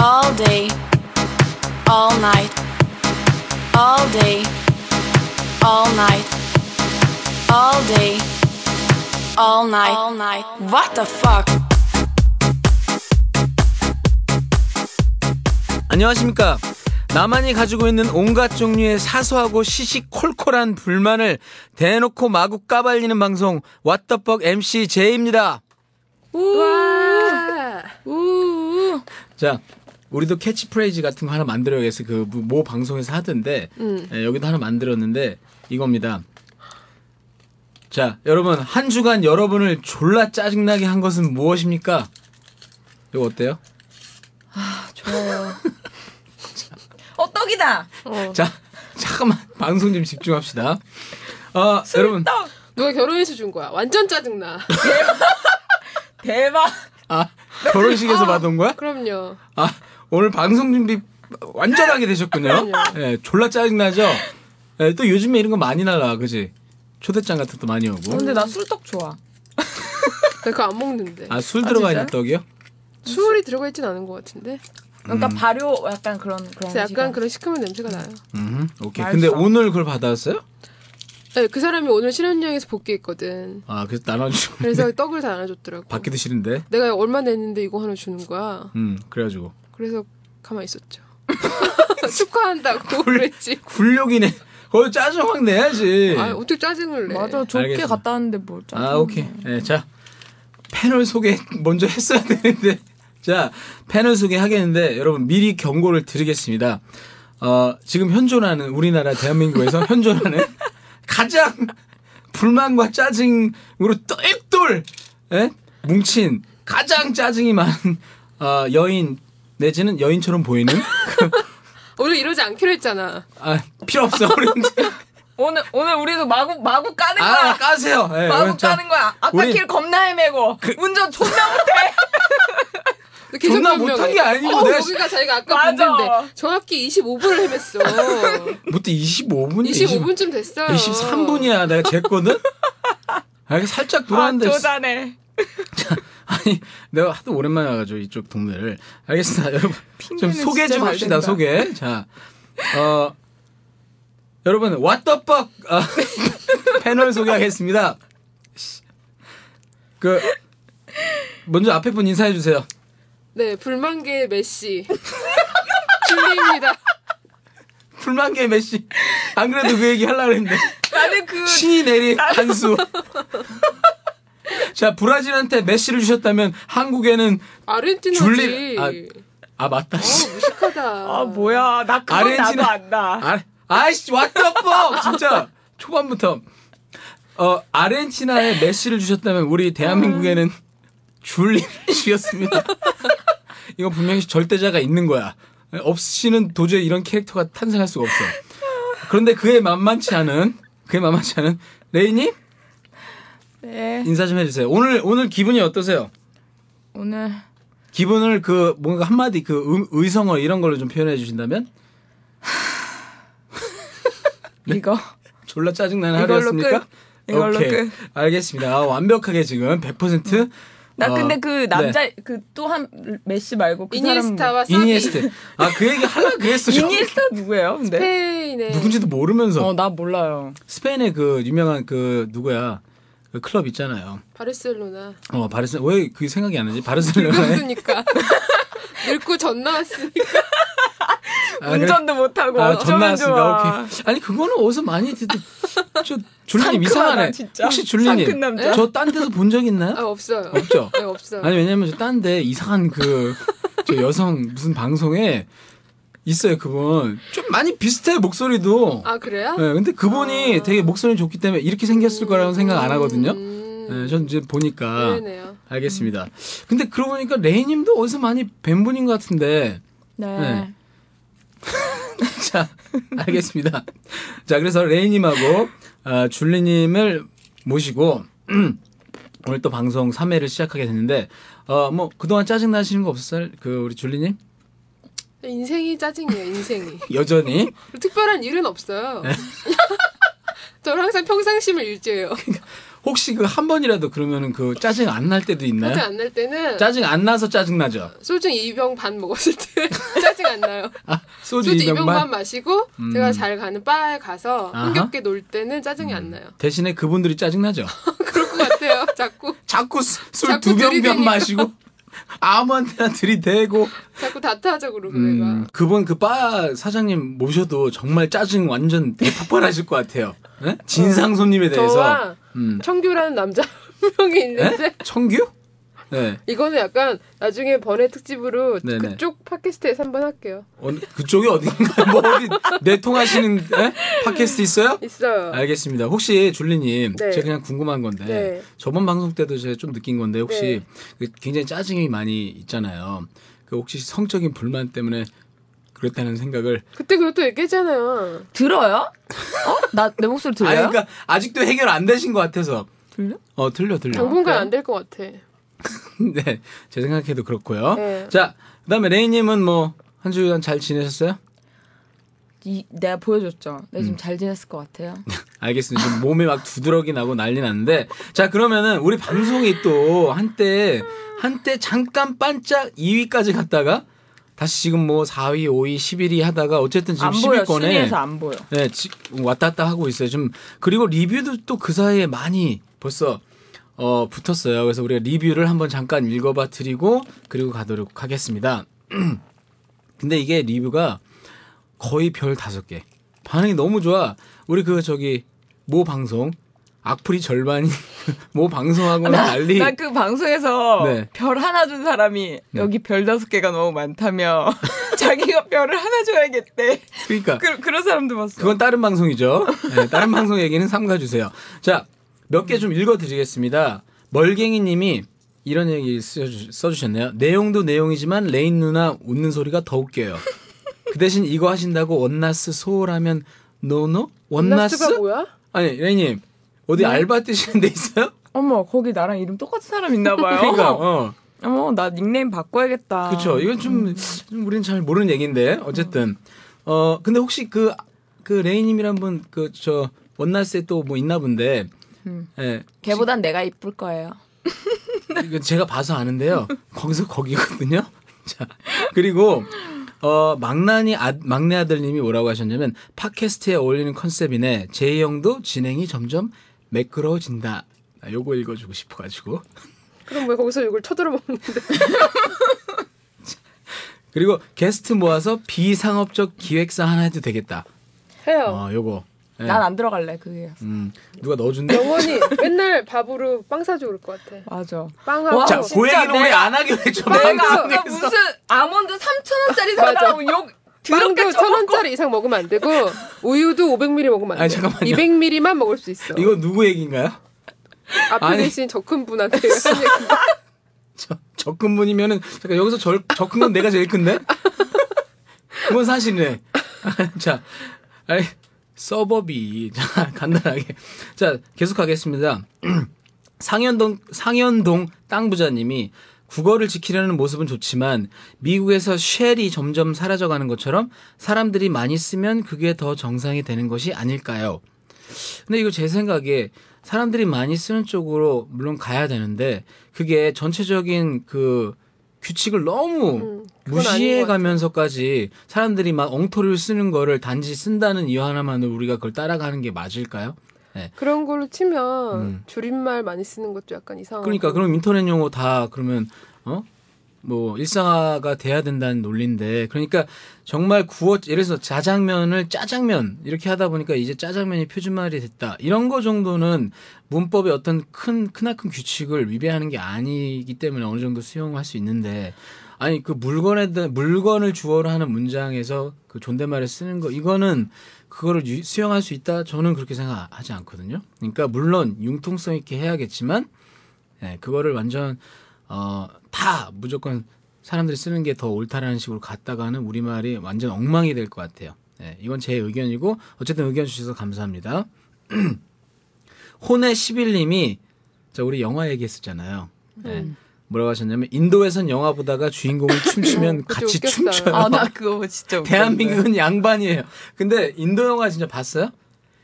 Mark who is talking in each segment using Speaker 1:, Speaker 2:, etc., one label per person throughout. Speaker 1: all day, all night, all day, all night, all day, all night, all night. What the fuck?
Speaker 2: 안녕하십니까. 나만이 가지고 있는 온갖 종류의 사소하고 시시콜콜한 불만을 대놓고 마구 까발리는 방송 왓더벅 MC 제이입니다. 자, 우리도 캐치프레이즈 같은 거 하나 만들어야겠어. 그 모 방송에서 하던데 예, 여기도 하나 만들었는데 이겁니다. 자, 여러분 한 주간 여러분을 졸라 짜증나게 한 것은 무엇입니까? 이거 어때요?
Speaker 3: 어 떡이다.
Speaker 2: 자, 잠깐만 방송 좀 집중합시다. 아, 여러분,
Speaker 3: 떡
Speaker 4: 누가 결혼해서 준 거야. 완전 짜증나.
Speaker 3: 대박.
Speaker 2: 아 결혼식에서 받은 거야?
Speaker 4: 그럼요.
Speaker 2: 아 오늘 방송 준비 완전하게
Speaker 3: 네.
Speaker 2: 되셨군요. 예, 졸라 짜증나죠. 예, 또 요즘에 이런 거 많이 날라, 그지? 초대장 같은 것도 많이 오고.
Speaker 3: 근데 나 술떡 좋아.
Speaker 4: 나 그거 안 먹는데.
Speaker 2: 아 술 들어가 있는
Speaker 3: 진짜요?
Speaker 2: 떡이요?
Speaker 4: 술이 들어가 있진 않은 것 같은데.
Speaker 3: 그러니까 발효 약간 그런 그런.
Speaker 4: 그래서 약간
Speaker 3: 식이야.
Speaker 4: 그런 시큼한 냄새가 나요.
Speaker 2: 음, 오케이.
Speaker 3: 맛있어.
Speaker 2: 근데 오늘 그걸 받아왔어요?
Speaker 4: 네, 그 사람이 오늘 신혼여행에서 복귀했거든.
Speaker 2: 아 그래서 나눠주고
Speaker 4: 그래서 떡을 다 나눠줬더라고.
Speaker 2: 받기도 싫은데.
Speaker 4: 내가 얼마 냈는데 이거 하나 주는 거야.
Speaker 2: 음, 그래가지고
Speaker 4: 그래서 가만히 있었죠. 축하한다고 그랬지.
Speaker 2: 굴욕이네. 그걸 짜증 확 내야지.
Speaker 4: 아, 어떻게 짜증을 내.
Speaker 3: 맞아 좋게
Speaker 2: 알겠습니다.
Speaker 3: 갔다 왔는데 뭘 짜.
Speaker 2: 아, 오케이. 예, 자, 패널 소개 먼저 했어야 되는데. 자, 패널 소개 하겠는데, 여러분, 미리 경고를 드리겠습니다. 어, 지금 현존하는, 우리나라 대한민국에서 현존하는 가장 불만과 짜증으로 똘똘, 예? 뭉친, 가장 짜증이 많은, 어, 여인, 내지는 여인처럼 보이는,
Speaker 4: 오늘 이러지 않기로 했잖아.
Speaker 2: 아, 필요 없어, 우리 이제.
Speaker 3: 오늘 오늘 우리도 마구 마구 까는 거야.
Speaker 2: 아, 까세요. 예,
Speaker 3: 마구
Speaker 2: 자,
Speaker 3: 까는 거야. 아까
Speaker 2: 우리- 그-
Speaker 3: 길 겁나 헤매고 운전 존나 못해.
Speaker 4: 계속
Speaker 2: 존나
Speaker 4: 변명해.
Speaker 2: 못한 게 아니고
Speaker 4: 어,
Speaker 2: 내가
Speaker 4: 여기가 자기가 아까
Speaker 3: 맞아.
Speaker 4: 문제인데 정확히 25분을 헤맸어.
Speaker 2: 무튼 25분이
Speaker 4: 25분쯤 됐어요.
Speaker 2: 23분이야. 내가 쟀거든? 아, 이게 살짝
Speaker 3: 아,
Speaker 2: 돌아왔는데.
Speaker 3: 조단해.
Speaker 2: 아니, 내가 하도 오랜만에 와가지고, 이쪽 동네를. 알겠습니다. 여러분. 좀
Speaker 3: 핑계는
Speaker 2: 소개 좀
Speaker 3: 진짜 잘
Speaker 2: 합시다,
Speaker 3: 된다.
Speaker 2: 소개. 자, 어, 여러분, 왓더벅 아, 패널 소개하겠습니다. 씨. 그, 먼저 앞에 분 인사해주세요.
Speaker 4: 네, 불만개 메시. 줄리입니다.
Speaker 2: 불만개 메시. 안 그래도 그 얘기 하려고 했는데.
Speaker 3: 나는 그
Speaker 2: 신이 내린 한수. 자, 브라질한테 메시를 주셨다면 한국에는
Speaker 4: 아르헨티나지.
Speaker 2: 줄리- 아, 아 맞다. 씨.
Speaker 4: 어, 무식하다.
Speaker 3: 아 뭐야 나 그건 나도
Speaker 2: 아르헨티나.
Speaker 3: 안다.
Speaker 2: 아, 아이씨 왓더뻑 진짜 초반부터 어 아르헨티나에 메시를 주셨다면 우리 대한민국에는 줄리를 주셨습니다. 이건 분명히 절대자가 있는 거야. 없이는 도저히 이런 캐릭터가 탄생할 수가 없어. 그런데 그의 만만치 않은 그의 만만치 않은 레이님
Speaker 3: 네
Speaker 2: 인사 좀 해주세요. 오늘 오늘 기분이 어떠세요?
Speaker 3: 오늘
Speaker 2: 기분을 그 뭔가 한마디 그 음- 의성어 이런 걸로 좀 표현해 주신다면
Speaker 3: 이거
Speaker 2: 졸라 짜증나는
Speaker 3: 이걸로
Speaker 2: 하루였습니까?
Speaker 3: 끝. 이걸로
Speaker 2: 네. 오케이.
Speaker 3: 끝.
Speaker 2: 알겠습니다. 아, 완벽하게 지금 100%.
Speaker 3: 나
Speaker 2: 어,
Speaker 3: 근데 그 남자
Speaker 2: 네.
Speaker 3: 그 또 한 메시 말고 그
Speaker 4: 이니에스타와 사비.
Speaker 2: 이니에스테. 아, 그 얘기 하려고 그랬어.
Speaker 3: 사람
Speaker 2: 저.
Speaker 3: 이니에스타 누구예요? 근데
Speaker 4: 스페인의
Speaker 2: 누군지도 모르면서.
Speaker 3: 어나 몰라요.
Speaker 2: 스페인의 그 유명한 그 누구야. 그 클럽 있잖아요.
Speaker 4: 바르셀로나.
Speaker 2: 어, 바르셀 왜 그 생각이 안 나지? 바르셀로나에.
Speaker 4: 그러니까 늙고 전 나왔으니까.
Speaker 2: 아, 그래?
Speaker 3: 운전도 못하고
Speaker 2: 아,
Speaker 3: 어쩌면 좋아.
Speaker 2: 전나왔습니다. 오케이. 아니, 그거는 어디서 많이 듣던. 저, 줄리님
Speaker 3: 상큼하다,
Speaker 2: 이상하네.
Speaker 3: 진짜.
Speaker 2: 혹시 줄리님.
Speaker 3: 상큼 남자.
Speaker 2: 저 딴 데서 본 적 있나요?
Speaker 4: 아, 없어요.
Speaker 2: 없죠?
Speaker 4: 네, 없어요.
Speaker 2: 아니 왜냐면 저 딴 데 이상한 그 저 여성 무슨 방송에 있어요 그분 좀 많이 비슷해 목소리도
Speaker 4: 아, 그래요?
Speaker 2: 네, 근데 그분이 되게 목소리 좋기 때문에 이렇게 생겼을 거라는 생각 안 하거든요
Speaker 4: 음,
Speaker 2: 네, 전 이제 보니까
Speaker 4: 그러네요.
Speaker 2: 알겠습니다 근데 그러고 보니까 레이님도 어디서 많이 뵌 분인 것 같은데
Speaker 3: 네.
Speaker 2: 네. 자 알겠습니다 자 그래서 레이님하고 아, 줄리님을 모시고 오늘 또 방송 3회를 시작하게 됐는데 어 뭐 그동안 짜증 나시는 거 없었어요 그 우리 줄리님
Speaker 4: 인생이 짜증이에요, 인생이.
Speaker 2: 여전히 네.
Speaker 4: 특별한 일은 없어요. 저는 항상 평상심을 유지해요.
Speaker 2: 혹시 그 한 번이라도 그러면은 그 짜증 안 날 때도 있나요?
Speaker 4: 짜증 안 날 때는
Speaker 2: 네. 짜증 안 나서 짜증 나죠.
Speaker 4: 소주 2병 반 먹었을 때 짜증 안 나요.
Speaker 2: 아, 소주
Speaker 4: 소주 2병 반
Speaker 2: 2병만
Speaker 4: 마시고
Speaker 2: 음.
Speaker 4: 제가 잘 가는 바에 가서
Speaker 2: 아하.
Speaker 4: 흥겹게 놀 때는 짜증이 안 나요.
Speaker 2: 대신에 그분들이 짜증 나죠.
Speaker 4: 그럴 것 같아요. 자꾸
Speaker 2: 자꾸 술
Speaker 4: 자꾸
Speaker 2: 두 병만
Speaker 4: 들이대니까.
Speaker 2: 마시고 아무한테나 들이대고
Speaker 4: 자꾸 다투하자 그러고
Speaker 2: 음,
Speaker 4: 내가.
Speaker 2: 그분 그 바 사장님 모셔도 정말 짜증 완전 대폭발하실 것 같아요. 네? 진상 손님에 대해서.
Speaker 4: 저와
Speaker 2: 음.
Speaker 4: 청규라는 남자 한 명이
Speaker 2: 네?
Speaker 4: 있는데
Speaker 2: 청규? 네.
Speaker 4: 이거는 약간 나중에 번외 특집으로
Speaker 2: 네네.
Speaker 4: 그쪽 팟캐스트에서 한번 할게요.
Speaker 2: 어, 그쪽이 어딘가 뭐 어디 내통하시는 에? 팟캐스트 있어요?
Speaker 4: 있어요.
Speaker 2: 알겠습니다. 혹시 줄리님,
Speaker 4: 네.
Speaker 2: 제가 그냥 궁금한 건데
Speaker 4: 네.
Speaker 2: 저번 방송 때도 제가 좀 느낀 건데 혹시 그
Speaker 4: 네.
Speaker 2: 굉장히 짜증이 많이 있잖아요. 그 혹시 성적인 불만 때문에 그렇다는 생각을
Speaker 4: 그때 그것도 얘기했잖아요.
Speaker 3: 들어요? 어? 나 내 목소리
Speaker 2: 아
Speaker 3: 들려요?
Speaker 2: 그러니까 아직도 해결 안 되신 것 같아서
Speaker 3: 들려?
Speaker 2: 어 틀려 틀려.
Speaker 4: 당분간 안 될 것 같아.
Speaker 2: 네, 제 생각해도 그렇고요.
Speaker 4: 네.
Speaker 2: 자, 그다음에 레이님은 뭐 한 주간 잘 지내셨어요?
Speaker 3: 이, 내가 보여줬죠.
Speaker 2: 음.
Speaker 3: 내가 지금 잘 지냈을 것 같아요.
Speaker 2: 네, 알겠습니다. 지금 몸에 막 두드러기 나고 난리 났는데 자 그러면은 우리 방송이 또 한때 한때 잠깐 반짝 2위까지 갔다가 다시 지금 뭐 4위, 5위, 11위 하다가 어쨌든 지금
Speaker 3: 안 보여.
Speaker 2: 10위권에
Speaker 3: 순위에서 안 보여.
Speaker 2: 네, 지- 왔다 갔다 하고 있어요. 좀 그리고 리뷰도 또 그 사이에 많이 벌써 어, 붙었어요. 그래서 우리가 리뷰를 한번 잠깐 읽어봐 드리고 그리고 가도록 하겠습니다. 근데 이게 리뷰가 거의 별 다섯 개. 반응이 너무 좋아. 우리 그 저기 모 방송 악플이 절반이 모 방송하고는 달리
Speaker 3: 나 그 방송에서
Speaker 2: 네. 음.
Speaker 3: 별 하나 준 사람이 여기 별 다섯 개가 너무 많다며 자기가 별을 하나 줘야겠대.
Speaker 2: 그러니까
Speaker 3: 그, 그런 사람도 봤어.
Speaker 2: 그건 다른 방송이죠. 네, 다른 방송 얘기는 삼가주세요. 자, 몇 개 좀 읽어드리겠습니다. 멀갱이 님이 이런 얘기 써주- 써주셨네요. 내용도 내용이지만 레인 누나 웃는 소리가 더 웃겨요. 그 대신 이거 하신다고 원나스 소홀하면 노노?
Speaker 4: 원나스가
Speaker 2: 원나스?
Speaker 4: 뭐야? 네?
Speaker 2: 아니, 레인님. 어디 알바 뛰시는 데 있어요?
Speaker 3: 어머 거기 나랑 이름 똑같은 사람 있나 봐요.
Speaker 2: 그러니까, 어.
Speaker 3: 어머 나 닉네임 바꿔야겠다.
Speaker 2: 그쵸. 이건 좀, 좀 우리는 잘 모르는 얘기인데, 어쨌든. 어, 근데 혹시 그, 그 레이님이란 분, 그, 저, 원나스에 또 뭐 있나 본데, 예,
Speaker 3: 걔보단 내가 이쁠 거예요.
Speaker 2: 이거 제가 봐서 아는데요. 거기서 거기거든요. 자, 그리고 어, 막난이 아, 막내 아들님이 뭐라고 하셨냐면 팟캐스트에 어울리는 컨셉이네. 제이 형도 진행이 점점 매끄러워진다. 아, 요거 읽어주고 싶어가지고.
Speaker 4: 그럼 왜 거기서 이걸 쳐들어 먹는데?
Speaker 2: 그리고 게스트 모아서 비상업적 기획사 하나 해도 되겠다.
Speaker 4: 해요.
Speaker 2: 어, 요거. 예.
Speaker 3: 난 안 들어갈래 그게.
Speaker 2: 음, 누가 넣어준대?
Speaker 4: 영원히 맨날 밥으로 빵 사줘 올 것 같아.
Speaker 3: 맞아.
Speaker 4: 빵하고
Speaker 3: 와,
Speaker 2: 자,
Speaker 3: 진짜
Speaker 2: 고 얘기는 우리
Speaker 3: 내가-
Speaker 2: 안 하기로 했죠.
Speaker 3: 내가 아까
Speaker 2: 방송에서.
Speaker 3: 무슨 아몬드 3천 원짜리 사라고 욕
Speaker 4: 빵도
Speaker 3: 드럽게
Speaker 4: 천
Speaker 3: 쳐먹고
Speaker 4: 원짜리 이상 먹으면 안 되고 우유도 500ml 먹으면 안
Speaker 2: 아니,
Speaker 4: 돼.
Speaker 2: 잠깐만요.
Speaker 4: 200ml만 먹을 수 있어.
Speaker 2: 이거 누구 얘기인가요?
Speaker 4: 앞에
Speaker 2: 아니.
Speaker 4: 계신 적은 분한테 한 얘기.
Speaker 2: 저, 적금분이면은 잠깐 여기서 절, 적금은 내가 제일 큰데? 그건 사실이네. 자, 아이, 서버비. 자, 간단하게. 자, 계속하겠습니다. 상현동 상현동 땅부자님이 국어를 지키려는 모습은 좋지만 미국에서 쉘이 점점 사라져가는 것처럼 사람들이 많이 쓰면 그게 더 정상이 되는 것이 아닐까요? 근데 이거 제 생각에 사람들이 많이 쓰는 쪽으로 물론 가야 되는데 그게 전체적인 그 규칙을 너무
Speaker 4: 음, 그건 아닌
Speaker 2: 무시해
Speaker 4: 것 같아요.
Speaker 2: 가면서까지 사람들이 막 엉터리를 쓰는 거를 단지 쓴다는 이유 하나만으로 우리가 그걸 따라가는 게 맞을까요? 네.
Speaker 4: 그런 걸로 치면
Speaker 2: 음.
Speaker 4: 줄임말 많이 쓰는 것도 약간 이상하고.
Speaker 2: 그러니까 그럼 인터넷 용어 다 그러면 어 뭐 일상화가 돼야 된다는 논리인데 그러니까 정말 구어 예를 들어서 자장면을 짜장면 이렇게 하다 보니까 이제 짜장면이 표준말이 됐다 이런 거 정도는 문법의 어떤 큰 크나큰 규칙을 위배하는 게 아니기 때문에 어느 정도 수용할 수 있는데 아니 그 물건에 대한 물건을 주어로 하는 문장에서 그 존댓말을 쓰는 거 이거는 그거를 유- 수용할 수 있다 저는 그렇게 생각하지 않거든요 그러니까 물론 융통성 있게 해야겠지만 예, 그거를 완전 어, 다 무조건 사람들이 쓰는 게 더 옳다라는 식으로 갔다가는 우리말이 완전 엉망이 될 것 같아요. 예, 이건 제 의견이고 어쨌든 의견 주셔서 감사합니다. 혼의 11님이 자 우리 영화 얘기했었잖아요. 예,
Speaker 4: 음.
Speaker 2: 뭐라고 하셨냐면 인도에선 영화 보다가 주인공이 춤추면
Speaker 4: 그거
Speaker 2: 같이
Speaker 4: 웃겼어요. 아,
Speaker 2: 춤춰요.
Speaker 3: 아 나 그거 진짜 웃겼네.
Speaker 2: 대한민국은 양반이에요. 근데 인도 영화 진짜 봤어요?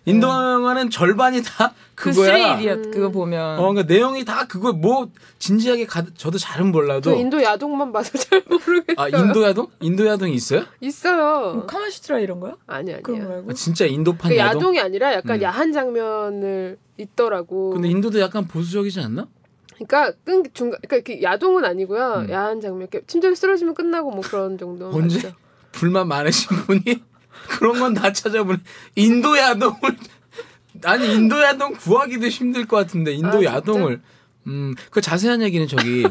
Speaker 2: 인도
Speaker 4: 네.
Speaker 2: 영화는 절반이 다
Speaker 3: 그
Speaker 2: 그거야.
Speaker 3: 쓰리 이디엇 그거 보면
Speaker 2: 어, 그러니까 내용이 다 그거 뭐 진지하게 가, 저도 잘은 몰라도
Speaker 4: 저 인도 야동만 봐서 잘 모르겠어요.
Speaker 2: 아 인도 음, 야동? 인도 야동 있어요?
Speaker 4: 있어요.
Speaker 3: 뭐 카마슈트라 이런 거요?
Speaker 4: 아니 아니요.
Speaker 3: 그런 거라고?
Speaker 2: 아, 진짜 인도판
Speaker 4: 그
Speaker 2: 야동?
Speaker 4: 야동이 아니라 약간
Speaker 2: 음.
Speaker 4: 야한 장면을 있더라고.
Speaker 2: 근데 인도도 약간 보수적이지 않나?
Speaker 4: 그러니까 끈 중간 그러니까 이렇게 야동은 아니고요.
Speaker 2: 음.
Speaker 4: 야한 장면 이렇게 침대에 쓰러지면 끝나고 뭐 그런 정도.
Speaker 2: 언제?
Speaker 4: 맞죠?
Speaker 2: 불만 많으신 분이 그런 건 다 찾아보는 인도 야동을 아니 인도 야동 구하기도 힘들 것 같은데 인도
Speaker 4: 아, 진짜?
Speaker 2: 야동을 음 그 자세한 얘기는 저기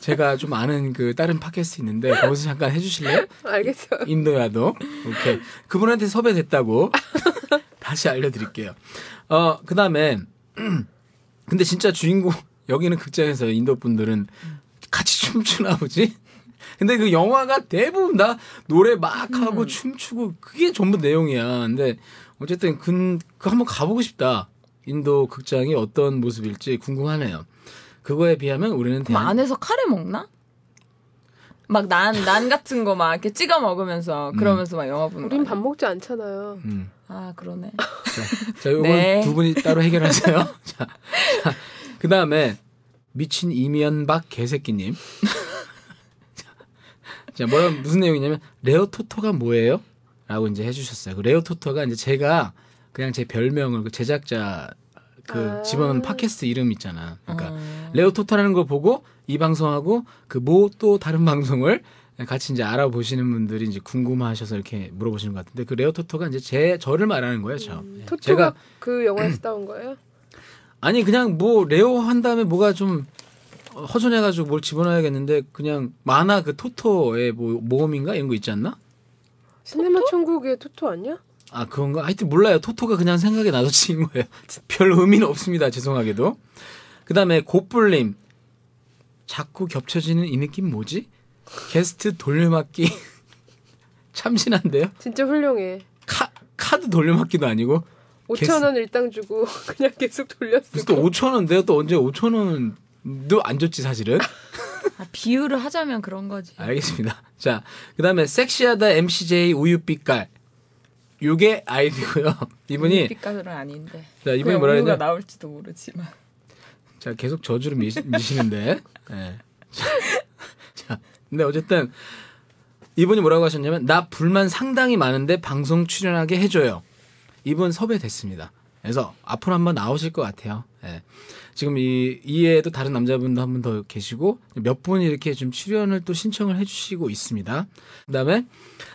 Speaker 2: 제가 좀 아는 그 다른 팟캐스트 있는데 거기서 잠깐 해주실래요?
Speaker 4: 알겠어요.
Speaker 2: 인도 야동 오케이 그분한테 섭외됐다고 다시 알려드릴게요. 어 그다음에 근데 진짜 주인공 여기는 극장에서 인도 분들은 같이 춤추나 보지. 근데 그 영화가 대부분 다 노래 막 하고 춤추고 그게 전부 내용이야. 근데 어쨌든 근, 그 한번 가보고 싶다. 인도 극장이 어떤 모습일지 궁금하네요. 그거에 비하면 우리는
Speaker 3: 그럼
Speaker 2: 대한
Speaker 3: 안에서 카레 먹나? 막 난 난 같은 거 막 이렇게 찍어 먹으면서 그러면서 막 영화 보는
Speaker 4: 우린
Speaker 3: 거.
Speaker 4: 밥 먹지 않잖아요.
Speaker 2: 음.
Speaker 3: 아 그러네.
Speaker 2: 자, 자, 요건
Speaker 3: 네.
Speaker 2: 두 분이 따로 해결하세요. 자, 그 다음에 미친 이면박 개새끼님. 자, 자, 뭐라 무슨 내용이냐면 레오 토토가 뭐예요? 라고 이제 해주셨어요. 그 레오 토토가 이제 제가 그냥 제 별명을 그 제작자 그
Speaker 4: 아.
Speaker 2: 집어넣은 팟캐스트 이름 있잖아. 그러니까
Speaker 3: 어.
Speaker 2: 레오 토토라는 걸 보고 이 방송하고 그 뭐 또 다른 방송을 같이 이제 알아보시는 분들이 이제 궁금하셔서 이렇게 물어보시는 것 같은데 그 레오 토토가 이제 제 저를 말하는 거예요, 저. 예.
Speaker 4: 토토가
Speaker 2: 제가
Speaker 4: 그 영화에서 따온 거예요?
Speaker 2: 아니 그냥 뭐 레오 한 다음에 뭐가 좀 허전해가지고 뭘 집어넣어야겠는데 그냥 만화 그 토토의 뭐 모험인가 이런 거 있지 않나?
Speaker 4: 시네마 천국의 토토 아니야?
Speaker 2: 아 그건가? 하여튼 몰라요. 토토가 그냥 생각이 나서 치인 거예요. 별 의미는 없습니다. 죄송하게도. 그 다음에 고뿔님. 자꾸 겹쳐지는 이 느낌 뭐지? 게스트 돌려막기 참신한데요?
Speaker 4: 진짜 훌륭해.
Speaker 2: 카, 카드 돌려막기도 아니고
Speaker 4: 5천 원 일당 주고 그냥 계속
Speaker 2: 무슨 또
Speaker 4: 돌렸어.
Speaker 2: 5천 원인데요? 또 언제 5천 원도 안 줬지 사실은.
Speaker 3: 아, 비유를 하자면 그런 거지.
Speaker 2: 알겠습니다. 자, 그 다음에 섹시하다 MCJ 우유빛깔. 요게 아이디고요. 이분이,
Speaker 3: 빛깔은 아닌데.
Speaker 2: 자, 이분이
Speaker 3: 그냥
Speaker 2: 뭐라
Speaker 3: 우유가
Speaker 2: 했냐.
Speaker 3: 나올지도 모르지만.
Speaker 2: 자, 계속 저주를 미시, 는데 예. 자, 근데 어쨌든, 이분이 뭐라고 하셨냐면, 나 불만 상당히 많은데 방송 출연하게 해줘요. 이분 섭외됐습니다. 그래서 앞으로 한번 나오실 것 같아요. 예. 지금 이, 이외에도 다른 남자분도 한 분 더 계시고, 몇 분이 이렇게 좀 출연을 또 신청을 해주시고 있습니다. 그 다음에,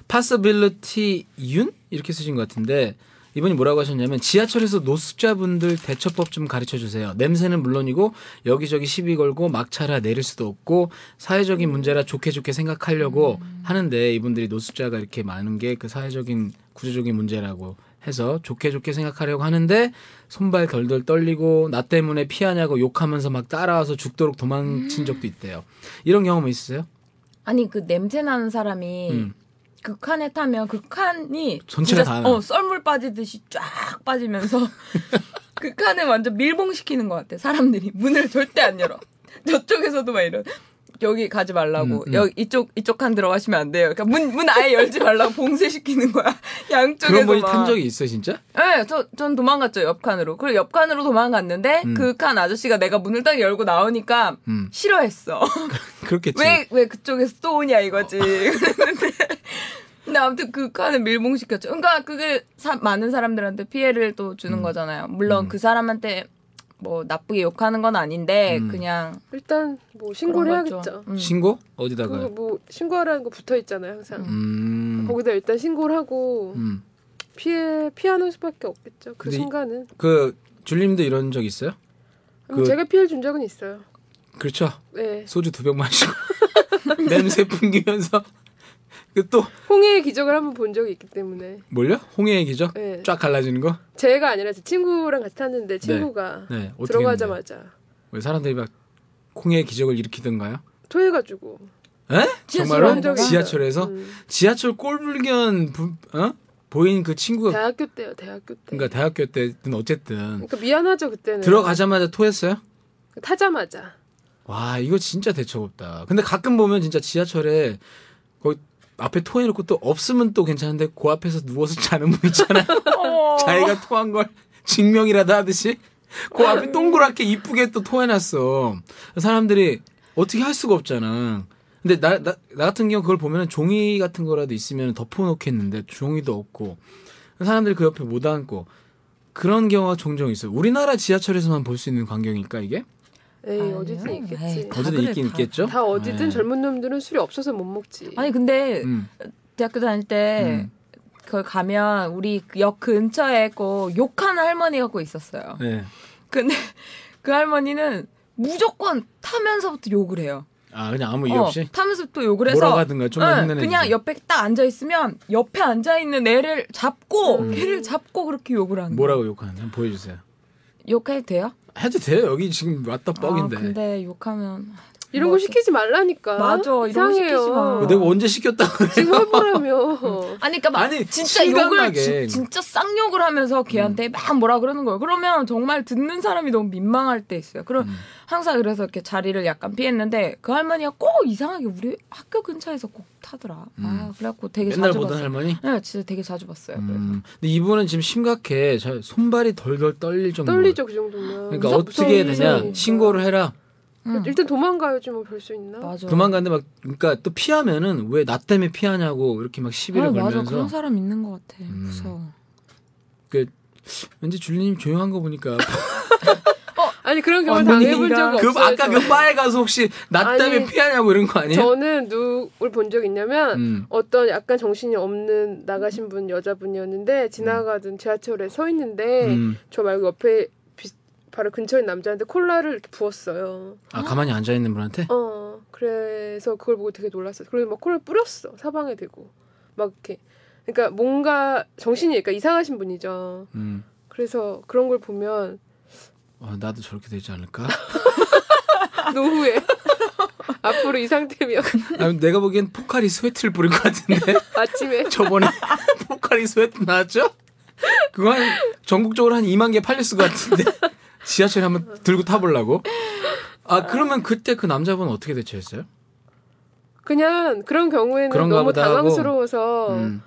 Speaker 2: possibility 윤? 이렇게 쓰신 것 같은데, 이분이 뭐라고 하셨냐면, 지하철에서 노숙자분들 대처법 좀 가르쳐 주세요. 냄새는 물론이고, 여기저기 시비 걸고, 막차라 내릴 수도 없고, 사회적인 문제라 좋게 좋게 생각하려고 하는데, 이분들이 노숙자가 이렇게 많은 게 그 사회적인 구조적인 문제라고 해서 좋게 좋게 생각하려고 하는데 손발 덜덜 떨리고 나 때문에 피하냐고 욕하면서 막 따라와서 죽도록
Speaker 3: 음.
Speaker 2: 도망친 적도 있대요. 이런 경험 있으세요?
Speaker 3: 아니 그 냄새 나는 사람이
Speaker 2: 음.
Speaker 3: 극한에 타면 극한이
Speaker 2: 전체가
Speaker 3: 진짜
Speaker 2: 다 나.
Speaker 3: 어, 썰물 빠지듯이 쫙 빠지면서 극한을 완전 밀봉시키는 것 같아. 사람들이 문을 절대 안 열어. 저쪽에서도 막 이런 여기 가지 말라고
Speaker 2: 음, 음.
Speaker 3: 여기 이쪽 이쪽 칸 들어가시면 안 돼요. 그러니까 문 문 아예 열지 말라고 봉쇄시키는 거야. 양쪽에서
Speaker 2: 그런 분이
Speaker 3: 막.
Speaker 2: 탄 적이 있어 진짜?
Speaker 3: 네, 저, 전 도망갔죠, 옆칸으로. 그리고 옆칸으로 도망갔는데,
Speaker 2: 음.
Speaker 3: 그 칸 아저씨가 내가 문을 딱 열고 나오니까,
Speaker 2: 음
Speaker 3: 싫어했어.
Speaker 2: 그렇겠지.
Speaker 3: 왜, 왜 그쪽에서 또 오냐 이거지. 그랬는데. 근데 아무튼 그 칸을 밀봉시켰죠. 그러니까 그게 사- 많은 사람들한테 피해를 또 주는 거잖아요. 물론
Speaker 2: 음.
Speaker 3: 그 사람한테 뭐 나쁘게 욕하는 건 아닌데,
Speaker 2: 음.
Speaker 3: 그냥.
Speaker 4: 일단 뭐
Speaker 3: 그런
Speaker 4: 신고를
Speaker 3: 걸 좀-
Speaker 4: 해야겠죠.
Speaker 3: 음.
Speaker 2: 신고
Speaker 4: 그거
Speaker 2: 어디다가?
Speaker 4: 뭐 신고하라는 거 붙어 있잖아요 항상.
Speaker 2: 음.
Speaker 4: 거기다 일단 신고를 하고
Speaker 2: 음.
Speaker 4: 피해 피하는 수밖에 없겠죠. 그
Speaker 2: 근데 이-
Speaker 4: 순간은.
Speaker 2: 그 줄님도 이런 적 있어요? 그-
Speaker 4: 제가 피해를 준 적은 있어요.
Speaker 2: 그렇죠.
Speaker 4: 네.
Speaker 2: 소주 두 병 마시고 냄새 풍기면서 그 또
Speaker 4: 홍해의 기적을 한번 본 적이 있기 때문에.
Speaker 2: 뭘요? 홍해의 기적?
Speaker 4: 네.
Speaker 2: 쫙 갈라지는 거?
Speaker 4: 제가 아니라 제 친구랑 같이 탔는데 친구가
Speaker 2: 네. 어떻게 했는데?
Speaker 4: 들어가자마자
Speaker 2: 왜 사람들이 막 홍해의 기적을 일으키던가요?
Speaker 4: 토해가지고
Speaker 2: 에?
Speaker 3: 지하철
Speaker 2: 정말로?
Speaker 4: 그런 적이 있어요.
Speaker 2: 지하철에서?
Speaker 4: 음.
Speaker 2: 지하철 꼴불견 부- 어? 보인 그 친구가
Speaker 4: 대학교 때요 대학교 때
Speaker 2: 그러니까
Speaker 4: 그러니까, 네.
Speaker 2: 대학교 때든 어쨌든
Speaker 4: 미안하죠 그때는
Speaker 2: 음.
Speaker 4: 그
Speaker 2: 들어가자마자 토했어요?
Speaker 4: 타자마자
Speaker 2: 와 이거 진짜 대처 없다. 근데 가끔 보면 진짜 지하철에 거기 앞에 토해놓고 또 없으면 또 괜찮은데 그 앞에서 누워서 자는 분 있잖아요. 자기가 토한 걸 증명이라도 하듯이 그 앞에 동그랗게 이쁘게 또 토해놨어. 사람들이 어떻게 할 수가 없잖아. 근데 나, 나, 나 같은 경우 그걸 보면 종이 같은 거라도 있으면 덮어놓겠는데 종이도 없고 사람들이 그 옆에 못 앉고 그런 경우가 종종 있어요. 우리나라 지하철에서만 볼 수 있는 광경일까 이게?
Speaker 4: 에이
Speaker 3: 아니요.
Speaker 4: 어디든
Speaker 3: 에이,
Speaker 4: 있겠지.
Speaker 3: 다
Speaker 2: 어디든
Speaker 3: 그래,
Speaker 2: 있긴
Speaker 3: 다.
Speaker 2: 있겠죠.
Speaker 4: 다 어디든
Speaker 2: 네.
Speaker 4: 젊은 놈들은 술이 없어서 못 먹지.
Speaker 3: 아니 근데
Speaker 2: 음,
Speaker 3: 대학교 다닐 때
Speaker 2: 음.
Speaker 3: 그걸 가면 우리 그 역 근처에 꼭 욕하는 할머니가 꼭 있었어요.
Speaker 2: 네.
Speaker 3: 근데 그 할머니는 무조건 타면서부터 욕을 해요.
Speaker 2: 아 그냥 아무 이유
Speaker 3: 어,
Speaker 2: 없이
Speaker 3: 타면서부터 욕을 해서
Speaker 2: 뭐라고 하든가 좀만
Speaker 3: 응,
Speaker 2: 힘내내주세요.
Speaker 3: 그냥 옆에 딱 앉아 있으면 옆에 앉아 있는 애를 잡고
Speaker 4: 음.
Speaker 3: 걔를 잡고 그렇게 욕을 하는. 거예요.
Speaker 2: 뭐라고 욕하는지 한번 보여주세요.
Speaker 3: 욕해도 돼요?
Speaker 2: 해도 돼요. 여기 지금 왔다 뻑인데.
Speaker 3: 아, 근데 욕하면
Speaker 4: 이런
Speaker 3: 뭐
Speaker 4: 거 시키지 말라니까.
Speaker 3: 맞아, 이런 거
Speaker 4: 이상해요.
Speaker 3: 시키지 마.
Speaker 2: 그 내가 음. 언제 시켰다고 그래?
Speaker 4: 지금 해보라며.
Speaker 3: 아니 그러니까 막
Speaker 2: 아니,
Speaker 3: 진짜 욕을
Speaker 2: 실감나게. 음.
Speaker 3: 지- 진짜 쌍욕을 하면서 걔한테 막 뭐라 그러는 거예요. 그러면 정말 듣는 사람이 너무 민망할 때 있어요.
Speaker 2: 음.
Speaker 3: 그럼 항상 그래서 이렇게 자리를 약간 피했는데 그 할머니가 꼭 이상하게 우리 학교 근처에서 꼭 타더라. 아 그래갖고 되게
Speaker 2: 맨날
Speaker 3: 자주
Speaker 2: 보던
Speaker 3: 봤어요.
Speaker 2: 음. 할머니?
Speaker 3: 네, 진짜 되게 자주 봤어요.
Speaker 2: 음, 근데 이분은 지금 심각해. 자, 손발이 덜덜 떨릴 정도.
Speaker 4: 떨리죠 그 정도면.
Speaker 2: 그러니까
Speaker 4: 무섭-
Speaker 2: 어떻게 해야 되냐?
Speaker 4: 무서우니까.
Speaker 2: 신고를 해라.
Speaker 3: 그래서. 응.
Speaker 4: 일단 도망가야지 뭐 별 수 있나?
Speaker 3: 음. 맞아.
Speaker 2: 도망가는데 막 그러니까 또 피하면은 왜 나 때문에 피하냐고 이렇게 막 시비를
Speaker 3: 아, 맞아
Speaker 2: 걸면서
Speaker 3: 그런 사람 있는 것 같아.
Speaker 2: 음.
Speaker 3: 무서워.
Speaker 2: 왠지 줄리님 조용한 거 보니까
Speaker 4: 아니 그런 경험
Speaker 3: 언니가
Speaker 4: 당해본 적
Speaker 2: 그
Speaker 4: 없어요.
Speaker 2: 아까 그
Speaker 4: 저는.
Speaker 2: 바에 가서 혹시 나 때문에
Speaker 4: 아니,
Speaker 2: 피하냐고 이런 거 아니에요?
Speaker 4: 저는 누굴 본 적 있냐면
Speaker 2: 음.
Speaker 4: 어떤 약간 정신이 없는 나가신 분 여자분이었는데 지나가던 지하철에 서 있는데
Speaker 2: 음.
Speaker 4: 저 말고 옆에 비- 바로 근처인 남자한테 콜라를 이렇게 부었어요.
Speaker 2: 아 가만히 앉아 있는 분한테
Speaker 4: 어 그래서 그걸 보고 되게 놀랐어. 그래서 막 콜라 뿌렸어 사방에 대고 막 이렇게 그러니까 뭔가 정신이 그러니까 이상하신 분이죠.
Speaker 2: 음.
Speaker 4: 그래서 그런 걸 보면
Speaker 2: 아, 나도 저렇게 되지 않을까?
Speaker 4: 노후에 앞으로 이 상태면
Speaker 2: 아, 내가 보기엔 포카리 스웨트를 뿌릴 것 같은데
Speaker 4: 아침에
Speaker 2: 저번에 포카리 스웨트 나왔죠? 그거 한 전국적으로 한 2만 개 팔렸을 것 같은데 지하철에 한번 들고 타보려고 아 그러면 그때 그 남자분 은 어떻게 대처했어요?
Speaker 4: 그냥 그런 경우에는
Speaker 2: 그런가
Speaker 4: 너무
Speaker 2: 보다 하고.
Speaker 4: 당황스러워서
Speaker 2: 음.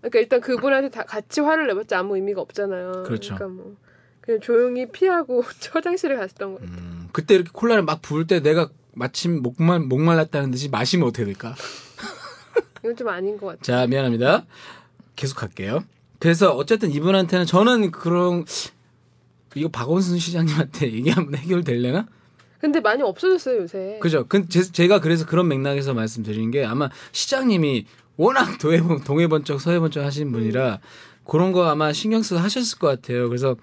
Speaker 4: 그러니까 일단 그분한테 다 같이 화를 내봤자 아무 의미가 없잖아요.
Speaker 2: 그렇죠.
Speaker 4: 러니까뭐 그냥 조용히 피하고 화장실에 갔던 거예요.
Speaker 2: 음, 그때 이렇게 콜라를 막 부을 때 내가 마침 목말, 목말랐다는 듯이 마시면 어떻게 될까?
Speaker 4: 이건 좀 아닌 것 같아요.
Speaker 2: 자, 미안합니다. 계속 할게요. 그래서 어쨌든 이분한테는 저는 그런, 이거 박원순 시장님한테 얘기하면 해결될려나?
Speaker 4: 근데 많이 없어졌어요 요새.
Speaker 2: 그죠. 그, 제, 제가 그래서 그런 맥락에서 말씀드리는 게 아마 시장님이 워낙 동해본, 동해번쩍 서해번쩍 하신 분이라 그런 거 아마 신경 써서 하셨을 것 같아요. 그래서,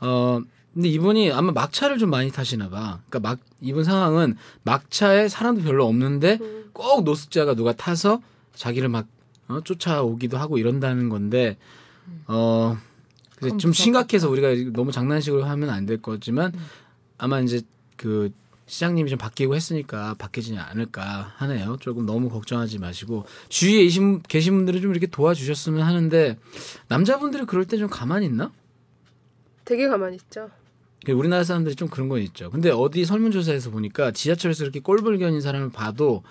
Speaker 2: 어, 근데 이분이 아마 막차를 좀 많이 타시나 봐. 그러니까 막, 이분 상황은 막차에 사람도 별로 없는데
Speaker 4: 음.
Speaker 2: 꼭 노숙자가 누가 타서 자기를 막 어, 쫓아오기도 하고 이런다는 건데, 어, 근데
Speaker 3: 그럼
Speaker 2: 좀
Speaker 3: 무섭겠다. 음.
Speaker 2: 심각해서 우리가 너무 장난식으로 하면 안 될 거지만 아마 이제 그 시장님이 좀 바뀌고 했으니까 바뀌지 않을까 하네요. 조금 너무 걱정하지 마시고 주위에 계신, 계신 분들은 좀 이렇게 도와주셨으면 하는데 남자분들이 그럴 때 좀 가만히 있나?
Speaker 4: 되게 가만히 있죠.
Speaker 2: 그 우리나라 사람들이 좀 그런 건 있죠. 근데 어디 설문조사에서 보니까 지하철에서 이렇게 꼴불견인 사람을 봐도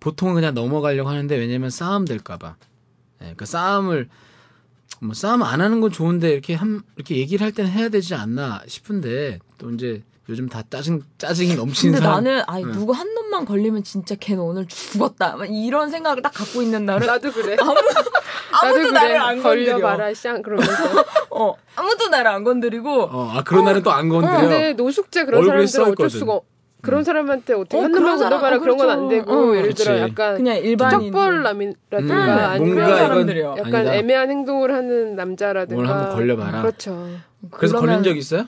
Speaker 2: 보통은 그냥 넘어가려고 하는데 왜냐면 싸움 될까봐. 예, 그러니까 싸움을 뭐 싸움 안 하는 건 좋은데 이렇게 한 이렇게 얘기를 할 때는 해야 되지 않나 싶은데 또 이제 요즘 다 짜증 짜증이 넘치는
Speaker 3: 근데
Speaker 2: 사람.
Speaker 3: 나는 아니
Speaker 2: 응.
Speaker 3: 누구 한 놈만 걸리면 진짜 걔는 오늘 죽었다. 막 이런 생각을 딱 갖고 있는 날은
Speaker 4: 나도 그래.
Speaker 3: 아무도
Speaker 4: 나도
Speaker 3: 나를
Speaker 4: 그래.
Speaker 3: 안 건드려.
Speaker 4: 걸려봐라 쌍 그러면서.
Speaker 3: 어, 아무도 나를 안 건드리고
Speaker 2: 어, 아 그런 날은 또 안 건드려.
Speaker 3: 네.
Speaker 4: 근데 노숙자 그런
Speaker 2: 얼굴에
Speaker 4: 사람들은 어쩔
Speaker 2: 써있거든. 음.
Speaker 4: 수가 없- 그런 사람한테 어떻게
Speaker 3: 어,
Speaker 4: 한 놈만
Speaker 3: 그런 사람-
Speaker 4: 건너봐라
Speaker 3: 어,
Speaker 4: 그런 건 안
Speaker 3: 그렇죠.
Speaker 4: 되고
Speaker 3: 어.
Speaker 4: 예를 들어
Speaker 2: 그치.
Speaker 4: 약간
Speaker 3: 그냥 일반인
Speaker 2: 음,
Speaker 4: 쩍벌남이라든가
Speaker 3: 음,
Speaker 4: 아니면
Speaker 3: 그런
Speaker 2: 뭔가 이건
Speaker 3: 사람들이요.
Speaker 4: 약간
Speaker 2: 아니다.
Speaker 4: 애매한 행동을 하는
Speaker 2: 오늘
Speaker 4: 남자라든가
Speaker 2: 한번 걸려봐라.
Speaker 4: 그렇죠.
Speaker 2: 그래서 걸린
Speaker 3: 그러면-
Speaker 2: 적 있어요?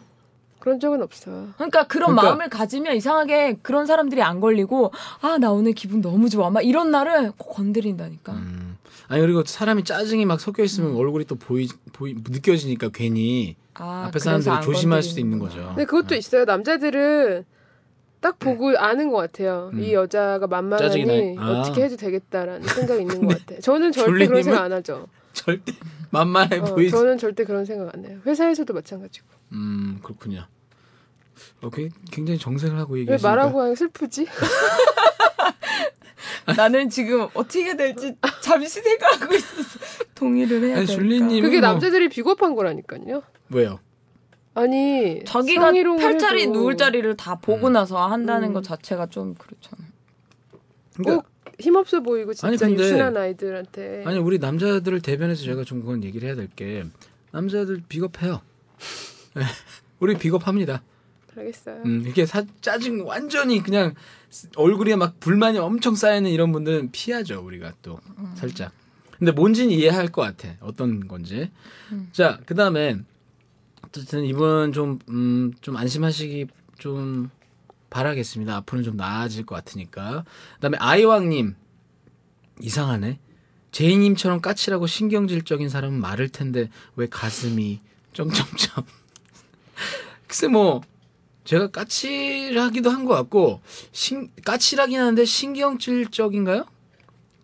Speaker 4: 그런 적은 없어요.
Speaker 3: 그러니까 그런
Speaker 2: 그러니까-
Speaker 3: 마음을 가지면 이상하게 그런 사람들이 안 걸리고 아 나 오늘 기분 너무 좋아 막 이런 날은 꼭 건드린다니까
Speaker 2: 음. 아니 그리고 사람이 짜증이 막 섞여
Speaker 3: 음.
Speaker 2: 있으면 얼굴이 또 보이 보이 느껴지니까 괜히
Speaker 3: 아,
Speaker 2: 앞에
Speaker 3: 그래서
Speaker 2: 사람들이
Speaker 3: 안
Speaker 2: 조심할
Speaker 3: 건드리는구나. 네,
Speaker 2: 수도 있는 거죠.
Speaker 4: 근데 그것도 있어요. 남자들은 딱 보고 아는 것 같아요.
Speaker 2: 음.
Speaker 4: 이 여자가
Speaker 2: 짜증이
Speaker 4: 만만하니
Speaker 2: 나요? 아.
Speaker 4: 어떻게 해도 되겠다라는 생각이 있는 것 같아요. 저는 절대
Speaker 2: 졸리님은?
Speaker 4: 그런 생각 안 하죠.
Speaker 2: 절대 만만해
Speaker 4: 어,
Speaker 2: 보이지.
Speaker 4: 저는 절대 그런 생각 안 해요. 회사에서도 마찬가지고.
Speaker 2: 음 그렇군요. 어, 굉- 굉장히 정색을 하고
Speaker 4: 왜
Speaker 2: 얘기하시니까
Speaker 4: 말하고 하기 슬프지?
Speaker 3: 나는 지금 어떻게 해야 될지 잠시 생각하고 있었어. 동의를 해야
Speaker 2: 아니,
Speaker 3: 될까.
Speaker 2: 줄리님.
Speaker 4: 그게
Speaker 2: 뭐-
Speaker 4: 남자들이 비겁한 거라니까요.
Speaker 2: 왜요?
Speaker 3: 예,
Speaker 4: 아니
Speaker 3: 자기가
Speaker 4: 성희롱을
Speaker 3: 펼 자리
Speaker 4: 해도
Speaker 3: 누울 자리를 다 보고 나서 한다는
Speaker 4: 음.
Speaker 3: 것 자체가 좀 그렇잖아. 요
Speaker 2: 그러니까
Speaker 4: 힘없어 보이고 진짜
Speaker 2: 아니, 근데-
Speaker 4: 유순한
Speaker 3: 네.
Speaker 4: 아이들한테
Speaker 2: 아니 우리 남자들을 대변해서 제가 좀 그건 얘기를 해야 될 게 남자들 비겁해요. 예, 우리 비겁합니다.
Speaker 4: 알겠어요.
Speaker 2: 음, 이게 사, 짜증 완전히 그냥 얼굴에 막 불만이 엄청 쌓이는 이런 분들은 피하죠 우리가 또 살짝. 근데 뭔지는 이해할 것 같아 어떤 건지. 자 그다음에 어쨌든 이분 좀좀 음, 좀 안심하시기 좀 바라겠습니다. 앞으로는 좀 나아질 것 같으니까. 그다음에 아이왕님 이상하네. 제이님처럼 까칠하고 신경질적인 사람은 많을 텐데 왜 가슴이 점점점. 글쎄 뭐 제가 까칠하기도 한 것 같고 신, 까칠하긴 한데 신경질적인가요?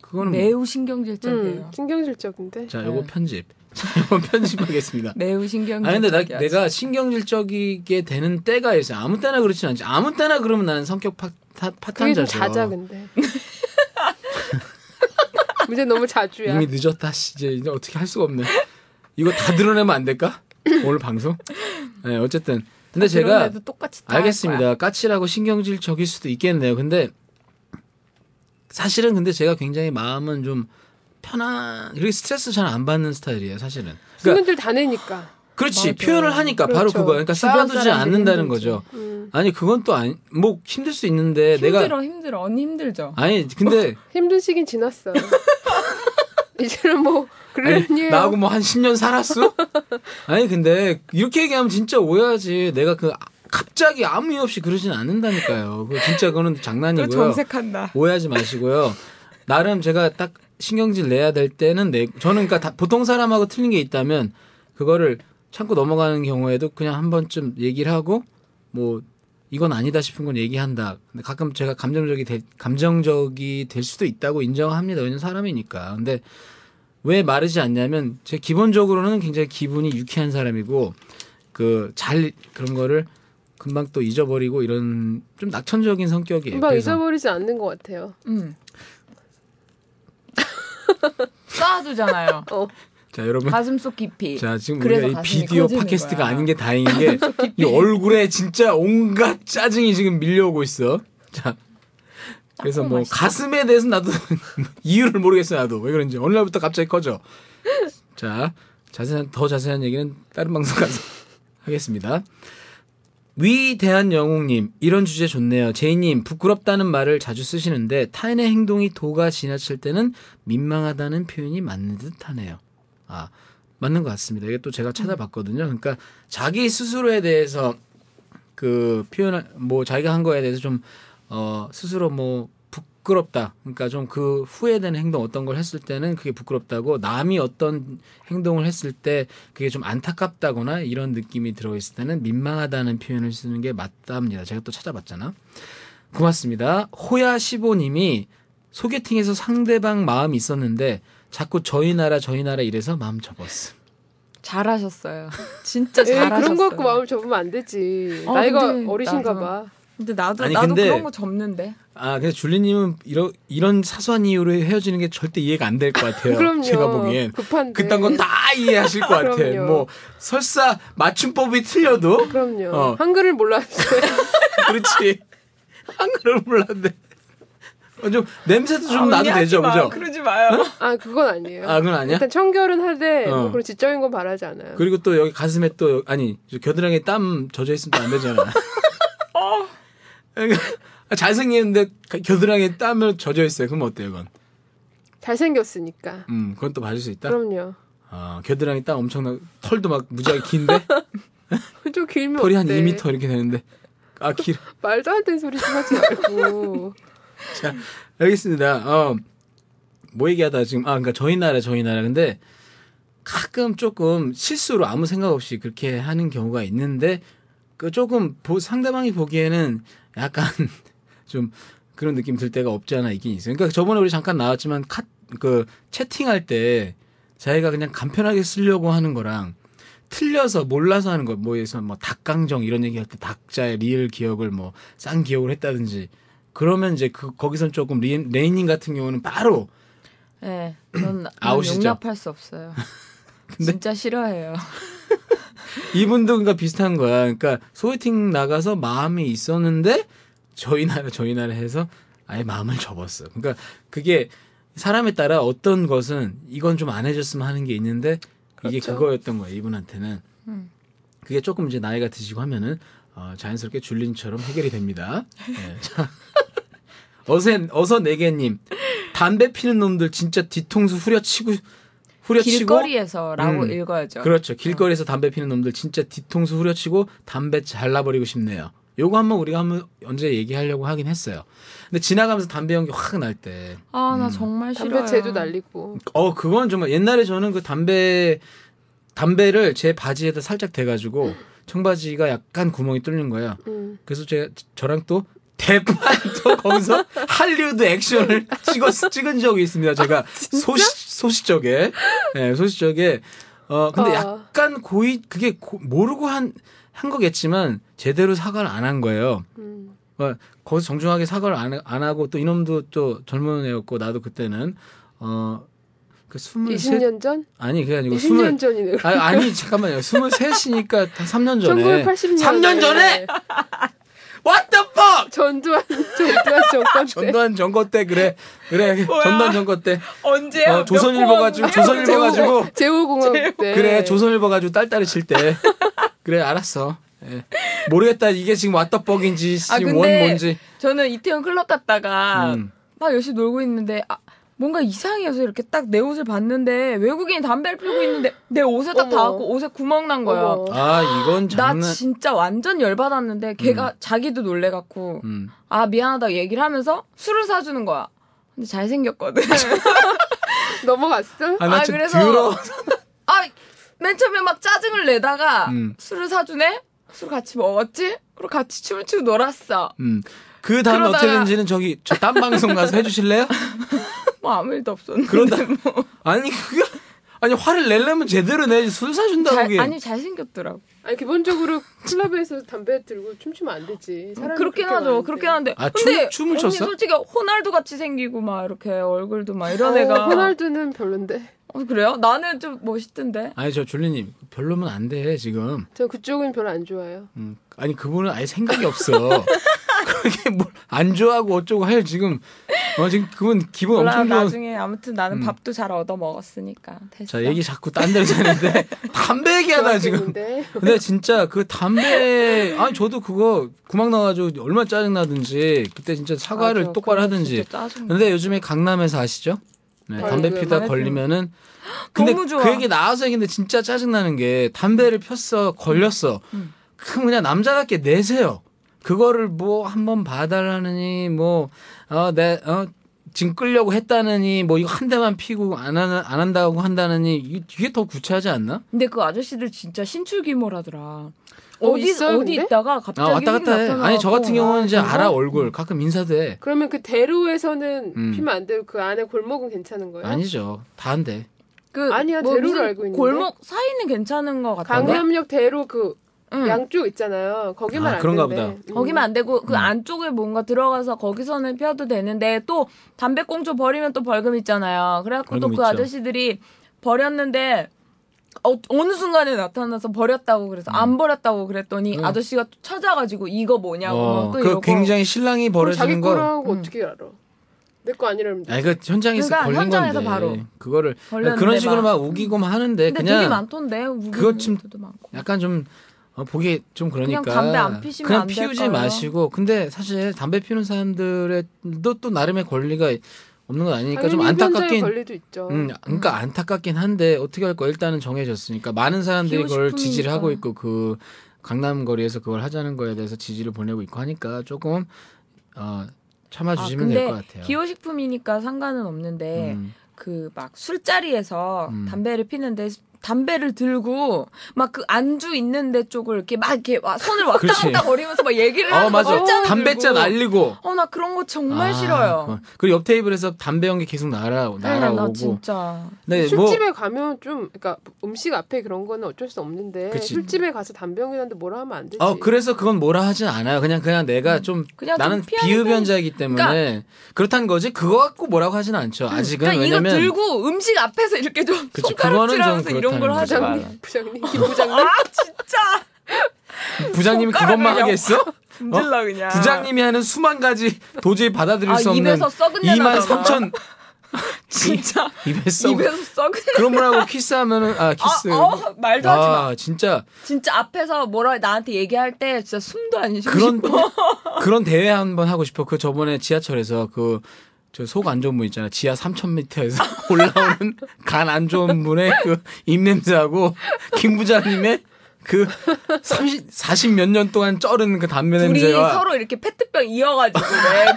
Speaker 2: 그거는 뭐-
Speaker 3: 매우 신경질적이에요.
Speaker 4: 음, 신경질적인데.
Speaker 2: 자 요거 편집. 자 요거 편집하겠습니다.
Speaker 3: 매우 신경질.
Speaker 2: 아니 근데 나, 내가 신경질적이게 되는 때가 있어요. 아무 때나 그렇진 않지. 아무 때나 그러면 나는 성격 파, 타,
Speaker 4: 그게
Speaker 2: 파탄
Speaker 4: 좀
Speaker 2: 자죠.
Speaker 4: 자자 근데. 문제 너무 자주야.
Speaker 2: 이미 늦었다. 씨. 이제, 이제 어떻게 할 수가 없네. 이거 다 드러내면 안 될까? 오늘 방송? 네, 어쨌든. 근데 제가
Speaker 3: 똑같이 다할 거야.
Speaker 2: 알겠습니다. 까칠하고 신경질적일 수도 있겠네요. 근데 사실은 근데 제가 굉장히 마음은 좀 편한 이렇게 스트레스 잘 안 받는 스타일이에요. 사실은. 그러니까
Speaker 4: 수면들 다 내니까.
Speaker 2: 그렇지
Speaker 3: 맞아.
Speaker 2: 표현을 하니까 바로
Speaker 4: 그렇죠.
Speaker 2: 그거. 그러니까
Speaker 3: 주변
Speaker 2: 쌓아두지
Speaker 3: 사람들이
Speaker 2: 않는다는
Speaker 3: 힘들지.
Speaker 2: 거죠.
Speaker 4: 음.
Speaker 2: 아니 그건 또안뭐 힘들 수 있는데 네, 내가
Speaker 3: 힘들어 뭐 힘들어 언니 힘들죠.
Speaker 2: 아니 근데
Speaker 4: 힘든 시기는 지났어요. 이제는 뭐 그런
Speaker 2: 아니,
Speaker 4: 일이에요.
Speaker 2: 나하고 뭐 한 10년 살았어? 아니 근데 이렇게 얘기하면 진짜 오해하지. 내가 그 아- 갑자기 아무 이유 없이 그러진 않는다니까요. 그 진짜 그거는
Speaker 3: 또
Speaker 2: 장난이고요.
Speaker 3: 정색한다.
Speaker 2: 오해하지 마시고요. 나름 제가 딱 신경질 내야 될 때는 내 저는 그러니까 다- 보통 사람하고 틀린 게 있다면 그거를 참고 넘어가는 경우에도 그냥 한 번쯤 얘기를 하고 뭐 이건 아니다 싶은 건 얘기한다. 근데 가끔 제가 감정적이 될- 감정적이 될 수도 있다고 인정합니다. 왜냐면 사람이니까. 근데 왜 마르지 않냐면 제 기본적으로는 굉장히 기분이 유쾌한 사람이고 그 잘 그런 거를 금방 또 잊어버리고 이런 좀 낙천적인 성격이에요.
Speaker 4: 금방
Speaker 2: 그래서
Speaker 4: 잊어버리지 않는 것 같아요.
Speaker 3: 음. 쌓아두잖아요.
Speaker 4: 어.
Speaker 2: 자 여러분
Speaker 3: 가슴 속 깊이.
Speaker 2: 자 지금
Speaker 3: 그래서
Speaker 2: 우리가 이
Speaker 3: 가슴이
Speaker 2: 비디오
Speaker 3: 커지는
Speaker 2: 팟캐스트가
Speaker 3: 거야.
Speaker 2: 아닌 게 다행인 게 이 얼굴에 진짜 온갖 짜증이 지금 밀려오고 있어. 자 그래서 뭐
Speaker 3: 맛있다.
Speaker 2: 가슴에 대해서 나도 이유를 모르겠어 나도 왜 그런지 어느 날부터 갑자기 커져. 자 자세한 더 자세한 얘기는 다른 방송 가서 하겠습니다. 위대한 영웅님 이런 주제 좋네요. 제이님 부끄럽다는 말을 자주 쓰시는데 타인의 행동이 도가 지나칠 때는 민망하다는 표현이 맞는 듯하네요. 아 맞는 것 같습니다. 이게 또 제가 찾아봤거든요. 그러니까 자기 스스로에 대해서 그 표현 뭐 자기가 한 거에 대해서 좀 어, 스스로 뭐 부끄럽다. 그러니까 좀 그 후회되는 행동 어떤 걸 했을 때는 그게 부끄럽다고 남이 어떤 행동을 했을 때 그게 좀 안타깝다거나 이런 느낌이 들어 있을 때는 민망하다는 표현을 쓰는 게 맞답니다. 제가 또 찾아봤잖아. 고맙습니다. 호야 15님이 소개팅에서 상대방 마음이 있었는데 자꾸 저희 나라 저희 나라 이래서 마음 접었음.
Speaker 3: 잘하셨어요. 진짜
Speaker 4: 에이,
Speaker 3: 잘하셨어요.
Speaker 4: 예, 그런 거 갖고 마음을 접으면 안 되지.
Speaker 3: 어,
Speaker 4: 나이가
Speaker 3: 근데
Speaker 4: 어리신가
Speaker 3: 나도-
Speaker 4: 봐.
Speaker 3: 근데 나도
Speaker 2: 아니,
Speaker 3: 나도
Speaker 2: 근데-
Speaker 3: 그런 거 접는데.
Speaker 2: 아, 근데 줄리님은 이런 이런 사소한 이유로 헤어지는 게 절대 이해가 안 될 것 같아요.
Speaker 4: 그럼요.
Speaker 2: 제가 보기엔.
Speaker 4: 급한데.
Speaker 2: 그딴 건 다 이해하실 것 같아.
Speaker 4: 네. 그럼요.
Speaker 2: 뭐 설사 맞춤법이 틀려도
Speaker 4: 그럼요.
Speaker 2: 어.
Speaker 4: 한글을 몰랐어요.
Speaker 2: 그렇지. 한글을 몰랐는데 어, 좀 냄새도 좀
Speaker 3: 아, 언니
Speaker 2: 나도
Speaker 3: 하지
Speaker 2: 되죠,
Speaker 3: 마.
Speaker 2: 그죠?
Speaker 3: 그러지 마요.
Speaker 4: 아 그건 아니에요.
Speaker 2: 아, 그건 아니야?
Speaker 4: 일단 청결은 하되
Speaker 2: 어.
Speaker 4: 뭐 그런 지적인 건 바라지 않아요.
Speaker 2: 그리고 또 여기 가슴에 또 아니 저 겨드랑이에 땀 젖어 있으면 또 안 되잖아. 어. 잘생겼는데 겨드랑이에 땀을 젖어 있어요. 그럼 어때요, 그건?
Speaker 4: 잘생겼으니까.
Speaker 2: 음, 그건 또 봐줄 수 있다.
Speaker 4: 그럼요.
Speaker 2: 아, 겨드랑이 땀 엄청나 털도 막 무지하게 긴데
Speaker 4: 좀 길면
Speaker 2: 털이 한
Speaker 4: 어때?
Speaker 2: 2m 이렇게 되는데 아, 길.
Speaker 4: 말도 안 되는 소리 좀 하지 말고.
Speaker 2: 자, 알겠습니다. 어, 뭐 얘기하다 지금 아 그러니까 저희 나라 저희 나라 근데 가끔 조금 실수로 아무 생각 없이 그렇게 하는 경우가 있는데 그 조금 보- 상대방이 보기에는 약간 좀 그런 느낌 들 때가 없지 않아 있긴 있어요. 그러니까 저번에 우리 잠깐 나왔지만 카, 그 채팅할 때 자기가 그냥 간편하게 쓰려고 하는 거랑 틀려서 몰라서 하는 거 뭐에서 뭐 닭강정 이런 얘기할 때 닭자의 리을 기억을 뭐 쌍 기억을 했다든지 그러면 이제 그 거기선 조금 리, 레이님 같은 경우는 바로
Speaker 3: 네, 전
Speaker 2: 아웃이죠.
Speaker 3: 용납할 수 없어요. 진짜 싫어해요.
Speaker 2: 이분도 그러니까 비슷한 거야. 그러니까 소개팅 나가서 마음이 있었는데 저희 나라 저희 나라 해서 아예 마음을 접었어. 그러니까 그게 사람에 따라 어떤 것은 이건 좀 안 해줬으면 하는 게 있는데 이게
Speaker 4: 그렇죠.
Speaker 2: 그거였던 거야 이분한테는.
Speaker 3: 음.
Speaker 2: 그게 조금 이제 나이가 드시고 하면은 어, 자연스럽게 줄린처럼 해결이 됩니다. 예, 자. 어세 어서 네개님 담배 피는 놈들 진짜 뒤통수 후려치고 후려치고
Speaker 3: 길거리에서라고
Speaker 2: 음.
Speaker 3: 읽어야죠.
Speaker 2: 그렇죠. 길거리에서 담배 피는 놈들 진짜 뒤통수 후려치고 담배 잘라버리고 싶네요. 요거 한번 우리가 한번 언제 얘기하려고 하긴 했어요. 근데 지나가면서 담배 연기 확 날 때.
Speaker 3: 아 나 정말 싫어요.
Speaker 4: 담배 재주 날리고
Speaker 2: 어, 그건 정말 옛날에 저는 그 담배 담배를 제 바지에다 살짝 대가지고 청바지가 약간 구멍이 뚫린 거예요.
Speaker 4: 음.
Speaker 2: 그래서 제 저랑 또 대판 또 거기서 할리우드 액션을 찍어 찍은 적이 있습니다. 제가
Speaker 4: 아,
Speaker 2: 소시 소시적에 예, 소시적에 어 근데
Speaker 4: 아.
Speaker 2: 약간 고의 그게 고- 모르고 한 한 거겠지만 제대로 사과를 안 한 거예요.
Speaker 4: 음.
Speaker 2: 어, 거기서 정중하게 사과를 안, 해- 안 하고 또 이놈도 또 젊은 애였고 나도 그때는 어그
Speaker 3: 음,
Speaker 2: 스물셋
Speaker 4: 20년 전?
Speaker 2: 아니 그게 아니고
Speaker 4: 20년
Speaker 2: 스물
Speaker 4: 전이네.
Speaker 2: 아, 아니 잠깐만요. 스물셋이니까 3년 전에
Speaker 4: 1980년.
Speaker 2: 3년
Speaker 4: 네.
Speaker 2: 전에 What the fuck
Speaker 4: 전두환 전두환 정권 때.
Speaker 2: 네. 전두환 정권 때 그래 그래
Speaker 3: 뭐야?
Speaker 2: 전두환 정권 때
Speaker 3: 언제야?
Speaker 2: 어,
Speaker 3: 몇
Speaker 2: 조선일보
Speaker 3: 번?
Speaker 2: 가지고 조선일보
Speaker 4: 제호-
Speaker 2: 가지고
Speaker 4: 제호공항
Speaker 3: 네.
Speaker 4: 때.
Speaker 2: 그래 조선일보 가지고 딸딸이 칠 때 그래 알았어 예. 모르겠다 이게 지금 왓더뻑인지
Speaker 3: 아,
Speaker 2: 지금 원
Speaker 3: 근데
Speaker 2: 뭔지
Speaker 3: 저는 이태원 클럽 갔다가
Speaker 2: 음.
Speaker 3: 막 열심히 놀고 있는데 아, 뭔가 이상해서 이렇게 딱 내 옷을 봤는데 외국인이 담배를 피우고 있는데 내 옷에 딱
Speaker 4: 어머.
Speaker 3: 닿았고 옷에 구멍 난 거야.
Speaker 4: 어머.
Speaker 2: 아 이건 장난
Speaker 3: 나 진짜 완전 열받았는데 걔가 자기도 놀래갖고
Speaker 2: 음.
Speaker 3: 아 미안하다 얘기를 하면서 술을 사주는 거야. 근데 잘생겼거든.
Speaker 4: 넘어갔어?
Speaker 2: 아, 나
Speaker 3: 아,
Speaker 2: 지금
Speaker 3: 그래서-
Speaker 2: 더러워.
Speaker 3: 아 맨 처음에 막 짜증을 내다가
Speaker 2: 음.
Speaker 3: 술을 사주네. 술 같이 먹었지. 그리고 같이 춤을 추고 놀았어.
Speaker 2: 음. 그 다음에
Speaker 3: 그러다가-
Speaker 2: 어떻게 되는지는 저기 저 딴 방송 가서 해주실래요?
Speaker 3: 뭐 아무 일도 없었는데.
Speaker 2: 그러다
Speaker 3: 뭐.
Speaker 2: 아니 그게 아니 화를 내려면 제대로 내지 술 사준다고
Speaker 3: 잘-
Speaker 2: 그게
Speaker 3: 아니 잘생겼더라고.
Speaker 4: 아니 기본적으로 클럽에서 담배 들고 춤추면 안 되지. 사람이
Speaker 3: 음, 그렇긴
Speaker 4: 그렇게
Speaker 3: 하죠.
Speaker 4: 많은데.
Speaker 3: 그렇긴 한데.
Speaker 2: 아, 춤-
Speaker 3: 근데
Speaker 2: 춤을
Speaker 3: 언니
Speaker 2: 췄어?
Speaker 3: 솔직히 호날두 같이 생기고 막 이렇게 얼굴도 막 이런
Speaker 4: 어,
Speaker 3: 애가.
Speaker 4: 호날두는 별론데.
Speaker 3: 어, 그래요? 나는 좀 멋있던데.
Speaker 2: 아니 저 줄리님 별로면 안 돼 지금
Speaker 4: 저 그쪽은 별로 안 좋아요.
Speaker 2: 음, 아니 그분은 아예 생각이 없어. 그게 뭘 안 좋아하고 어쩌고 할 지금 어 지금 그분 기분
Speaker 3: 몰라
Speaker 2: 엄청 좋아.
Speaker 3: 나중에 아무튼 나는
Speaker 2: 음.
Speaker 3: 밥도 잘 얻어 먹었으니까 됐어.
Speaker 2: 자 얘기 자꾸 딴 데로 새는데 담배 얘기하다 지금.
Speaker 4: 좋아하겠는데.
Speaker 2: 근데 진짜 그 담배 아니 저도 그거 구멍 나가지고 얼마나 짜증 나든지 그때 진짜 사과를
Speaker 3: 맞아,
Speaker 2: 똑바로
Speaker 3: 그건
Speaker 2: 하든지.
Speaker 3: 진짜 짜증나.
Speaker 2: 근데 요즘에 강남에서 아시죠? 네,
Speaker 4: 아이고,
Speaker 2: 담배 피다
Speaker 3: 담배 피우는-
Speaker 2: 걸리면은 근데
Speaker 3: 너무 좋아.
Speaker 2: 그 얘기 나와서 얘기인데 진짜 짜증 나는 게 담배를 폈어 걸렸어.
Speaker 3: 음.
Speaker 2: 그럼 그냥 남자답게 내세요. 그거를 뭐 한번 봐달라느니 뭐, 뭐어내어 지금 끌려고 했다느니 뭐 이거 한 대만 피고 안 하는 안 한다고 한다느니 이게, 이게 더 구차하지 않나?
Speaker 3: 근데 그 아저씨들 진짜 신출귀몰하더라.
Speaker 4: 어,
Speaker 3: 어디
Speaker 4: 있어요,
Speaker 3: 어디
Speaker 4: 근데?
Speaker 3: 있다가
Speaker 2: 아
Speaker 3: 갑자기
Speaker 2: 왔다 갔다 해.
Speaker 3: 나타나고.
Speaker 2: 아니 저 같은 경우는 이제
Speaker 3: 아, 정말?
Speaker 2: 알아 얼굴 가끔 인사도 해.
Speaker 4: 그러면 그 대로에서는
Speaker 2: 음.
Speaker 4: 피면 안 되고 그 안에 골목은 괜찮은 거예요?
Speaker 2: 아니죠 다 한대.
Speaker 3: 그
Speaker 4: 아니야, 대로를
Speaker 3: 무슨
Speaker 4: 알고 있는데.
Speaker 3: 골목 사이는 괜찮은 것 같던데.
Speaker 4: 강남역 대로 그
Speaker 3: 응.
Speaker 4: 양쪽 있잖아요. 거기만
Speaker 2: 아,
Speaker 4: 안
Speaker 2: 그런가
Speaker 4: 된대.
Speaker 2: 보다.
Speaker 4: 음.
Speaker 3: 음. 거기면 안 되고 그 안쪽에 뭔가 들어가서 거기서는 펴도 되는데 또 담배꽁초 버리면 또 벌금 있잖아요. 그래갖고 또
Speaker 2: 벌금
Speaker 3: 그
Speaker 2: 있죠.
Speaker 3: 아저씨들이 버렸는데 어, 어느 순간에 나타나서 버렸다고 그래서 안 버렸다고 그랬더니
Speaker 2: 음.
Speaker 3: 아저씨가 또 찾아가지고 이거 뭐냐고
Speaker 2: 어,
Speaker 3: 또 이러고
Speaker 2: 그 굉장히 신랑이
Speaker 4: 그걸
Speaker 2: 버려지는
Speaker 4: 자기
Speaker 2: 거. 음.
Speaker 4: 거라고 어떻게 알아? 내 거 아니라면
Speaker 2: 아니 그 현장에서
Speaker 3: 그러니까
Speaker 2: 걸린
Speaker 3: 현장에서
Speaker 2: 건데
Speaker 3: 바로.
Speaker 2: 그거를 그러니까
Speaker 3: 걸렸는데
Speaker 2: 그런 식으로 막
Speaker 3: 막. 음.
Speaker 2: 우기고 막 하는데
Speaker 3: 근데 되게
Speaker 2: 그냥
Speaker 3: 많던데 우기는
Speaker 2: 그것 좀-
Speaker 3: 것도 많고.
Speaker 2: 약간 좀 어, 보기 좀 그러니까
Speaker 3: 그냥 담배 안 피시면
Speaker 2: 그냥
Speaker 3: 안
Speaker 2: 피우지
Speaker 3: 될까요?
Speaker 2: 마시고 근데 사실 담배 피우는 사람들도 또 나름의 권리가 없는 건 아니니까 그러니까 좀
Speaker 4: 당연히
Speaker 2: 안타깝긴
Speaker 4: 현장의 권리도 있죠.
Speaker 2: 음 그러니까 안타깝긴 한데 어떻게 할 거야 일단은 정해졌으니까 많은 사람들이
Speaker 3: 피우고
Speaker 2: 그걸 지지를
Speaker 3: 싶으니까.
Speaker 2: 하고 있고 그 강남 거리에서 그걸 하자는 거에 대해서 지지를 보내고 있고 하니까 조금 어 참아주시면 될 것 같아요.
Speaker 3: 기호식품이니까 상관은 없는데
Speaker 2: 음.
Speaker 3: 그 막 술자리에서
Speaker 2: 음.
Speaker 3: 담배를 피는데 담배를 들고 막 그 안주 있는 데 쪽을 이렇게 막 이렇게 와- 손을 왔다
Speaker 2: 그렇지.
Speaker 3: 갔다 거리면서 막 얘기를
Speaker 2: 아
Speaker 3: 하는 거
Speaker 2: 맞아.
Speaker 3: 손장을
Speaker 2: 담배째
Speaker 3: 들고.
Speaker 2: 날리고.
Speaker 3: 어, 나 그런 거 정말
Speaker 2: 아,
Speaker 3: 싫어요.
Speaker 2: 그만. 그리고 옆 테이블에서 담배 연기 계속 날아
Speaker 3: 아, 나
Speaker 2: 날아오고.
Speaker 3: 진짜.
Speaker 2: 근데 뭐
Speaker 4: 술집에 가면 좀 그러니까 음식 앞에 그런 거는 어쩔 수 없는데
Speaker 2: 그치.
Speaker 4: 술집에 가서 담배 연기하는데 뭐라 하면 안 되지.
Speaker 2: 어, 그래서 그건 뭐라 하진 않아요. 그냥 그냥 내가 좀
Speaker 3: 음. 그냥 좀
Speaker 2: 나는
Speaker 3: 피하는
Speaker 2: 비흡연자이기 때문에 그렇다는 거지. 그거 갖고 뭐라고 하진 않죠. 아직은
Speaker 3: 그러니까
Speaker 2: 왜냐면
Speaker 3: 이거 들고 음식 앞에서 이렇게 좀
Speaker 2: 그치, 그거는 좀
Speaker 3: 손가락질하면서 이런 걸
Speaker 2: 그렇다는 아,
Speaker 3: 하지
Speaker 2: 거죠.
Speaker 3: 마.
Speaker 4: 부장님, 부장님,
Speaker 2: 음,
Speaker 4: 김 부장님.
Speaker 2: 어?
Speaker 3: 진짜
Speaker 2: 부장님이 그것만
Speaker 3: 손가락을
Speaker 2: 하겠어?
Speaker 3: 분질러 그냥.
Speaker 2: 부장님이 하는 수만 가지 도저히 받아들일
Speaker 3: 아,
Speaker 2: 수 없는
Speaker 3: 입에서 썩은 내
Speaker 2: 2만
Speaker 3: 나잖아.
Speaker 2: 3천
Speaker 3: 진짜
Speaker 2: 입에 썩
Speaker 3: 입에서 썩은
Speaker 2: 그런 분하고 키스하면은 아 키스
Speaker 3: 아, 어, 말도 하지 마.
Speaker 2: 아, 진짜
Speaker 3: 진짜 앞에서 뭐라 나한테 얘기할 때 진짜 숨도 안 쉬고
Speaker 2: 그런 그런 대회 한번 하고 싶어. 그 저번에 지하철에서 그 저 속 안 좋은 분 있잖아. 지하 3,000m에서 올라오는 간 안 좋은 분의 그 입냄새하고 김 부장님의 그 30, 40 몇 년 동안 쩔은 그 담배
Speaker 3: 둘이
Speaker 2: 냄새와
Speaker 3: 서로 이렇게 페트병 이어가지고 그래.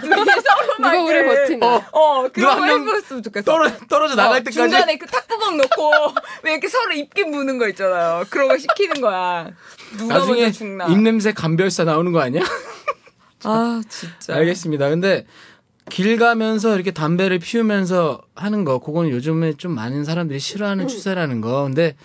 Speaker 3: 둘이 서로 막
Speaker 4: 누가 오래
Speaker 3: 이렇게.
Speaker 4: 버티나.
Speaker 2: 어,
Speaker 3: 어,
Speaker 2: 누가
Speaker 3: 그런 거
Speaker 2: 한명
Speaker 3: 해보셨으면 좋겠어.
Speaker 2: 떨어, 떨어져 나갈
Speaker 3: 어,
Speaker 2: 때까지
Speaker 3: 중간에 그 탁구공 넣고 왜 이렇게 서로 입김 무는 거 있잖아요. 그런 거 시키는 거야. 누가
Speaker 2: 나중에
Speaker 3: 먼저 죽나.
Speaker 2: 입냄새 감별사 나오는 거 아니야?
Speaker 3: 아, 진짜.
Speaker 2: 알겠습니다. 근데 길 가면서 이렇게 담배를 피우면서 하는 거, 그거는 요즘에 좀 많은 사람들이
Speaker 4: 음.
Speaker 2: 싫어하는 추세라는 거. 근데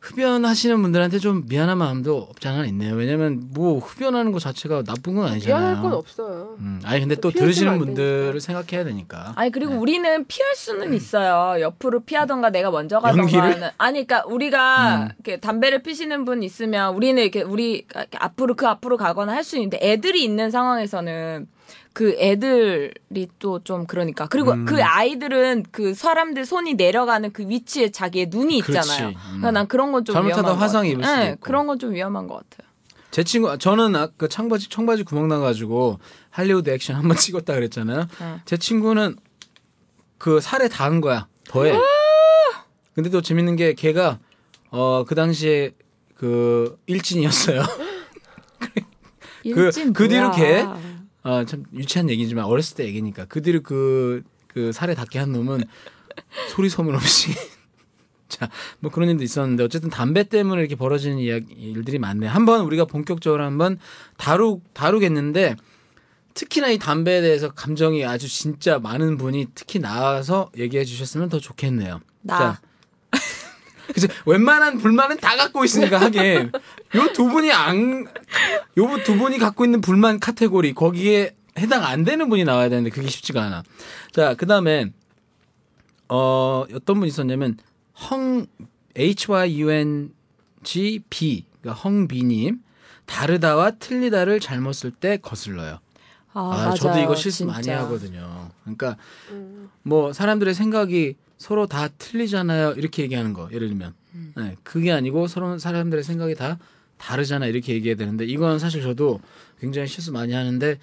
Speaker 2: 흡연하시는 분들한테 좀 미안한 마음도 없지 않아 있네요. 왜냐면 뭐 흡연하는 거 자체가 나쁜 건 아니잖아요.
Speaker 4: 미안할 건 없어요.
Speaker 2: 음, 아니 근데 또
Speaker 4: 피우지만
Speaker 2: 들으시는
Speaker 4: 안
Speaker 2: 분들을 생각해야 되니까.
Speaker 3: 아니 그리고 우리는 피할
Speaker 2: 음.
Speaker 3: 수는 있어요. 옆으로 피하던가 내가 먼저 가던가
Speaker 2: 연기를? 음.
Speaker 3: 하는. 아니 그러니까 우리가 이렇게 담배를 피시는 분 있으면 우리는 이렇게 우리 이렇게 앞으로 그 앞으로 가거나 할 수 있는데 애들이 있는 상황에서는 그 애들이 또 좀 그러니까 그리고
Speaker 2: 음.
Speaker 3: 그 아이들은 그 사람들 손이 내려가는 그 위치에 자기의 눈이
Speaker 2: 그렇지.
Speaker 3: 있잖아요. 그러니까
Speaker 2: 음.
Speaker 3: 난 그런 건 좀
Speaker 2: 잘못하다
Speaker 3: 위험한
Speaker 2: 화상
Speaker 3: 것 같아요.
Speaker 2: 입을 수도
Speaker 3: 네,
Speaker 2: 있고.
Speaker 3: 그런 건 좀 위험한 것 같아요.
Speaker 2: 제 친구 저는 아, 그 청바지 청바지 구멍 나가지고 할리우드 액션 한 번 찍었다 그랬잖아요.
Speaker 3: 응.
Speaker 2: 제 친구는 그 살에 닿은 거야 더해. 근데 또 재밌는 게 걔가 어 그 당시에 그 일진이었어요.
Speaker 3: 일진
Speaker 2: 그 뒤로
Speaker 3: 뭐야.
Speaker 2: 걔? 아 참 유치한 얘기지만 어렸을 때 얘기니까 그 뒤로 그 그 살에 닿게 한 놈은 소리 소문 없이 자 뭐 그런 일도 있었는데 어쨌든 담배 때문에 이렇게 벌어지는 이야기, 일들이 많네. 요 한번 우리가 본격적으로 한번 다루 다루겠는데 특히나 이 담배에 대해서 감정이 아주 진짜 많은 분이 특히 나와서 얘기해 주셨으면 더 좋겠네요.
Speaker 3: 나.
Speaker 2: 그죠? 웬만한 불만은 다 갖고 있으니까 하긴 요 두 분이 안 요 두 분이 갖고 있는 불만 카테고리 거기에 해당 안 되는 분이 나와야 되는데 그게 쉽지가 않아. 자, 그다음에 어 어떤 분이 있었냐면 헝 H Y U N G B 그러니까 헝비 님 다르다와 틀리다를 잘못 쓸 때 거슬러요.
Speaker 3: 아,
Speaker 2: 아,
Speaker 3: 맞아요.
Speaker 2: 저도 이거 실수 많이
Speaker 3: 진짜.
Speaker 2: 하거든요. 그러니까
Speaker 4: 음.
Speaker 2: 뭐 사람들의 생각이 서로 다 틀리잖아요 이렇게 얘기하는 거 예를 들면
Speaker 3: 음.
Speaker 2: 네, 그게 아니고 서로 사람들의 생각이 다 다르잖아 이렇게 얘기해야 되는데 이건 사실 저도 굉장히 실수 많이 하는데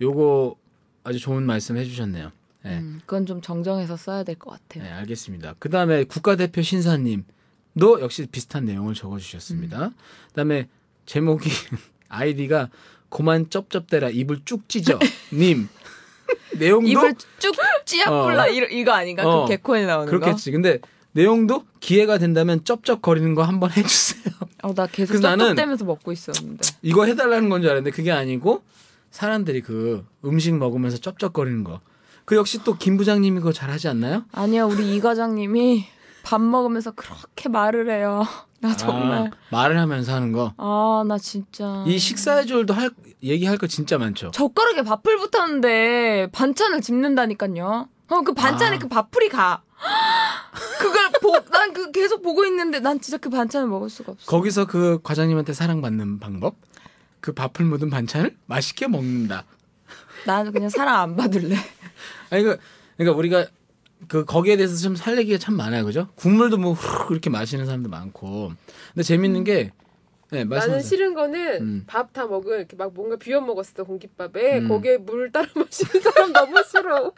Speaker 2: 요거 아주 좋은 말씀 해주셨네요 네.
Speaker 3: 음, 그건 좀 정정해서 써야 될 것 같아요.
Speaker 2: 네, 알겠습니다. 그 다음에 국가대표 신사님도 역시 비슷한 내용을 적어주셨습니다. 그 다음에 제목이 아이디가 고만 쩝쩝대라 입을 쭉 찢어 님 내용도
Speaker 3: 입을 쭉 찌약불라
Speaker 2: 어.
Speaker 3: 이러- 이거 아닌가?
Speaker 2: 어.
Speaker 3: 그 개콘이 나오는
Speaker 2: 그렇겠지. 근데 내용도 기회가 된다면 쩝쩝거리는 거 한번 해주세요.
Speaker 3: 거. 어, 나 계속
Speaker 2: 그래서 나는-
Speaker 3: 쩝쩝대면서 먹고 있었는데.
Speaker 2: 이거 해달라는 건 줄 알았는데 그게 아니고 사람들이 그 음식 먹으면서 쩝쩝거리는 거. 그 역시 또 김 부장님이 그거 잘하지 않나요?
Speaker 3: 아니야, 우리 이 과장님이 밥 먹으면서 그렇게 말을 해요. 나 정말.
Speaker 2: 아, 말을 하면서 하는 거.
Speaker 3: 아, 나 진짜.
Speaker 2: 이 식사의 줄도 할 얘기할 거 진짜 많죠.
Speaker 3: 젓가락에 밥풀 붙었는데 반찬을 집는다니까요. 어, 그 반찬에
Speaker 2: 아.
Speaker 3: 그 밥풀이 가. 그걸 보, 난 그 계속 보고 있는데 난 진짜 그 반찬을 먹을 수가 없어.
Speaker 2: 거기서 그 과장님한테 사랑받는 방법. 그 밥을 묻은 반찬을 맛있게 먹는다.
Speaker 3: 난 그냥 사랑 안 받을래.
Speaker 2: 아니 그 그러니까 우리가 그 거기에 대해서 좀 살 얘기가 참 많아요, 그죠? 국물도 뭐 후루룩 이렇게 마시는 사람도 많고. 근데 재밌는 게, 예,
Speaker 4: 나는
Speaker 2: 말씀하세요.
Speaker 4: 싫은 거는
Speaker 2: 음.
Speaker 4: 밥 다 먹은 이렇게 막 뭔가 비워 먹었어 공깃밥에
Speaker 2: 음.
Speaker 4: 거기에 물 따라 마시는 사람 너무 싫어.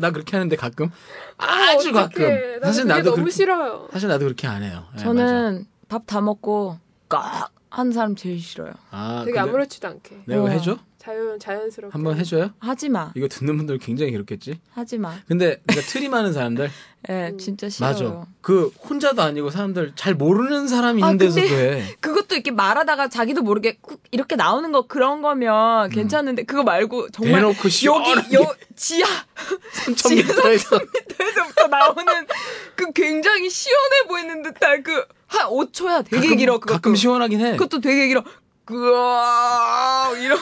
Speaker 2: 나 그렇게 하는데 가끔,
Speaker 4: 아,
Speaker 2: 아주
Speaker 4: 어떡해.
Speaker 2: 가끔.
Speaker 4: 나는
Speaker 2: 사실
Speaker 4: 그게
Speaker 2: 나도
Speaker 4: 너무
Speaker 2: 그렇게,
Speaker 4: 싫어요.
Speaker 2: 사실 나도 그렇게 안 해요. 예, 맞아.
Speaker 3: 저는 밥 다 먹고 꽉 하는 사람 제일 싫어요.
Speaker 2: 아,
Speaker 4: 되게
Speaker 2: 근데
Speaker 4: 아무렇지도 않게
Speaker 2: 내가
Speaker 3: 어.
Speaker 2: 해줘?
Speaker 4: 자연 자연스럽게
Speaker 2: 한번 해줘요?
Speaker 3: 하지 마.
Speaker 2: 이거 듣는 분들 굉장히 괴롭겠지?
Speaker 3: 하지 마.
Speaker 2: 근데 그러니까 틀이 많은 사람들
Speaker 3: 예,
Speaker 4: 음.
Speaker 3: 진짜 싫어요.
Speaker 2: 맞아. 그 혼자도 아니고 사람들 잘 모르는 사람이
Speaker 3: 아,
Speaker 2: 있는 데서도
Speaker 3: 근데-
Speaker 2: 해.
Speaker 3: 그것도 이렇게 말하다가 자기도 모르게 쿡 이렇게 나오는 거 그런 거면 괜찮은데 그거 말고 정말
Speaker 2: 음. 대놓고
Speaker 3: 여기 요 지하
Speaker 2: 3,000m에서
Speaker 3: 밑에서부터 나오는 그 굉장히 시원해 보이는 듯한 그 한 5초야 되게 길어 그것도
Speaker 2: 가끔 시원하긴 해.
Speaker 3: 그것도 되게 길어 그아 이런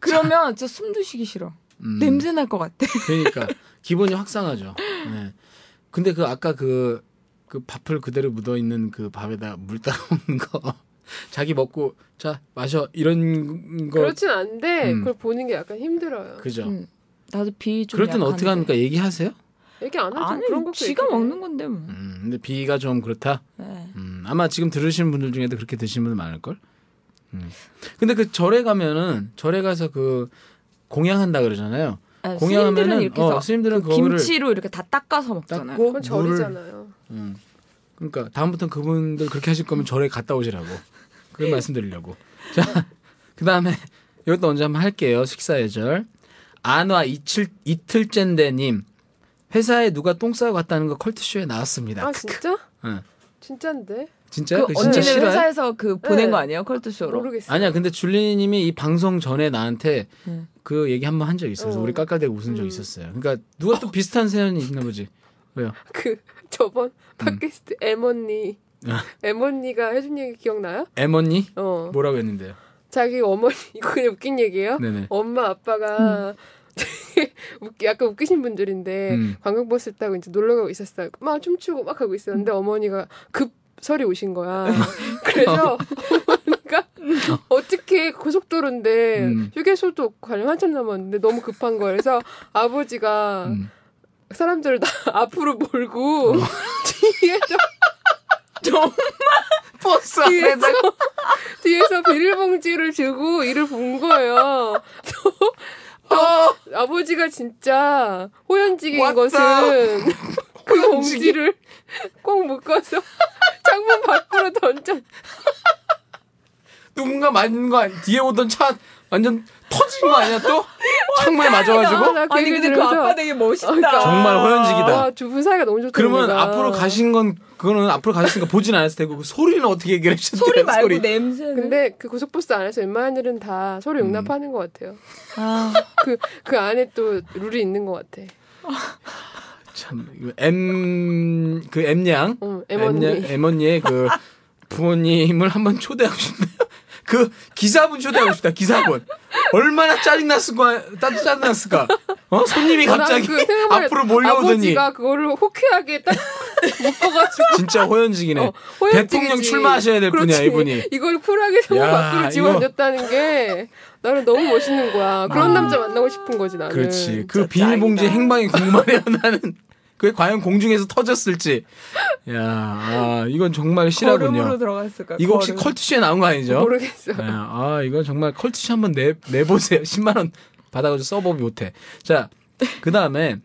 Speaker 3: 그러면 진짜 숨도 쉬기 싫어
Speaker 2: 음.
Speaker 3: 냄새 날 것 같아
Speaker 2: 그러니까 기본이 확상하죠. 네. 근데 그 아까 그, 그 밥을 그대로 묻어 있는 그 밥에다 물 따라 먹는 거 자기 먹고 자 마셔 이런 거
Speaker 4: 그렇진 않은데
Speaker 2: 음.
Speaker 4: 그걸 보는 게 약간 힘들어요.
Speaker 2: 그죠.
Speaker 3: 그렇죠. 음, 나도 비좀
Speaker 2: 그럴 땐 어떻게 합니까? 얘기하세요?
Speaker 4: 얘기 안 하죠.
Speaker 3: 아니
Speaker 4: 그런 거
Speaker 3: 지가 먹는 건데 뭐
Speaker 2: 음, 근데 비가 좀 그렇다.
Speaker 3: 네.
Speaker 2: 음, 아마 지금 들으시는 분들 중에도 그렇게 드시는 분들 많을 걸. 음. 근데 그 절에 가면은 절에 가서 그 공양한다 그러잖아요.
Speaker 3: 아,
Speaker 2: 공양하면은-
Speaker 3: 스님들은 이렇게 해서
Speaker 2: 어, 스님들은
Speaker 3: 그
Speaker 2: 그거를
Speaker 3: 김치로 이렇게 다 닦아서 먹잖아요.
Speaker 2: 닦고
Speaker 4: 그건
Speaker 2: 물을
Speaker 4: 절이잖아요.
Speaker 2: 음. 그러니까 다음부터는 그분들 그렇게 하실 거면 절에 갔다 오시라고
Speaker 3: 예.
Speaker 2: 그런 말씀드리려고 자 그다음에 이것도 언제 한번 할게요 식사 예절 안와 이틀 이틀째인데님 회사에 누가 똥 싸고 갔다는 거 컬트쇼에 나왔습니다
Speaker 4: 아 진짜?
Speaker 2: 응.
Speaker 4: 진짠데?
Speaker 2: 진짜
Speaker 3: 그
Speaker 2: 그 진짜
Speaker 3: 언니는
Speaker 2: 싫어요
Speaker 3: 회사에서 그 보낸
Speaker 4: 네.
Speaker 3: 거 아니에요? 컬투쇼로?
Speaker 4: 모르겠어.
Speaker 2: 아니야 근데 줄리님이 이 방송 전에 나한테
Speaker 3: 응.
Speaker 2: 그 얘기 한번 한 적이 있어서
Speaker 4: 어.
Speaker 2: 우리 깔깔대고 웃은 적이
Speaker 4: 음.
Speaker 2: 있었어요 그러니까 누가 또 비슷한 사연이 있나 보지 왜요
Speaker 4: 그 저번
Speaker 3: 음.
Speaker 4: 팟캐스트 M 언니 M 언니가 해준 얘기 기억나요?
Speaker 2: M 언니
Speaker 4: 어.
Speaker 2: 뭐라고 했는데요
Speaker 4: 자기 어머니 이거 그냥 웃긴 얘기예요.
Speaker 2: 네네
Speaker 4: 엄마 아빠가 웃기 약간 웃기신 분들인데
Speaker 2: 음.
Speaker 4: 관광버스 타고 이제 놀러 가고 있었어요. 막 춤추고 막 하고 있었는데
Speaker 2: 음.
Speaker 4: 어머니가 급 설이 오신 거야.
Speaker 2: 어.
Speaker 4: 그래서 어머니가 어떻게 고속도로인데
Speaker 2: 음.
Speaker 4: 휴게소도 관련 한참 남았는데 너무 급한 거예요. 그래서 아버지가
Speaker 2: 음. 어.
Speaker 4: 사람들을 다 앞으로 몰고 뒤에서
Speaker 3: 버스
Speaker 2: 네,
Speaker 4: 뒤에서 뒤에서 비닐봉지를 들고 이를 본 거예요. 아, 아버지가 진짜 호연지기인
Speaker 2: 왔다.
Speaker 4: 것은 그 봉지를 꼭 묶어서 창문 밖으로 던져.
Speaker 2: 누군가 맞는 거 아니, 뒤에 오던 차 완전 터진 거 아니야 또? 창문에
Speaker 4: 아,
Speaker 2: 맞아가지고?
Speaker 4: 나
Speaker 3: 아니 근데 그
Speaker 4: 들으면서
Speaker 3: 아빠 되게 멋있다.
Speaker 4: 그러니까.
Speaker 2: 정말 호연직이다.
Speaker 4: 와, 아, 두 분 사이가 너무 좋다.
Speaker 2: 그러면 앞으로 가신 건 그거는 앞으로 가셨으니까 보진 않았을 테고 그 소리는 어떻게 그 얘기를 하셨대요?
Speaker 3: 소리 말고 냄새는.
Speaker 4: 근데 그 고속버스 안에서 웬만한 일은 다 서로
Speaker 2: 음.
Speaker 4: 용납하는 것 같아요.
Speaker 3: 아,
Speaker 4: 그, 그 안에 또 룰이 있는 것 같아.
Speaker 2: 참 이거 M 그 M 양
Speaker 4: 응, M
Speaker 2: M 양
Speaker 4: 언니.
Speaker 2: M 언니의 그 부모님을 한번 초대하고 싶네요. 그 기사분 초대하고 싶다 기사분. 얼마나 짜증났을까 따- 짜증났을까? 어 손님이
Speaker 4: 나는
Speaker 2: 갑자기
Speaker 4: 그 생각만
Speaker 2: 앞으로
Speaker 4: 해도
Speaker 2: 몰려오더니
Speaker 4: 아버지가 그거를 호쾌하게 딱 묶어가지고
Speaker 2: 진짜 호연직이네.
Speaker 4: 어, 호연직이지.
Speaker 2: 대통령 출마하셔야 될 분이야,
Speaker 4: 그렇지.
Speaker 2: 이분이.
Speaker 4: 이걸 쿨하게 정말
Speaker 2: 야,
Speaker 4: 밖으로
Speaker 2: 이거-
Speaker 4: 집어던졌다는 게 나는 너무 멋있는 거야 그런 남자 만나고 싶은 거지 나는
Speaker 2: 아. 그렇지. 그
Speaker 3: 진짜
Speaker 2: 비닐봉지
Speaker 3: 짱이다.
Speaker 2: 행방이 궁금하네요, 나는. 그게 과연 공중에서 터졌을지. 야, 아, 이건 정말
Speaker 3: 걸음으로
Speaker 2: 실화군요.
Speaker 3: 들어갔을까.
Speaker 2: 이거 혹시
Speaker 3: 걸음.
Speaker 2: 컬투쇼에 나온 거 아니죠?
Speaker 4: 모르겠어
Speaker 2: 네, 아, 이건 정말 컬투쇼 한번 내, 내보세요. 10만원 받아가지고 써보면 못해. 자, 그 다음에,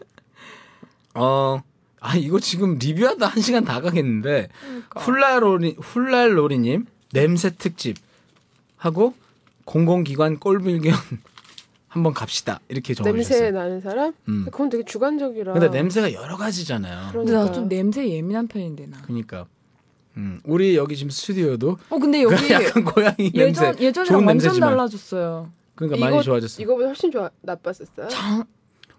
Speaker 2: 어, 아, 이거 지금 리뷰하다 한 시간 다 가겠는데, 훌랄로리, 훌랄로리님, 냄새 특집 하고, 공공기관 꼴불견 한번 갑시다. 이렇게 정해주셨어요.
Speaker 4: 냄새 나는 사람
Speaker 2: 음.
Speaker 4: 그건 되게 주관적이라
Speaker 2: 근데 냄새가 여러 가지잖아요.
Speaker 4: 그러니까.
Speaker 3: 근데 나 좀 냄새 예민한 편인데 나.
Speaker 2: 그러니까 음, 우리 여기 지금 스튜디오도
Speaker 3: 어 근데 여기
Speaker 2: 약간 고양이
Speaker 3: 예전
Speaker 2: 냄새,
Speaker 3: 예전이랑
Speaker 2: 좋은
Speaker 3: 완전
Speaker 2: 냄새지만
Speaker 3: 달라졌어요.
Speaker 2: 그러니까
Speaker 4: 이거-
Speaker 2: 많이 좋아졌어.
Speaker 4: 이거보다 훨씬 좋아 나빴었어요
Speaker 3: 장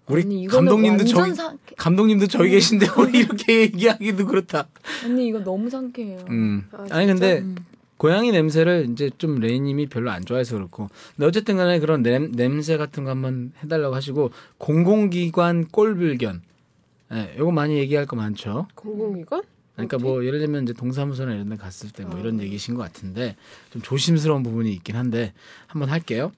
Speaker 2: 우리
Speaker 3: 아니, 이거는
Speaker 2: 감독님도 저기
Speaker 3: 완전 상...
Speaker 2: 감독님도 저기 계신데 우리 이렇게 얘기하기도 그렇다.
Speaker 3: 언니 이거 너무 상쾌해요.
Speaker 2: 음.
Speaker 4: 아,
Speaker 2: 아니 근데
Speaker 3: 음.
Speaker 2: 고양이 냄새를 이제 좀 레이님이 별로 안 좋아해서 그렇고 근데 어쨌든 간에 그런 냄, 냄새 같은 거 한번 해달라고 하시고 공공기관 꼴불견 예, 요거 많이 얘기할 거 많죠.
Speaker 4: 공공기관
Speaker 2: 그러니까 뭐 예를 들면 이제 동사무소나 이런 데 갔을 때 뭐 이런 얘기신 것 같은데 좀 조심스러운 부분이 있긴 한데 한번 할게요.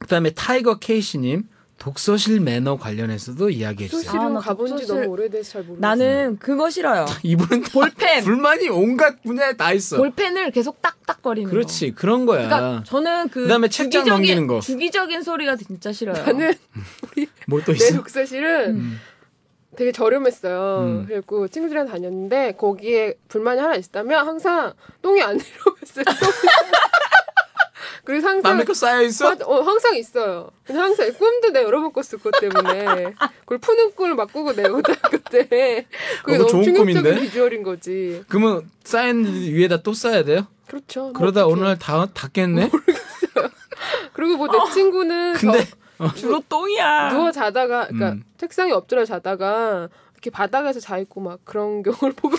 Speaker 2: 그다음에 타이거 케이시님 독서실 매너 관련해서도 이야기해 주세요.
Speaker 4: 소시로
Speaker 3: 아, 나
Speaker 4: 가본 지
Speaker 3: 독서실-
Speaker 4: 너무 오래돼서 잘 모르겠어
Speaker 3: 나는 그거 싫어요.
Speaker 2: 이분은 다
Speaker 3: 볼펜.
Speaker 2: 불만이 온갖 분야에 다 있어.
Speaker 3: 볼펜을 계속 딱딱거리는 거.
Speaker 2: 그렇지 그런 거야.
Speaker 3: 그러니까 저는 그
Speaker 2: 아. 그다음에 책장
Speaker 3: 주기적인-
Speaker 2: 넘기는 거.
Speaker 3: 주기적인 소리가 진짜 싫어요. 뭐
Speaker 4: 나는
Speaker 2: 뭘 또
Speaker 4: 내
Speaker 2: 있어?
Speaker 4: 독서실은
Speaker 3: 음.
Speaker 4: 되게 저렴했어요.
Speaker 2: 음.
Speaker 4: 그리고 친구들이랑 다녔는데 거기에 불만이 하나 있었다면 항상 똥이 안 내려왔어요. 똥이. 그리고 항상
Speaker 2: 남의거 쌓여 있어.
Speaker 4: 맞- 어, 항상 있어요. 근데 항상 꿈도 내가 여러 번 꿨어 그것 때문에 그걸 푸는 꿈을 바꾸고 내고 그때
Speaker 2: 너무
Speaker 4: 그게 너무
Speaker 2: 어, 좋은
Speaker 4: 충격적인
Speaker 2: 꿈인데?
Speaker 4: 비주얼인 거지.
Speaker 2: 그러면 쌓인 위에다 또 쌓아야 돼요?
Speaker 4: 그렇죠. 뭐
Speaker 2: 그러다
Speaker 4: 어떡해.
Speaker 2: 어느 날 다 닿겠네.
Speaker 4: 그리고 뭐 내 친구는 어,
Speaker 2: 근데
Speaker 3: 주로 똥이야.
Speaker 4: 누워 자다가 그러니까
Speaker 2: 음.
Speaker 4: 책상에 엎드려 자다가 이렇게 바닥에서 자 있고 막 그런 경우를 보고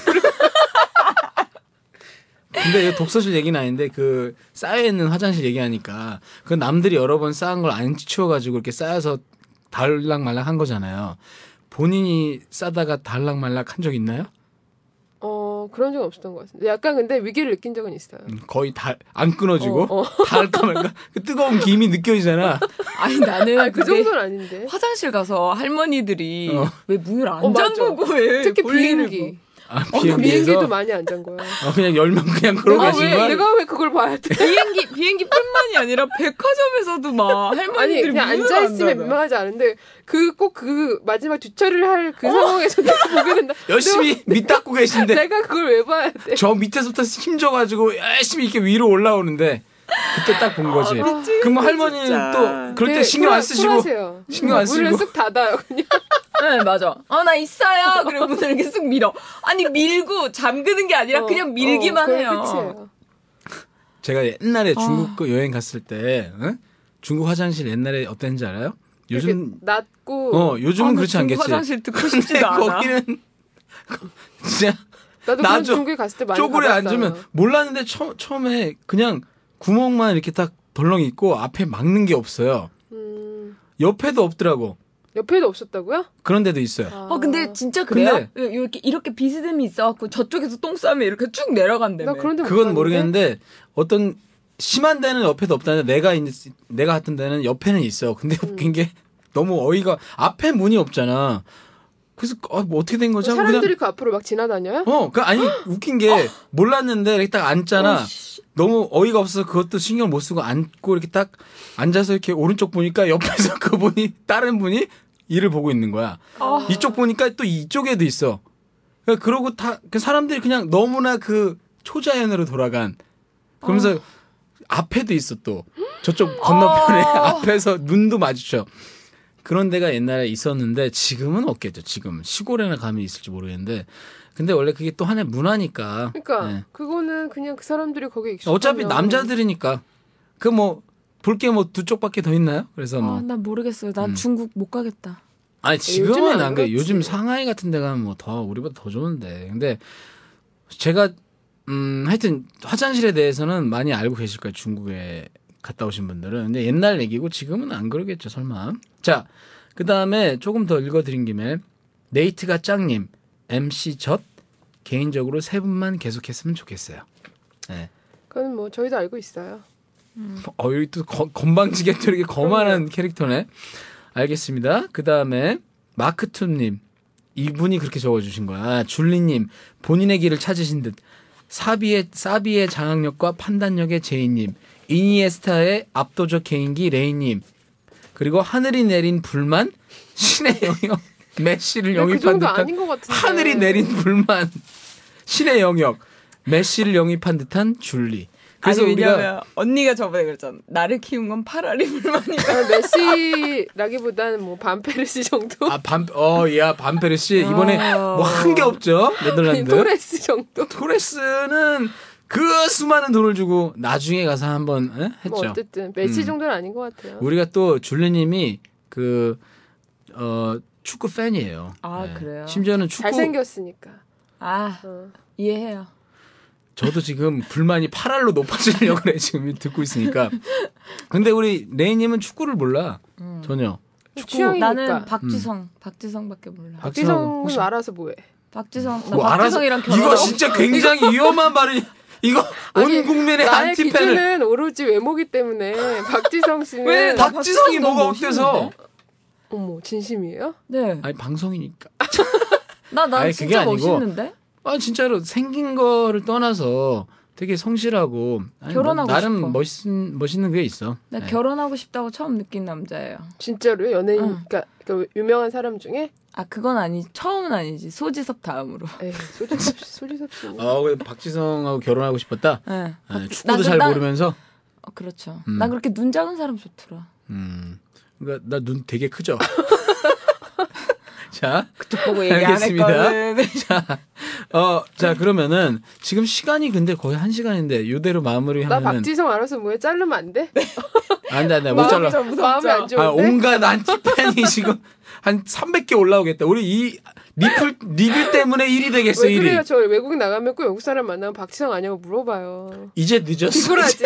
Speaker 2: 근데 이거 독서실 얘기는 아닌데 그 쌓여 있는 화장실 얘기하니까 그 남들이 여러 번 쌓은 걸 안 치워가지고 이렇게 쌓여서 달랑말랑 한 거잖아요. 본인이 싸다가 달랑말락 한 적 있나요?
Speaker 4: 어 그런 적은 없었던 것 같은데 약간 근데 위기를 느낀 적은 있어요.
Speaker 2: 음, 거의 달 안 끊어지고
Speaker 4: 어,
Speaker 2: 닿을까 말까 그 뜨거운 김이 느껴지잖아.
Speaker 3: 아니 나는
Speaker 4: 아, 그
Speaker 3: 그게
Speaker 4: 정도는 아닌데
Speaker 3: 화장실 가서 할머니들이
Speaker 2: 어.
Speaker 3: 왜 문을 안
Speaker 4: 어, 맞아.
Speaker 3: 잠그고 왜
Speaker 4: 특히
Speaker 3: 볼일을 뭐?
Speaker 4: 비행기
Speaker 2: 아,
Speaker 4: 어,
Speaker 2: 비행기에서
Speaker 4: 비행기도 많이 안 잔 거야.
Speaker 2: 어, 그냥 열면 그냥 그러고
Speaker 4: 내가
Speaker 2: 계신
Speaker 4: 왜
Speaker 2: 거야?
Speaker 4: 내가 왜 그걸 봐야 돼?
Speaker 3: 봐. 비행기 비행기뿐만이 아니라 백화점에서도 막
Speaker 4: 아니
Speaker 3: 할머니들이
Speaker 4: 그냥
Speaker 3: 문을
Speaker 4: 앉아 있으면
Speaker 3: 안 닫아.
Speaker 4: 민망하지 않은데 그 꼭 그 마지막 뒤처리를 할 그
Speaker 3: 어?
Speaker 4: 상황에서 내가 보게 된다.
Speaker 2: 열심히 밑 닦고 계신데
Speaker 4: 내가 그걸 왜 봐야 돼?
Speaker 2: 저 밑에서부터 힘줘가지고 열심히 이렇게 위로 올라오는데 그때 딱 본 거지.
Speaker 4: 아,
Speaker 2: 그럼 할머니는
Speaker 3: 진짜.
Speaker 2: 또 그럴 때
Speaker 4: 되게
Speaker 2: 신경 안
Speaker 4: 네, 쿨하-
Speaker 2: 쓰시고
Speaker 4: 쿨하세요.
Speaker 2: 신경 안
Speaker 4: 문을
Speaker 2: 쓰고.
Speaker 4: 쓱 닫아요 그냥.
Speaker 3: 네 맞아. 아 나 있어요. 그리고 문을 이렇게 쑥 밀어. 아니 밀고 잠그는 게 아니라 어, 그냥 밀기만
Speaker 4: 어, 그건
Speaker 3: 해요.
Speaker 4: 끝이에요.
Speaker 2: 제가 옛날에
Speaker 4: 아.
Speaker 2: 중국 그 여행 갔을 때 응? 중국 화장실 옛날에 어땠는지 알아요? 요즘
Speaker 4: 이렇게 낮고
Speaker 2: 어 요즘은
Speaker 3: 아, 나
Speaker 2: 그렇지
Speaker 3: 중국
Speaker 2: 않겠지.
Speaker 3: 화장실 듣고
Speaker 2: 근데
Speaker 3: 싶지도 않아.
Speaker 2: 거기는 진짜
Speaker 4: 나도
Speaker 2: 낮아.
Speaker 4: 그런 중국에 갔을 때 많이
Speaker 2: 쪼그려
Speaker 4: 받았어요.
Speaker 2: 앉으면 몰랐는데 처, 처음에 그냥 구멍만 이렇게 딱 덜렁 있고 앞에 막는 게 없어요.
Speaker 4: 음,
Speaker 2: 옆에도 없더라고.
Speaker 4: 옆에도 없었다고요?
Speaker 2: 그런 데도 있어요.
Speaker 4: 아,
Speaker 3: 어 근데 진짜 그래요? 예,
Speaker 2: 근데-
Speaker 3: 이렇게 이렇게 비스듬히 있어갖고 저쪽에서 똥 싸면 이렇게 쭉
Speaker 4: 나
Speaker 3: 내려간다며.
Speaker 4: 그런데
Speaker 2: 그건 모르겠는데 어떤 심한 데는 옆에도 없다는데 내가 이제 내가 갔던 데는 옆에는 있어. 근데
Speaker 4: 음.
Speaker 2: 웃긴 게 너무 어이가 앞에 문이 없잖아. 그래서 어, 뭐 어떻게 된 거지? 하고 그냥-
Speaker 4: 사람들이 그 앞으로 막 지나다녀요?
Speaker 2: 어, 그 아니 웃긴 게 몰랐는데 이렇게 딱 앉잖아. 너무 어이가 없어서 그것도 신경 못 쓰고 앉고 이렇게 딱 앉아서 이렇게 오른쪽 보니까 옆에서 그분이 다른 분이 일을 보고 있는 거야.
Speaker 3: 아.
Speaker 2: 이쪽 보니까 또 이쪽에도 있어. 그러니까 그러고 다그 사람들이 그냥 너무나 그 초자연으로 돌아간. 그러면서
Speaker 4: 어.
Speaker 2: 앞에도 있어 또 저쪽 건너편에
Speaker 4: 어.
Speaker 2: 앞에서 눈도 마주쳐. 그런 데가 옛날에 있었는데 지금은 없겠죠. 지금 시골에나 가면 있을지 모르겠는데. 근데 원래 그게 또 하나의 문화니까.
Speaker 4: 그러니까
Speaker 2: 네.
Speaker 4: 그거는 그냥 그 사람들이 거기에 익숙하면
Speaker 2: 어차피 남자들이니까. 그 뭐 볼 게 뭐 두 쪽밖에 더 있나요? 그래서 뭐
Speaker 3: 아난 모르겠어요. 난
Speaker 2: 음.
Speaker 3: 중국 못 가겠다.
Speaker 2: 아니 지금은
Speaker 4: 요즘은
Speaker 2: 안 그래.
Speaker 4: 그렇지.
Speaker 2: 요즘 상하이 같은 데 가면 뭐 더 우리보다 더 좋은데. 근데 제가 음 하여튼 화장실에 대해서는 많이 알고 계실 거예요. 중국에 갔다 오신 분들은. 근데 옛날 얘기고 지금은 안 그러겠죠, 설마. 자, 그다음에 조금 더 읽어 드린 김에 네이트가 짱님, MC 젖 개인적으로 세 분만 계속했으면 좋겠어요.
Speaker 4: 그건 뭐 저희도 알고 있어요.
Speaker 2: 어, 여기 또 거- 건방지게 또 이렇게 거만한 캐릭터네. 알겠습니다. 그 다음에 마크투님. 이분이 그렇게 적어주신 거야. 아, 줄리님. 본인의 길을 찾으신 듯. 사비의, 사비의 장악력과 판단력의 제이님. 이니에스타의 압도적 개인기 레이님. 그리고 하늘이 내린 불만. 신의 영역. 메시를
Speaker 4: 근데 그
Speaker 2: 영입한
Speaker 4: 정도
Speaker 2: 듯한.
Speaker 4: 아닌 것 같은데.
Speaker 2: 하늘이 내린 불만. 신의 영역. 메시를 영입한 듯한 줄리. 그래서
Speaker 3: 아니,
Speaker 2: 우리가
Speaker 3: 왜냐면 언니가 저번에 그랬잖아. 나를 키운 건 파라리 불만이야.
Speaker 4: 아, 메시라기보다는 뭐 반페르시 정도,
Speaker 2: 아, 반, 어, 야, 반페르 씨. 이번에
Speaker 3: 아.
Speaker 2: 뭐 한 게 없죠?
Speaker 4: 어. 아니,
Speaker 2: 네덜란드.
Speaker 4: 토레스 정도.
Speaker 2: 토레스는 그 수많은 돈을 주고 나중에 가서 한번 에? 했죠.
Speaker 4: 뭐 어쨌든 메시
Speaker 2: 음.
Speaker 4: 정도는 아닌 것 같아요.
Speaker 2: 우리가 또 줄리님이 그, 어, 축구 팬이에요. 네.
Speaker 3: 아, 그래요?
Speaker 2: 심지어는 축구.
Speaker 4: 잘생겼으니까.
Speaker 3: 아
Speaker 4: 어.
Speaker 3: 이해해요.
Speaker 2: 저도 지금 불만이 8알로 높아지려고 그래, 지금 듣고 있으니까. 근데 우리 레이님은 축구를 몰라. 전혀.
Speaker 4: 음. 취향이- 그러니까.
Speaker 3: 나는 박지성, 박지성밖에 몰라.
Speaker 2: 박-
Speaker 4: 박지성은
Speaker 2: 혹시-
Speaker 4: 알아서 뭐해?
Speaker 3: 박지성, 나
Speaker 2: 뭐 알아서.
Speaker 3: 박지성이랑 결혼.
Speaker 2: 이거 진짜 굉장히 위험한 말이 이거
Speaker 4: 아니,
Speaker 2: 온 국민의
Speaker 4: 나의
Speaker 2: 안티팬을.
Speaker 4: 기준은 오로지 외모기 때문에 박지성 씨는
Speaker 3: 왜? 네, 나-
Speaker 2: 박지성이
Speaker 3: 박지성
Speaker 2: 뭐가
Speaker 3: 너무
Speaker 2: 어때서?
Speaker 3: 멋있는데?
Speaker 4: 어머 진심이에요?
Speaker 3: 네,
Speaker 2: 아니 방송이니까.
Speaker 3: 나나
Speaker 2: 아니, 그게
Speaker 3: 진짜
Speaker 2: 아니고
Speaker 3: 멋있는데.
Speaker 2: 아 진짜로 생긴 거를 떠나서 되게 성실하고 아니, 뭐
Speaker 3: 결혼하고
Speaker 2: 나름
Speaker 3: 싶어.
Speaker 2: 멋있는 멋있는 게 있어.
Speaker 3: 나
Speaker 2: 네.
Speaker 3: 결혼하고 싶다고 처음 느낀 남자예요.
Speaker 4: 진짜로요? 연예인
Speaker 3: 응.
Speaker 4: 그러니까, 그러니까 유명한 사람 중에
Speaker 3: 아 그건 아니 처음은 아니지 소지섭 다음으로.
Speaker 4: 에이,
Speaker 2: 어,
Speaker 4: 소지섭 씨, 소지섭 씨.
Speaker 2: 아, 근데 박지성하고 결혼하고 싶었다.
Speaker 3: 네.
Speaker 2: 네, 축구도 잘 모르면서
Speaker 3: 어, 그렇죠.
Speaker 2: 음.
Speaker 3: 난 그렇게 눈 작은 사람 좋더라.
Speaker 2: 음. 그러니까 나 눈 되게 크죠. 자,
Speaker 3: 그쪽 보고 얘기 안
Speaker 2: 알겠습니다.
Speaker 3: 했거든.
Speaker 2: 어, 자 그러면은 지금 시간이 근데 거의 한 시간인데 이대로
Speaker 4: 나
Speaker 2: 마무리하면은
Speaker 4: 박지성 알아서 뭐해 자르면 안 돼?
Speaker 2: 안돼 안돼 못
Speaker 4: 마음이
Speaker 2: 잘라.
Speaker 3: 네, 좀 무섭죠?
Speaker 4: 마음이 안
Speaker 2: 아,
Speaker 4: 좋은데.
Speaker 2: 온갖 안티팬이 지금 한 300개 올라오겠다. 우리 이 리플 리뷰 때문에 1위 되겠어
Speaker 4: 왜
Speaker 2: 1위.
Speaker 4: 그래요? 저 외국 나가면 꼭 외국 사람 만나면 박지성 아니냐고 물어봐요.
Speaker 2: 이제 늦었어.
Speaker 4: 비굴하지.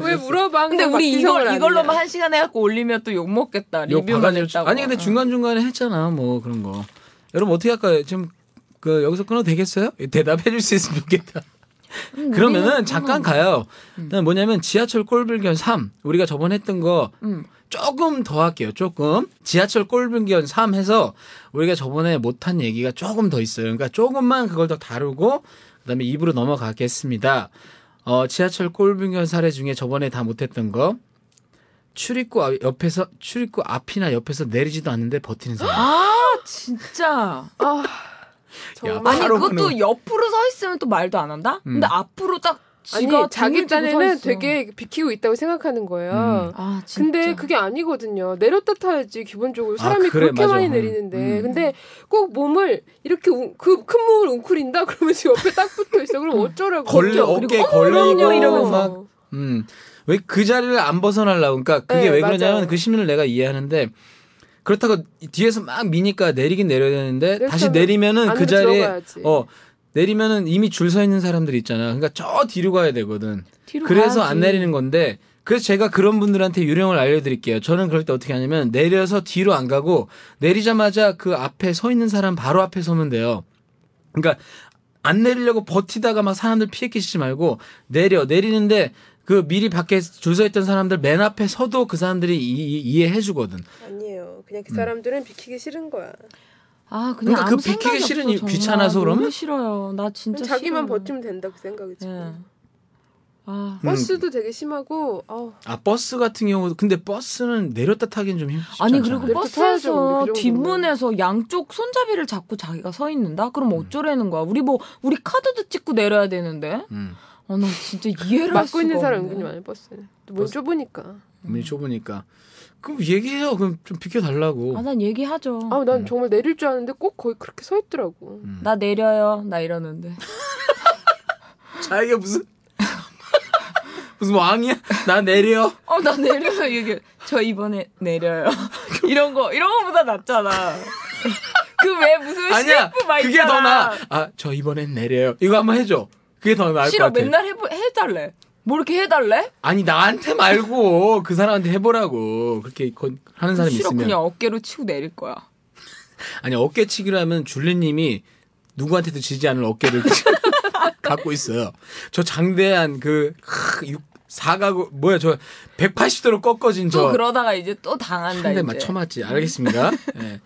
Speaker 4: 왜 물어봐?
Speaker 3: 근데
Speaker 4: 항상
Speaker 3: 우리
Speaker 4: 박지성을
Speaker 3: 이걸
Speaker 4: 뭐 아니냐.
Speaker 3: 이걸로만 한 시간 해갖고 올리면 또 욕 먹겠다.
Speaker 2: 욕
Speaker 3: 리뷰만
Speaker 2: 바가지로
Speaker 3: 했다고.
Speaker 2: 아니 근데
Speaker 3: 어.
Speaker 2: 중간 중간에 했잖아 뭐 그런 거. 여러분 어떻게 할까요? 지금 그 여기서 끊어도 되겠어요? 대답해 줄 수 있으면 좋겠다.
Speaker 3: 음,
Speaker 2: 그러면은
Speaker 3: 우리는
Speaker 2: 잠깐 가요. 그다음 뭐냐면 지하철 꼴불견 3 우리가 저번에 했던 거
Speaker 3: 음.
Speaker 2: 조금 더 할게요. 조금 지하철 꼴불견 3 해서 우리가 저번에 못한 얘기가 조금 더 있어요. 그러니까 조금만 그걸 더 다루고 그다음에 입으로 넘어가겠습니다. 어, 지하철 꼴불견 사례 중에 저번에 다 못했던 거 출입구 앞- 옆에서 출입구 앞이나 옆에서 내리지도 않는데 버티는 사람.
Speaker 3: 아 진짜.
Speaker 4: 아,
Speaker 2: 야,
Speaker 4: 정말.
Speaker 3: 아니
Speaker 2: 바로 음.
Speaker 3: 그것도
Speaker 2: 끊어.
Speaker 3: 옆으로 서 있으면 또 말도 안 한다? 근데 앞으로 딱
Speaker 4: 아니,
Speaker 3: 지가 등을
Speaker 4: 자기
Speaker 3: 들고 서
Speaker 4: 딴에는
Speaker 3: 있어.
Speaker 4: 되게 비키고 있다고 생각하는
Speaker 2: 음.
Speaker 4: 거예요.
Speaker 3: 아 진짜.
Speaker 4: 근데 그게 아니거든요. 내렸다 타야지 기본적으로
Speaker 2: 아,
Speaker 4: 사람이
Speaker 2: 그래,
Speaker 4: 그렇게
Speaker 2: 맞아.
Speaker 4: 많이
Speaker 2: 음.
Speaker 4: 내리는데
Speaker 2: 음.
Speaker 4: 근데 꼭 몸을 이렇게 그 큰 몸을 웅크린다 그러면 지금 옆에 딱 붙어 있어. 그럼 어쩌라고? 그렇죠.
Speaker 2: 걸려 어깨 걸리고
Speaker 4: 그럼요
Speaker 2: 막
Speaker 4: 이러면서
Speaker 2: 음. 왜 그 자리를 안 벗어나려고. 그러니까 그게
Speaker 4: 네,
Speaker 2: 왜 그러냐면
Speaker 4: 맞아요.
Speaker 2: 그 심리를 내가 이해하는데 그렇다고 이- 뒤에서 막 미니까 내리긴 내려야 되는데 다시
Speaker 4: 내려가면
Speaker 2: 내리면은 그
Speaker 4: 그렇죠. 안으로
Speaker 2: 자리에
Speaker 4: 들어가야지.
Speaker 2: 어 내리면은 이미 줄 서 있는 사람들 있잖아. 그러니까 저 뒤로 가야 되거든.
Speaker 3: 뒤로
Speaker 2: 그래서 안
Speaker 3: 가야지.
Speaker 2: 내리는 건데 그래서 제가 그런 분들한테 유령을 알려드릴게요. 저는 그럴 때 어떻게 하냐면 내려서 뒤로 안 가고 내리자마자 그 앞에 서 있는 사람 바로 앞에 서면 돼요. 그러니까 안 내리려고 버티다가 막 사람들 피해 끼치지 말고 내려 내리는데 그 미리 밖에 줄 서 있던 사람들 맨 앞에 서도 그 사람들이 이, 해해 주거든.
Speaker 4: 아니에요. 그냥 그 사람들은 비키기 싫은 거야.
Speaker 3: 아 그냥
Speaker 2: 그러니까
Speaker 3: 아무
Speaker 2: 그 비키기
Speaker 3: 생각이
Speaker 2: 싫은
Speaker 3: 없어,
Speaker 2: 이-
Speaker 3: 정말.
Speaker 2: 귀찮아서 그러면?
Speaker 3: 너무 싫어요. 나 진짜
Speaker 4: 자기만
Speaker 3: 싫어요.
Speaker 4: 버티면 된다 그 생각이지.
Speaker 3: 예. 아.
Speaker 4: 버스도 되게 심하고 어,
Speaker 2: 아 버스 같은 경우도 근데 버스는 내렸다 타긴 좀 힘들지
Speaker 3: 아니 그리고
Speaker 4: 내려서 타야죠,
Speaker 3: 버스에서
Speaker 4: 우리 그 정도면.
Speaker 3: 뒷문에서 양쪽 손잡이를 잡고 자기가 서 있는다?
Speaker 2: 음.
Speaker 3: 그럼 어쩌라는 거야? 우리 뭐 우리 카드도 찍고 내려야 되는데?
Speaker 2: 음,
Speaker 3: 아 나 진짜 이해를 할
Speaker 4: 막고
Speaker 3: 수가
Speaker 4: 있는 사람
Speaker 3: 없네.
Speaker 4: 은근히 많아 버스는. 몸 좁으니까.
Speaker 2: 문이 좁으니까 그럼 얘기해요. 그럼 좀 비켜 달라고.
Speaker 3: 아, 난 얘기하죠.
Speaker 2: 어.
Speaker 4: 아우 난 정말 내릴 줄 아는데 꼭 거기 그렇게 서 있더라고.
Speaker 3: 나 내려요. 나 이러는데.
Speaker 2: 자기가 무슨 무슨 왕이야? 나 내려.
Speaker 3: 어, 나 내려요. 이게 저 이번에 내려요. 이런 거 이런 거보다 낫잖아. 그 왜 무슨
Speaker 2: 아니야.
Speaker 3: CF 막
Speaker 2: 그게
Speaker 3: 있잖아.
Speaker 2: 더 나. 아, 저 이번엔 내려요. 이거 한번 해 줘. 그게 더 나을
Speaker 3: 싫어.
Speaker 2: 것 같아.
Speaker 3: 맨날 해 해달래. 뭐 이렇게 해달래?
Speaker 2: 아니, 나한테 말고 그 사람한테 해 보라고. 그렇게 건- 하는 사람이
Speaker 3: 싫어.
Speaker 2: 있으면.
Speaker 3: 그냥 어깨로 치고 내릴 거야.
Speaker 2: 아니, 어깨치기로 하면 줄리 님이 누구한테도 지지 않을 어깨를 갖고 있어요. 저 장대한 그 크, 육- 사가구 뭐야 저 180도로 꺾어진
Speaker 3: 또
Speaker 2: 저
Speaker 3: 그러다가 이제 또 당한다.
Speaker 2: 한 대
Speaker 3: 이제.
Speaker 2: 맞춰맞지. 알겠습니다. 예.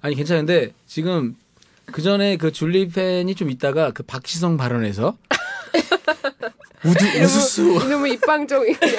Speaker 2: 아니 괜찮은데 지금 그 전에 그 줄리 팬이 좀 있다가 그 박시성 발언에서 우두 우수수
Speaker 4: 이놈의 입방정이 그냥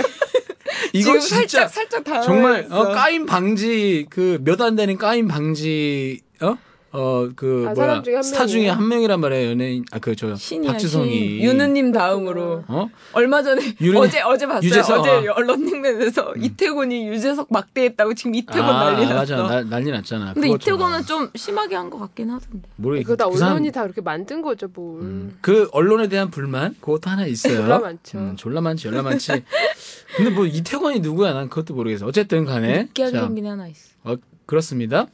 Speaker 2: 이거
Speaker 3: 지금
Speaker 2: 진짜
Speaker 3: 살짝 살짝 당황.
Speaker 2: 정말 어, 까임 방지 그 몇 안 되는 까임 방지 어? 어어그 뭐야
Speaker 4: 아, 사람 중에 한
Speaker 2: 스타 중에
Speaker 4: 명이에요?
Speaker 2: 한 명이란 말이에요 연예인 아그저
Speaker 3: 신이야
Speaker 2: 박지성이
Speaker 3: 신. 유느님 다음으로
Speaker 2: 어
Speaker 3: 얼마 전에
Speaker 2: 유느-
Speaker 3: 어제 어제 봤어요.
Speaker 2: 유재석,
Speaker 3: 어제
Speaker 2: 아.
Speaker 3: 언론님에서 이태곤이 유재석 막대했다고 지금 이태곤
Speaker 2: 아,
Speaker 3: 난리 났어.
Speaker 2: 맞아 나- 난리 났잖아
Speaker 3: 근데
Speaker 2: 그거 좀
Speaker 3: 이태곤은 좀 심하게 한 것 같긴 하던데.
Speaker 2: 모르겠
Speaker 4: 그거 다
Speaker 2: 그 사람-
Speaker 4: 언론이 다 그렇게 만든 거죠 뭘.
Speaker 2: 그 언론에 대한 불만 그것도 하나 있어요. 음,
Speaker 4: 졸라 많죠.
Speaker 2: 졸라 많지, 졸라 많지. 근데 뭐 이태권이 누구야? 난 그것도 모르겠어. 어쨌든 간에
Speaker 3: 웃기하게
Speaker 2: 네? 자,
Speaker 3: 생긴 게 하나 있어.
Speaker 2: 어, 그렇습니다.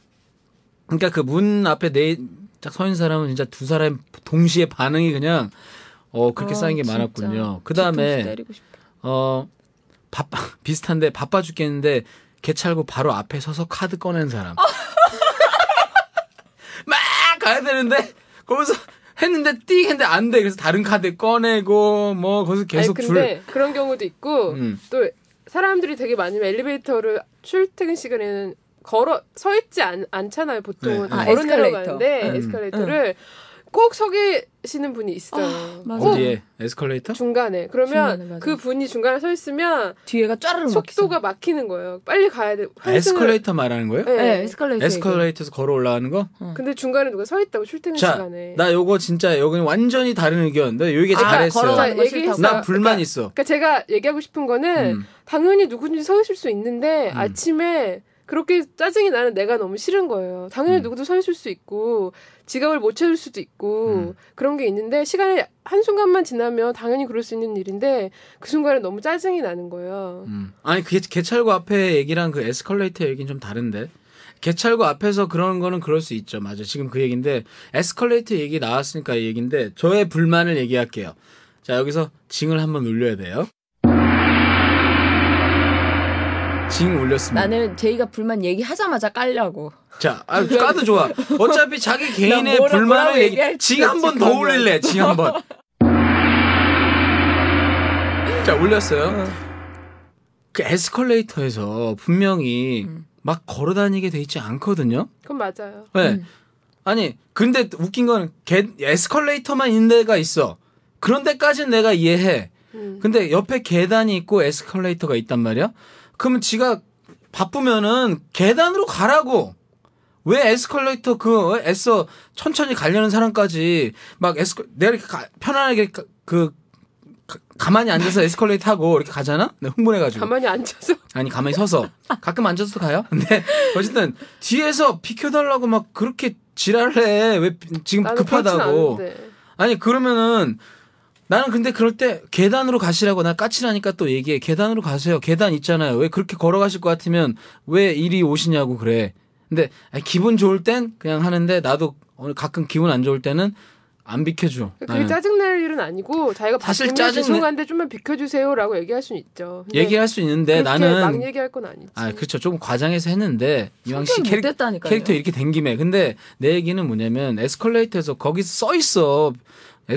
Speaker 2: 그러니까 그 문 앞에 네딱서 있는 사람은 진짜 두 사람 동시에 반응이 그냥 어 그렇게
Speaker 3: 아,
Speaker 2: 쌓인 게
Speaker 3: 진짜.
Speaker 2: 많았군요. 그
Speaker 3: 뒤통수
Speaker 2: 다음에
Speaker 3: 때리고 싶다.
Speaker 2: 어 바빠 비슷한데 바빠 죽겠는데 개찰고 바로 앞에 서서 카드 꺼낸 사람. 막 가야 되는데 거기서 했는데 띵 했는데 안 돼 그래서 다른 카드 꺼내고 뭐 거기서
Speaker 4: 아니
Speaker 2: 계속 줄
Speaker 4: 근데 그런 경우도 있고
Speaker 2: 음.
Speaker 4: 또 사람들이 되게 많으면 엘리베이터를 출퇴근 시간에는 걸어 서 있지 않, 않잖아요
Speaker 2: 네, 네.
Speaker 4: 보통은 걸어
Speaker 3: 아, 에스컬레이터.
Speaker 4: 내려가는데
Speaker 2: 음.
Speaker 4: 에스컬레이터를 꼭 서 계시는 분이 있어요.
Speaker 3: 맞아요.
Speaker 4: 꼭
Speaker 2: 어디에 에스컬레이터?
Speaker 4: 중간에. 그러면
Speaker 3: 중간에, 맞아.
Speaker 4: 그 분이 중간에 서 있으면
Speaker 3: 뒤에가 쫘르르
Speaker 4: 속도가 막히는 거예요. 빨리 가야 돼.
Speaker 2: 음, 아, 에스컬레이터 말하는 거예요?
Speaker 4: 네.
Speaker 3: 네, 에스컬레이터.
Speaker 2: 에스컬레이터에서 걸어 올라가는 거?
Speaker 4: 근데 중간에 누가 서 있다고 출퇴근
Speaker 2: 자,
Speaker 4: 시간에.
Speaker 2: 나 요거 진짜 여기는 완전히 다른 의견인데 여기
Speaker 3: 아,
Speaker 2: 잘했어요.
Speaker 3: 걸어가는
Speaker 4: 제가
Speaker 3: 거 싫다고.
Speaker 4: 얘기했어요.
Speaker 2: 나 불만
Speaker 4: 그러니까- 네.
Speaker 2: 있어.
Speaker 4: 그러니까 제가 얘기하고 싶은 거는
Speaker 2: 음.
Speaker 4: 당연히 누구든지 서 있을 수 있는데
Speaker 2: 음.
Speaker 4: 아침에 그렇게 짜증이 나는 내가 너무 싫은 거예요. 당연히
Speaker 2: 음.
Speaker 4: 누구도 서 있을 수 있고 지갑을 못 찾을 수도 있고
Speaker 2: 음.
Speaker 4: 그런 게 있는데 시간이 한 순간만 지나면 당연히 그럴 수 있는 일인데 그 순간에 너무 짜증이 나는 거예요.
Speaker 2: 음. 아니 그게 개찰구 앞에 얘기랑 그 에스컬레이터 얘기는 좀 다른데 개찰구 앞에서 그런 거는 그럴 수 있죠 맞아 지금 그 얘기인데 에스컬레이터 얘기 나왔으니까 이 얘기인데 저의 불만을 얘기할게요 자 여기서 징을 한번 울려야 돼요 징 울렸습니다
Speaker 3: 나는 제이가 불만 얘기하자마자 깔려고.
Speaker 2: 자 아, 까도 좋아 어차피 자기 개인의
Speaker 3: 뭐라- 뭐라고
Speaker 2: 불만을 얘기
Speaker 3: 얘기할지
Speaker 2: 징 한 번 더
Speaker 3: 솔직한 거.
Speaker 2: 울릴래 징 한번 자 울렸어요 그 에스컬레이터에서 분명히 막 걸어 다니게 돼 있지 않거든요.
Speaker 4: 그건 맞아요.
Speaker 2: 네.
Speaker 3: 음.
Speaker 2: 아니, 근데 웃긴 건 개- 에스컬레이터만 있는 데가 있어. 그런 데까지는 내가 이해해.
Speaker 4: 음.
Speaker 2: 근데 옆에 계단이 있고 에스컬레이터가 있단 말이야? 그러면 지가 바쁘면은 계단으로 가라고! 왜 에스컬레이터 그 애써 천천히 가려는 사람까지 막 에스컬 내가 이렇게 가- 편안하게 가- 그 가- 가만히 앉아서 에스컬레이터 타고 이렇게 가잖아? 내가 흥분해가지고
Speaker 4: 가만히 앉아서
Speaker 2: 아니 가만히 서서 가끔 앉아서도 가요. 근데 어쨌든 뒤에서 비켜달라고 막 그렇게 지랄해. 왜 비- 지금
Speaker 4: 나는 그렇진
Speaker 2: 급하다고?
Speaker 4: 않은데.
Speaker 2: 아니 그러면은 나는 근데 그럴 때 계단으로 가시라고 나 까칠하니까 또 얘기해. 계단으로 가세요. 계단 있잖아요. 왜 그렇게 걸어가실 것 같으면 왜 이리 오시냐고 그래. 근데 아니, 기분 좋을 땐 그냥 하는데 나도 오늘 가끔 기분 안 좋을 때는 안 비켜줘.
Speaker 4: 그게
Speaker 2: 나는.
Speaker 4: 짜증 날 일은 아니고 자기가
Speaker 2: 네. 사실
Speaker 4: 사실
Speaker 2: 짜증내-
Speaker 4: 죄송한데 좀만 비켜주세요라고 얘기할 수는 있죠. 근데
Speaker 2: 얘기할 수 있는데
Speaker 4: 그렇게
Speaker 2: 나는
Speaker 4: 막 얘기할 건 아니지.
Speaker 2: 아, 그렇죠. 조금 과장해서 했는데 이왕 씨
Speaker 3: 성격이
Speaker 2: 캐릭,
Speaker 3: 못됐다니까요.
Speaker 2: 캐릭터 이렇게 된 김에 근데 내 얘기는 뭐냐면 에스컬레이터에서 거기 써 있어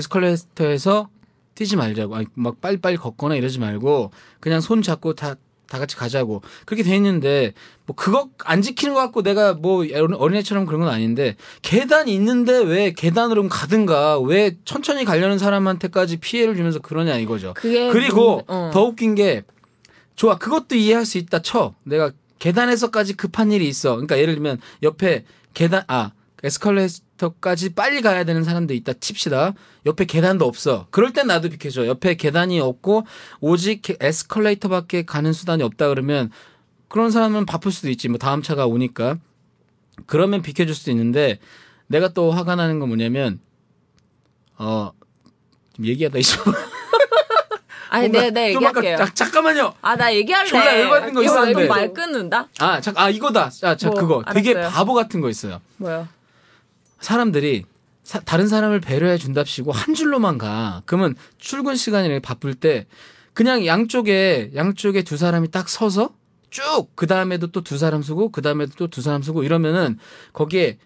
Speaker 2: 에스컬레이터에서 뛰지 말자고 아니, 막 빨리빨리 걷거나 이러지 말고 그냥 손 잡고 다 다 같이 가자고 그렇게 돼 있는데 뭐 그거 안 지키는 것 같고 내가 뭐 어린- 어린애처럼 그런 건 아닌데 계단 있는데 왜 계단으로 가든가 왜 천천히 가려는 사람한테까지 피해를 주면서 그러냐 이거죠.
Speaker 3: 그게
Speaker 2: 그리고
Speaker 3: 문- 어.
Speaker 2: 더 웃긴 게 좋아 그것도 이해할 수 있다 쳐 내가 계단에서까지 급한 일이 있어 그러니까 예를 들면 옆에 계단 아 에스컬레이터까지 빨리 가야 되는 사람도 있다 칩시다 옆에 계단도 없어 그럴 땐 나도 비켜줘 옆에 계단이 없고 오직 게- 에스컬레이터밖에 가는 수단이 없다 그러면 그런 사람은 바쁠 수도 있지 뭐 다음 차가 오니까 그러면 비켜줄 수도 있는데 내가 또 화가 나는 건 뭐냐면 어좀 얘기하다 잊어
Speaker 3: 아니
Speaker 2: 뭔가
Speaker 3: 내가 내가
Speaker 2: 좀 아까
Speaker 3: 얘기할게요.
Speaker 2: 자- 잠깐만요.
Speaker 3: 아 나 얘기할래. 아,
Speaker 2: 졸라 열받는 거
Speaker 3: 이거
Speaker 2: 있었는데.
Speaker 3: 이거 말 끊는다.
Speaker 2: 아, 잠, 아 이거다. 자, 자
Speaker 3: 뭐,
Speaker 2: 그거 되게
Speaker 3: 알았어요.
Speaker 2: 바보 같은 거 있어요.
Speaker 3: 뭐요?
Speaker 2: 사람들이 사- 다른 사람을 배려해 준답시고 한 줄로만 가. 그러면 출근 시간이 바쁠 때 그냥 양쪽에 양쪽에 두 사람이 딱 서서 쭉 그 다음에도 또 두 사람 쓰고 그 다음에도 또 두 사람 쓰고 이러면은 거기에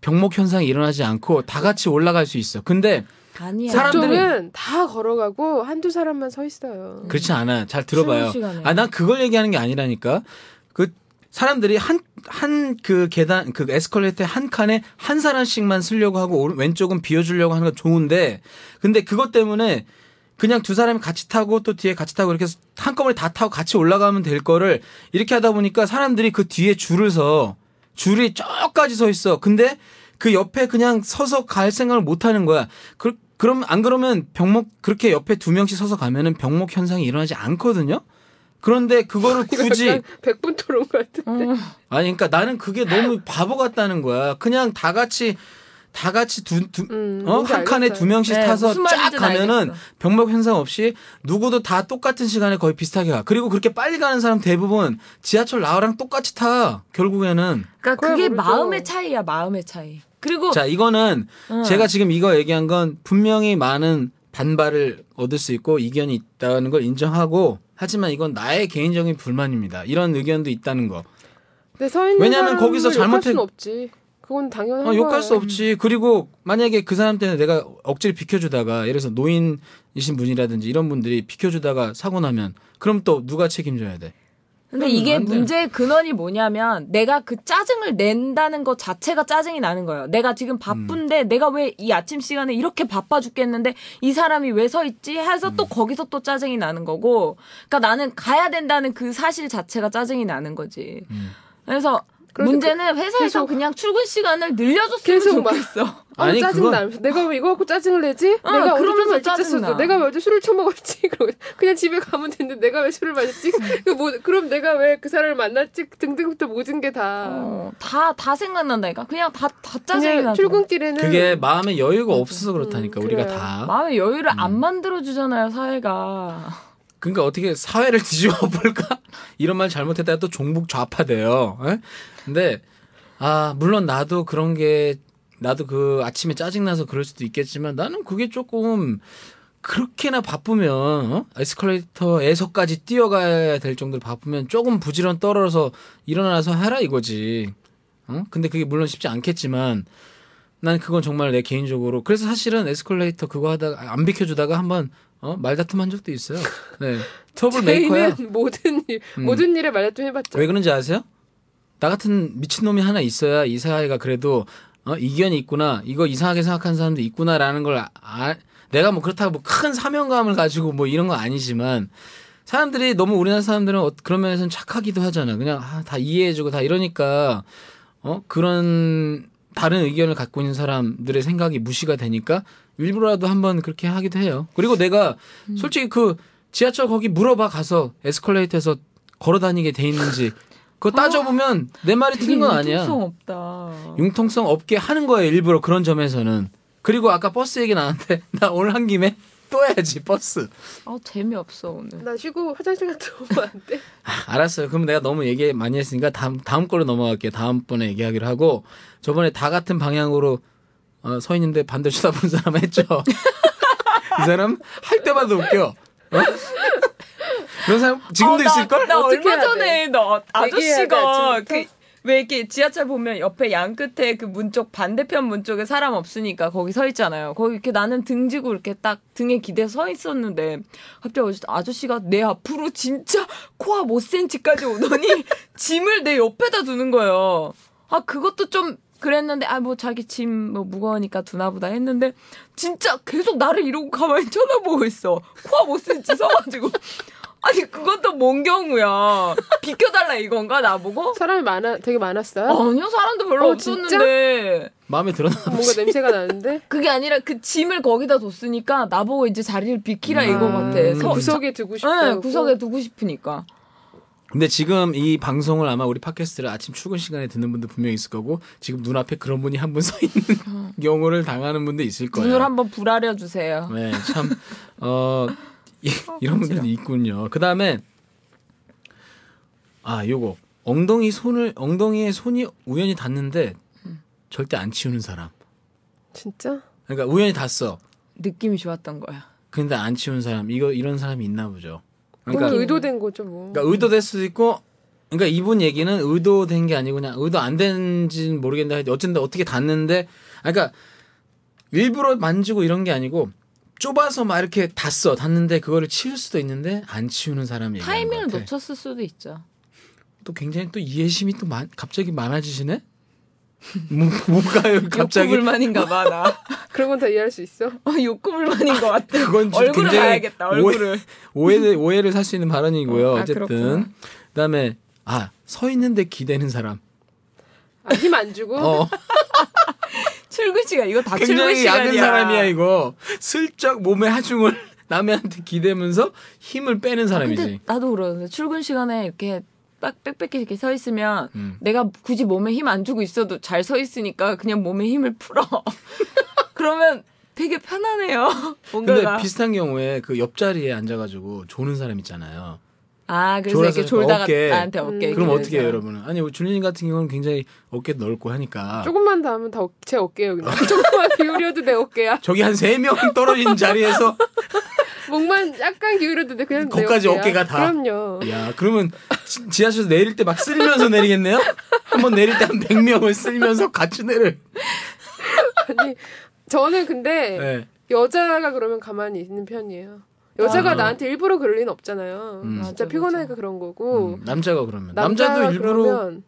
Speaker 2: 병목 현상이 일어나지 않고 다 같이 올라갈 수 있어. 근데
Speaker 3: 아니야.
Speaker 2: 사람들이-
Speaker 4: 보통은 다 걸어가고 한두 사람만 서 있어요.
Speaker 2: 그렇지 않아. 잘 들어봐요.
Speaker 3: 출근 음. 시간에.
Speaker 2: 아, 난 그걸 얘기하는 게 아니라니까. 그 사람들이 한 한 그 계단 그 에스컬레이터 한 칸에 한 사람씩만 쓰려고 하고 오른- 왼쪽은 비워주려고 하는 건 좋은데 근데 그것 때문에 그냥 두 사람이 같이 타고 또 뒤에 같이 타고 이렇게 해서 한꺼번에 다 타고 같이 올라가면 될 거를 이렇게 하다 보니까 사람들이 그 뒤에 줄을 서 줄이 저까지 서 있어. 근데 그 옆에 그냥 서서 갈 생각을 못 하는 거야. 그, 그럼 안 그러면 병목 그렇게 옆에 두 명씩 서서 가면은 병목 현상이 일어나지 않거든요. 그런데 그거를
Speaker 4: 아, 이거
Speaker 2: 굳이
Speaker 4: 약간 백분 토론 같은.
Speaker 2: 아니 그러니까 나는 그게 너무 바보 같다는 거야. 그냥 다 같이 다 같이 두, 두
Speaker 4: 음,
Speaker 2: 어?
Speaker 4: 뭔지
Speaker 2: 한 칸에
Speaker 4: 알겠어요.
Speaker 2: 두 명씩
Speaker 3: 네,
Speaker 2: 타서
Speaker 3: 무슨
Speaker 2: 쫙
Speaker 3: 말인지는
Speaker 2: 가면은
Speaker 3: 알겠어.
Speaker 2: 병목 현상 없이 누구도 다 똑같은 시간에 거의 비슷하게 가. 그리고 그렇게 빨리 가는 사람 대부분 지하철 나와랑 똑같이 타. 결국에는
Speaker 3: 그러니까
Speaker 4: 그래,
Speaker 3: 그게
Speaker 4: 모르죠.
Speaker 3: 마음의 차이야 마음의 차이. 그리고
Speaker 2: 자 이거는
Speaker 3: 어.
Speaker 2: 제가 지금 이거 얘기한 건 분명히 많은 반발을 얻을 수 있고 이견이 있다는 걸 인정하고 하지만 이건 나의 개인적인 불만입니다. 이런 의견도 있다는 거.
Speaker 4: 근데 서 있는
Speaker 2: 왜냐면
Speaker 4: 사람을
Speaker 2: 거기서
Speaker 4: 욕할
Speaker 2: 잘못해-
Speaker 4: 수는 없지. 그건 당연한
Speaker 2: 어,
Speaker 4: 거야.
Speaker 2: 욕할 수 없지. 그리고 만약에 그 사람 때문에 내가 억지로 비켜주다가 예를 들어서 노인이신 분이라든지 이런 분들이 비켜주다가 사고 나면 그럼 또 누가 책임져야 돼?
Speaker 3: 근데
Speaker 2: 그러면
Speaker 3: 이게
Speaker 2: 안 돼.
Speaker 3: 문제의 근원이 뭐냐면 내가 그 짜증을 낸다는 것 자체가 짜증이 나는 거예요. 내가 지금 바쁜데
Speaker 2: 음.
Speaker 3: 내가 왜 이 아침 시간에 이렇게 바빠 죽겠는데 이 사람이 왜 서 있지? 해서
Speaker 2: 음.
Speaker 3: 또 거기서 또 짜증이 나는 거고. 그러니까 나는 가야 된다는 그 사실 자체가 짜증이 나는 거지.
Speaker 2: 음.
Speaker 3: 그래서
Speaker 4: 그래서
Speaker 3: 문제는 회사에서
Speaker 4: 계속-
Speaker 3: 그냥 출근 시간을 늘려줬으면
Speaker 4: 계속 막-
Speaker 3: 좋겠어.
Speaker 4: 아
Speaker 2: 아니, 아,
Speaker 4: 짜증 나. 내가 왜 이거 갖고 짜증을 내지?
Speaker 3: 어,
Speaker 4: 내가 어제
Speaker 3: 그러면서
Speaker 4: 좀 일찍
Speaker 3: 짜증 나.
Speaker 4: 잤어. 내가 왜 어제 술을 처먹었지? 그러고 그냥 집에 가면 되는데 내가 왜 술을 마셨지?
Speaker 2: 음.
Speaker 4: 그 뭐, 그럼 내가 왜 그 사람을 만났지? 등등부터 모든 게 다.
Speaker 3: 어, 다, 다 생각난다니까. 그냥 다, 다 짜증이
Speaker 4: 아. 그냥
Speaker 3: 나죠.
Speaker 4: 출근길에는
Speaker 2: 그게 마음의 여유가 없어서 그렇다니까
Speaker 4: 음,
Speaker 2: 우리가
Speaker 4: 그래요.
Speaker 2: 다.
Speaker 3: 마음의 여유를 안 만들어주잖아요, 사회가.
Speaker 2: 그러니까 어떻게 사회를 뒤집어 볼까? 이런 말 잘못했다가 또 종북 좌파돼요. 예? 근데 아 물론 나도 그런 게 나도 그 아침에 짜증 나서 그럴 수도 있겠지만 나는 그게 조금 그렇게나 바쁘면 어? 에스컬레이터에서까지 뛰어가야 될 정도로 바쁘면 조금 부지런 떨어져서 일어나서 하라 이거지. 어? 근데 그게 물론 쉽지 않겠지만 난 그건 정말 내 개인적으로 그래서 사실은 에스컬레이터 그거 하다가 안 비켜주다가 한번 어? 말다툼 한 적도 있어요. 네. 트러블 메이커야.
Speaker 4: 저희는 모든 일
Speaker 2: 음.
Speaker 4: 모든 일에 말좀 해봤죠.
Speaker 2: 왜 그런지 아세요? 나 같은 미친놈이 하나 있어야 이 사회가 그래도 어, 이견이 있구나 이거 이상하게 생각하는 사람도 있구나라는 걸 아- 아- 내가 뭐 그렇다고 뭐 큰 사명감을 가지고 뭐 이런 건 아니지만 사람들이 너무 우리나라 사람들은 어- 그런 면에서는 착하기도 하잖아 그냥 아, 다 이해해주고 다 이러니까 어 그런 다른 의견을 갖고 있는 사람들의 생각이 무시가 되니까 일부러라도 한번 그렇게 하기도 해요 그리고 내가
Speaker 3: 음.
Speaker 2: 솔직히 그 지하철 거기 물어봐 가서 에스컬레이터에서 걸어 다니게 돼 있는지 그거 따져보면 내 말이 틀린 건 아니야.
Speaker 3: 아. 융통성 없다.
Speaker 2: 융통성 없게 하는 거예요 일부러 그런 점에서는 그리고 아까 버스 얘기 나왔는데 나 오늘 한 김에 또 해야지 버스
Speaker 3: 아, 재미없어, 오늘.
Speaker 4: 나 쉬고 화장실 갔다 오면 안 돼?
Speaker 2: 아, 알았어요 그럼 내가 너무 얘기 많이 했으니까 다음 다음 걸로 넘어갈게요 다음번에 얘기하기로 하고 저번에 다 같은 방향으로 어, 서 있는데 반대 쳐다본 사람 했죠 이 사람 할 때마다 웃겨 어? 그런 사람 지금도
Speaker 3: 어, 나-
Speaker 2: 있을걸
Speaker 3: 나
Speaker 4: 어떻게
Speaker 3: 얼마
Speaker 4: 해야
Speaker 3: 전에 나
Speaker 4: 얘기해야
Speaker 3: 아저씨가
Speaker 4: 돼, 지금부터?
Speaker 3: 그 왜 이렇게 지하철 보면 옆에 양 끝에 그 문 쪽 반대편 문 쪽에 사람 없으니까 거기 서 있잖아요. 거기 이렇게 나는 등지고 이렇게 딱 등에 기대 서 있었는데 갑자기 어제 아저씨가 내 앞으로 진짜 코앞 5cm까지 오더니 짐을 내 옆에다 두는 거예요. 아 그것도 좀 그랬는데 아 뭐 자기 짐 뭐 무거우니까 두나보다 했는데 진짜 계속 나를 이러고 가만히 쳐다보고 있어. 코앞 5cm 서가지고. 아니 그것도 뭔 경우야. 비켜달라 이건가 나보고?
Speaker 4: 사람이 많아 되게 많았어요.
Speaker 3: 아니요 사람도 별로
Speaker 4: 어, 진짜?
Speaker 3: 없었는데
Speaker 2: 마음에 들었나
Speaker 4: 뭔가 냄새가 나는데
Speaker 3: 그게 아니라 그 짐을 거기다 뒀으니까 나보고 이제 자리를 비키라
Speaker 2: 음.
Speaker 3: 이거
Speaker 2: 네,
Speaker 3: 같아.
Speaker 4: 그
Speaker 3: 서-
Speaker 4: 구석에 두고
Speaker 3: 네,
Speaker 4: 싶다.
Speaker 3: 구석에 두고 싶으니까.
Speaker 2: 근데 지금 이 방송을 아마 우리 팟캐스트를 아침 출근 시간에 듣는 분도 분명히 있을 거고 지금 눈앞에 그런 분이 한 분 서
Speaker 3: 음.
Speaker 2: 있는 경우를 당하는 분도 있을 거예요.
Speaker 3: 눈을 한번 불아려 주세요.
Speaker 2: 네, 참 어, 이, 이런 분들이 있군요. 그다음에 아, 요거 엉덩이 손을 엉덩이에 손이 우연히 닿는데 절대 안 치우는 사람.
Speaker 4: 진짜?
Speaker 2: 그러니까 우연히 닿았어.
Speaker 3: 느낌이 좋았던 거야.
Speaker 2: 근데 안 치우는 사람. 이거 이런 사람이 있나 보죠.
Speaker 4: 그건 의도된 거죠 뭐.
Speaker 2: 그러니까 의도될 수도 있고 그러니까 이분 얘기는 의도된 게 아니고 그냥 의도 안 된지는 모르겠는데 어쨌든 어떻게 닿는데 아 그러니까 일부러 만지고 이런 게 아니고 좁아서 막 이렇게 닿았어 닿는데 그거를 치울 수도 있는데 안 치우는 사람이
Speaker 3: 타이밍을 놓쳤을 수도 있죠.
Speaker 2: 또 굉장히 또 이해심이 또 많- 갑자기 많아지시네 뭐, 뭔가요 갑자기
Speaker 3: 그 욕구불만인가 봐 나.
Speaker 4: 그런 건 다 이해할 수 있어.
Speaker 3: 어, 욕구불만인 것 같아.
Speaker 2: 그건 좀
Speaker 3: 얼굴을
Speaker 2: 굉장히
Speaker 3: 봐야겠다. 얼굴을.
Speaker 2: 오해, 오해를 오해를 살 수 있는 발언이고요
Speaker 3: 어, 아, 그렇구나.
Speaker 2: 어쨌든 그다음에 아 서 있는데 기대는 사람
Speaker 4: 아, 힘안 주고
Speaker 2: 어
Speaker 3: 출근 시간 이거 다 출근
Speaker 2: 굉장히
Speaker 3: 시간이야.
Speaker 2: 약은 사람이야 이거 슬쩍 몸의 하중을 남한테 기대면서 힘을 빼는
Speaker 3: 아,
Speaker 2: 사람이지
Speaker 3: 근데 나도 그러는데 출근 시간에 이렇게 빡 빽빽히 이렇게 서 있으면
Speaker 2: 음.
Speaker 3: 내가 굳이 몸에 힘 안 주고 있어도 잘 서 있으니까 그냥 몸에 힘을 풀어. 그러면 되게 편하네요.
Speaker 2: 근데
Speaker 3: 뭔가가.
Speaker 2: 비슷한 경우에 그 옆자리에 앉아가지고 조는 사람 있잖아요
Speaker 3: 아 그래서
Speaker 2: 졸아서
Speaker 3: 이렇게 졸다가
Speaker 2: 어깨.
Speaker 3: 나한테 어깨.
Speaker 4: 음.
Speaker 2: 그럼
Speaker 3: 이렇게
Speaker 2: 어떻게 해요
Speaker 3: 해서.
Speaker 2: 여러분은 아니 우리 줄리님 같은 경우는 굉장히 어깨 넓고 하니까
Speaker 4: 조금만 더 하면 다 제 어깨예요 그냥. 조금만 기울여도 내 어깨야.
Speaker 2: 저기 한 세 명 떨어진 자리에서
Speaker 4: 목만 약간 기울여도 돼 그냥 내
Speaker 2: 거기까지
Speaker 4: 어깨야.
Speaker 2: 어깨가 다.
Speaker 4: 그럼요.
Speaker 2: 야 그러면 지- 지하철에서 내릴 때 막 쓸면서 내리겠네요 한번 내릴 때 한 100명을 쓸면서 같이 내려
Speaker 4: 아니 저는 근데
Speaker 2: 네.
Speaker 4: 여자가 그러면 가만히 있는 편이에요. 여자가
Speaker 2: 아.
Speaker 4: 나한테 일부러 그럴 리는 없잖아요.
Speaker 2: 음.
Speaker 3: 맞아,
Speaker 4: 진짜
Speaker 3: 맞아.
Speaker 4: 피곤하니까 그런 거고.
Speaker 2: 음, 남자가 그러면
Speaker 4: 남자가
Speaker 2: 남자도 일부러
Speaker 4: 그러면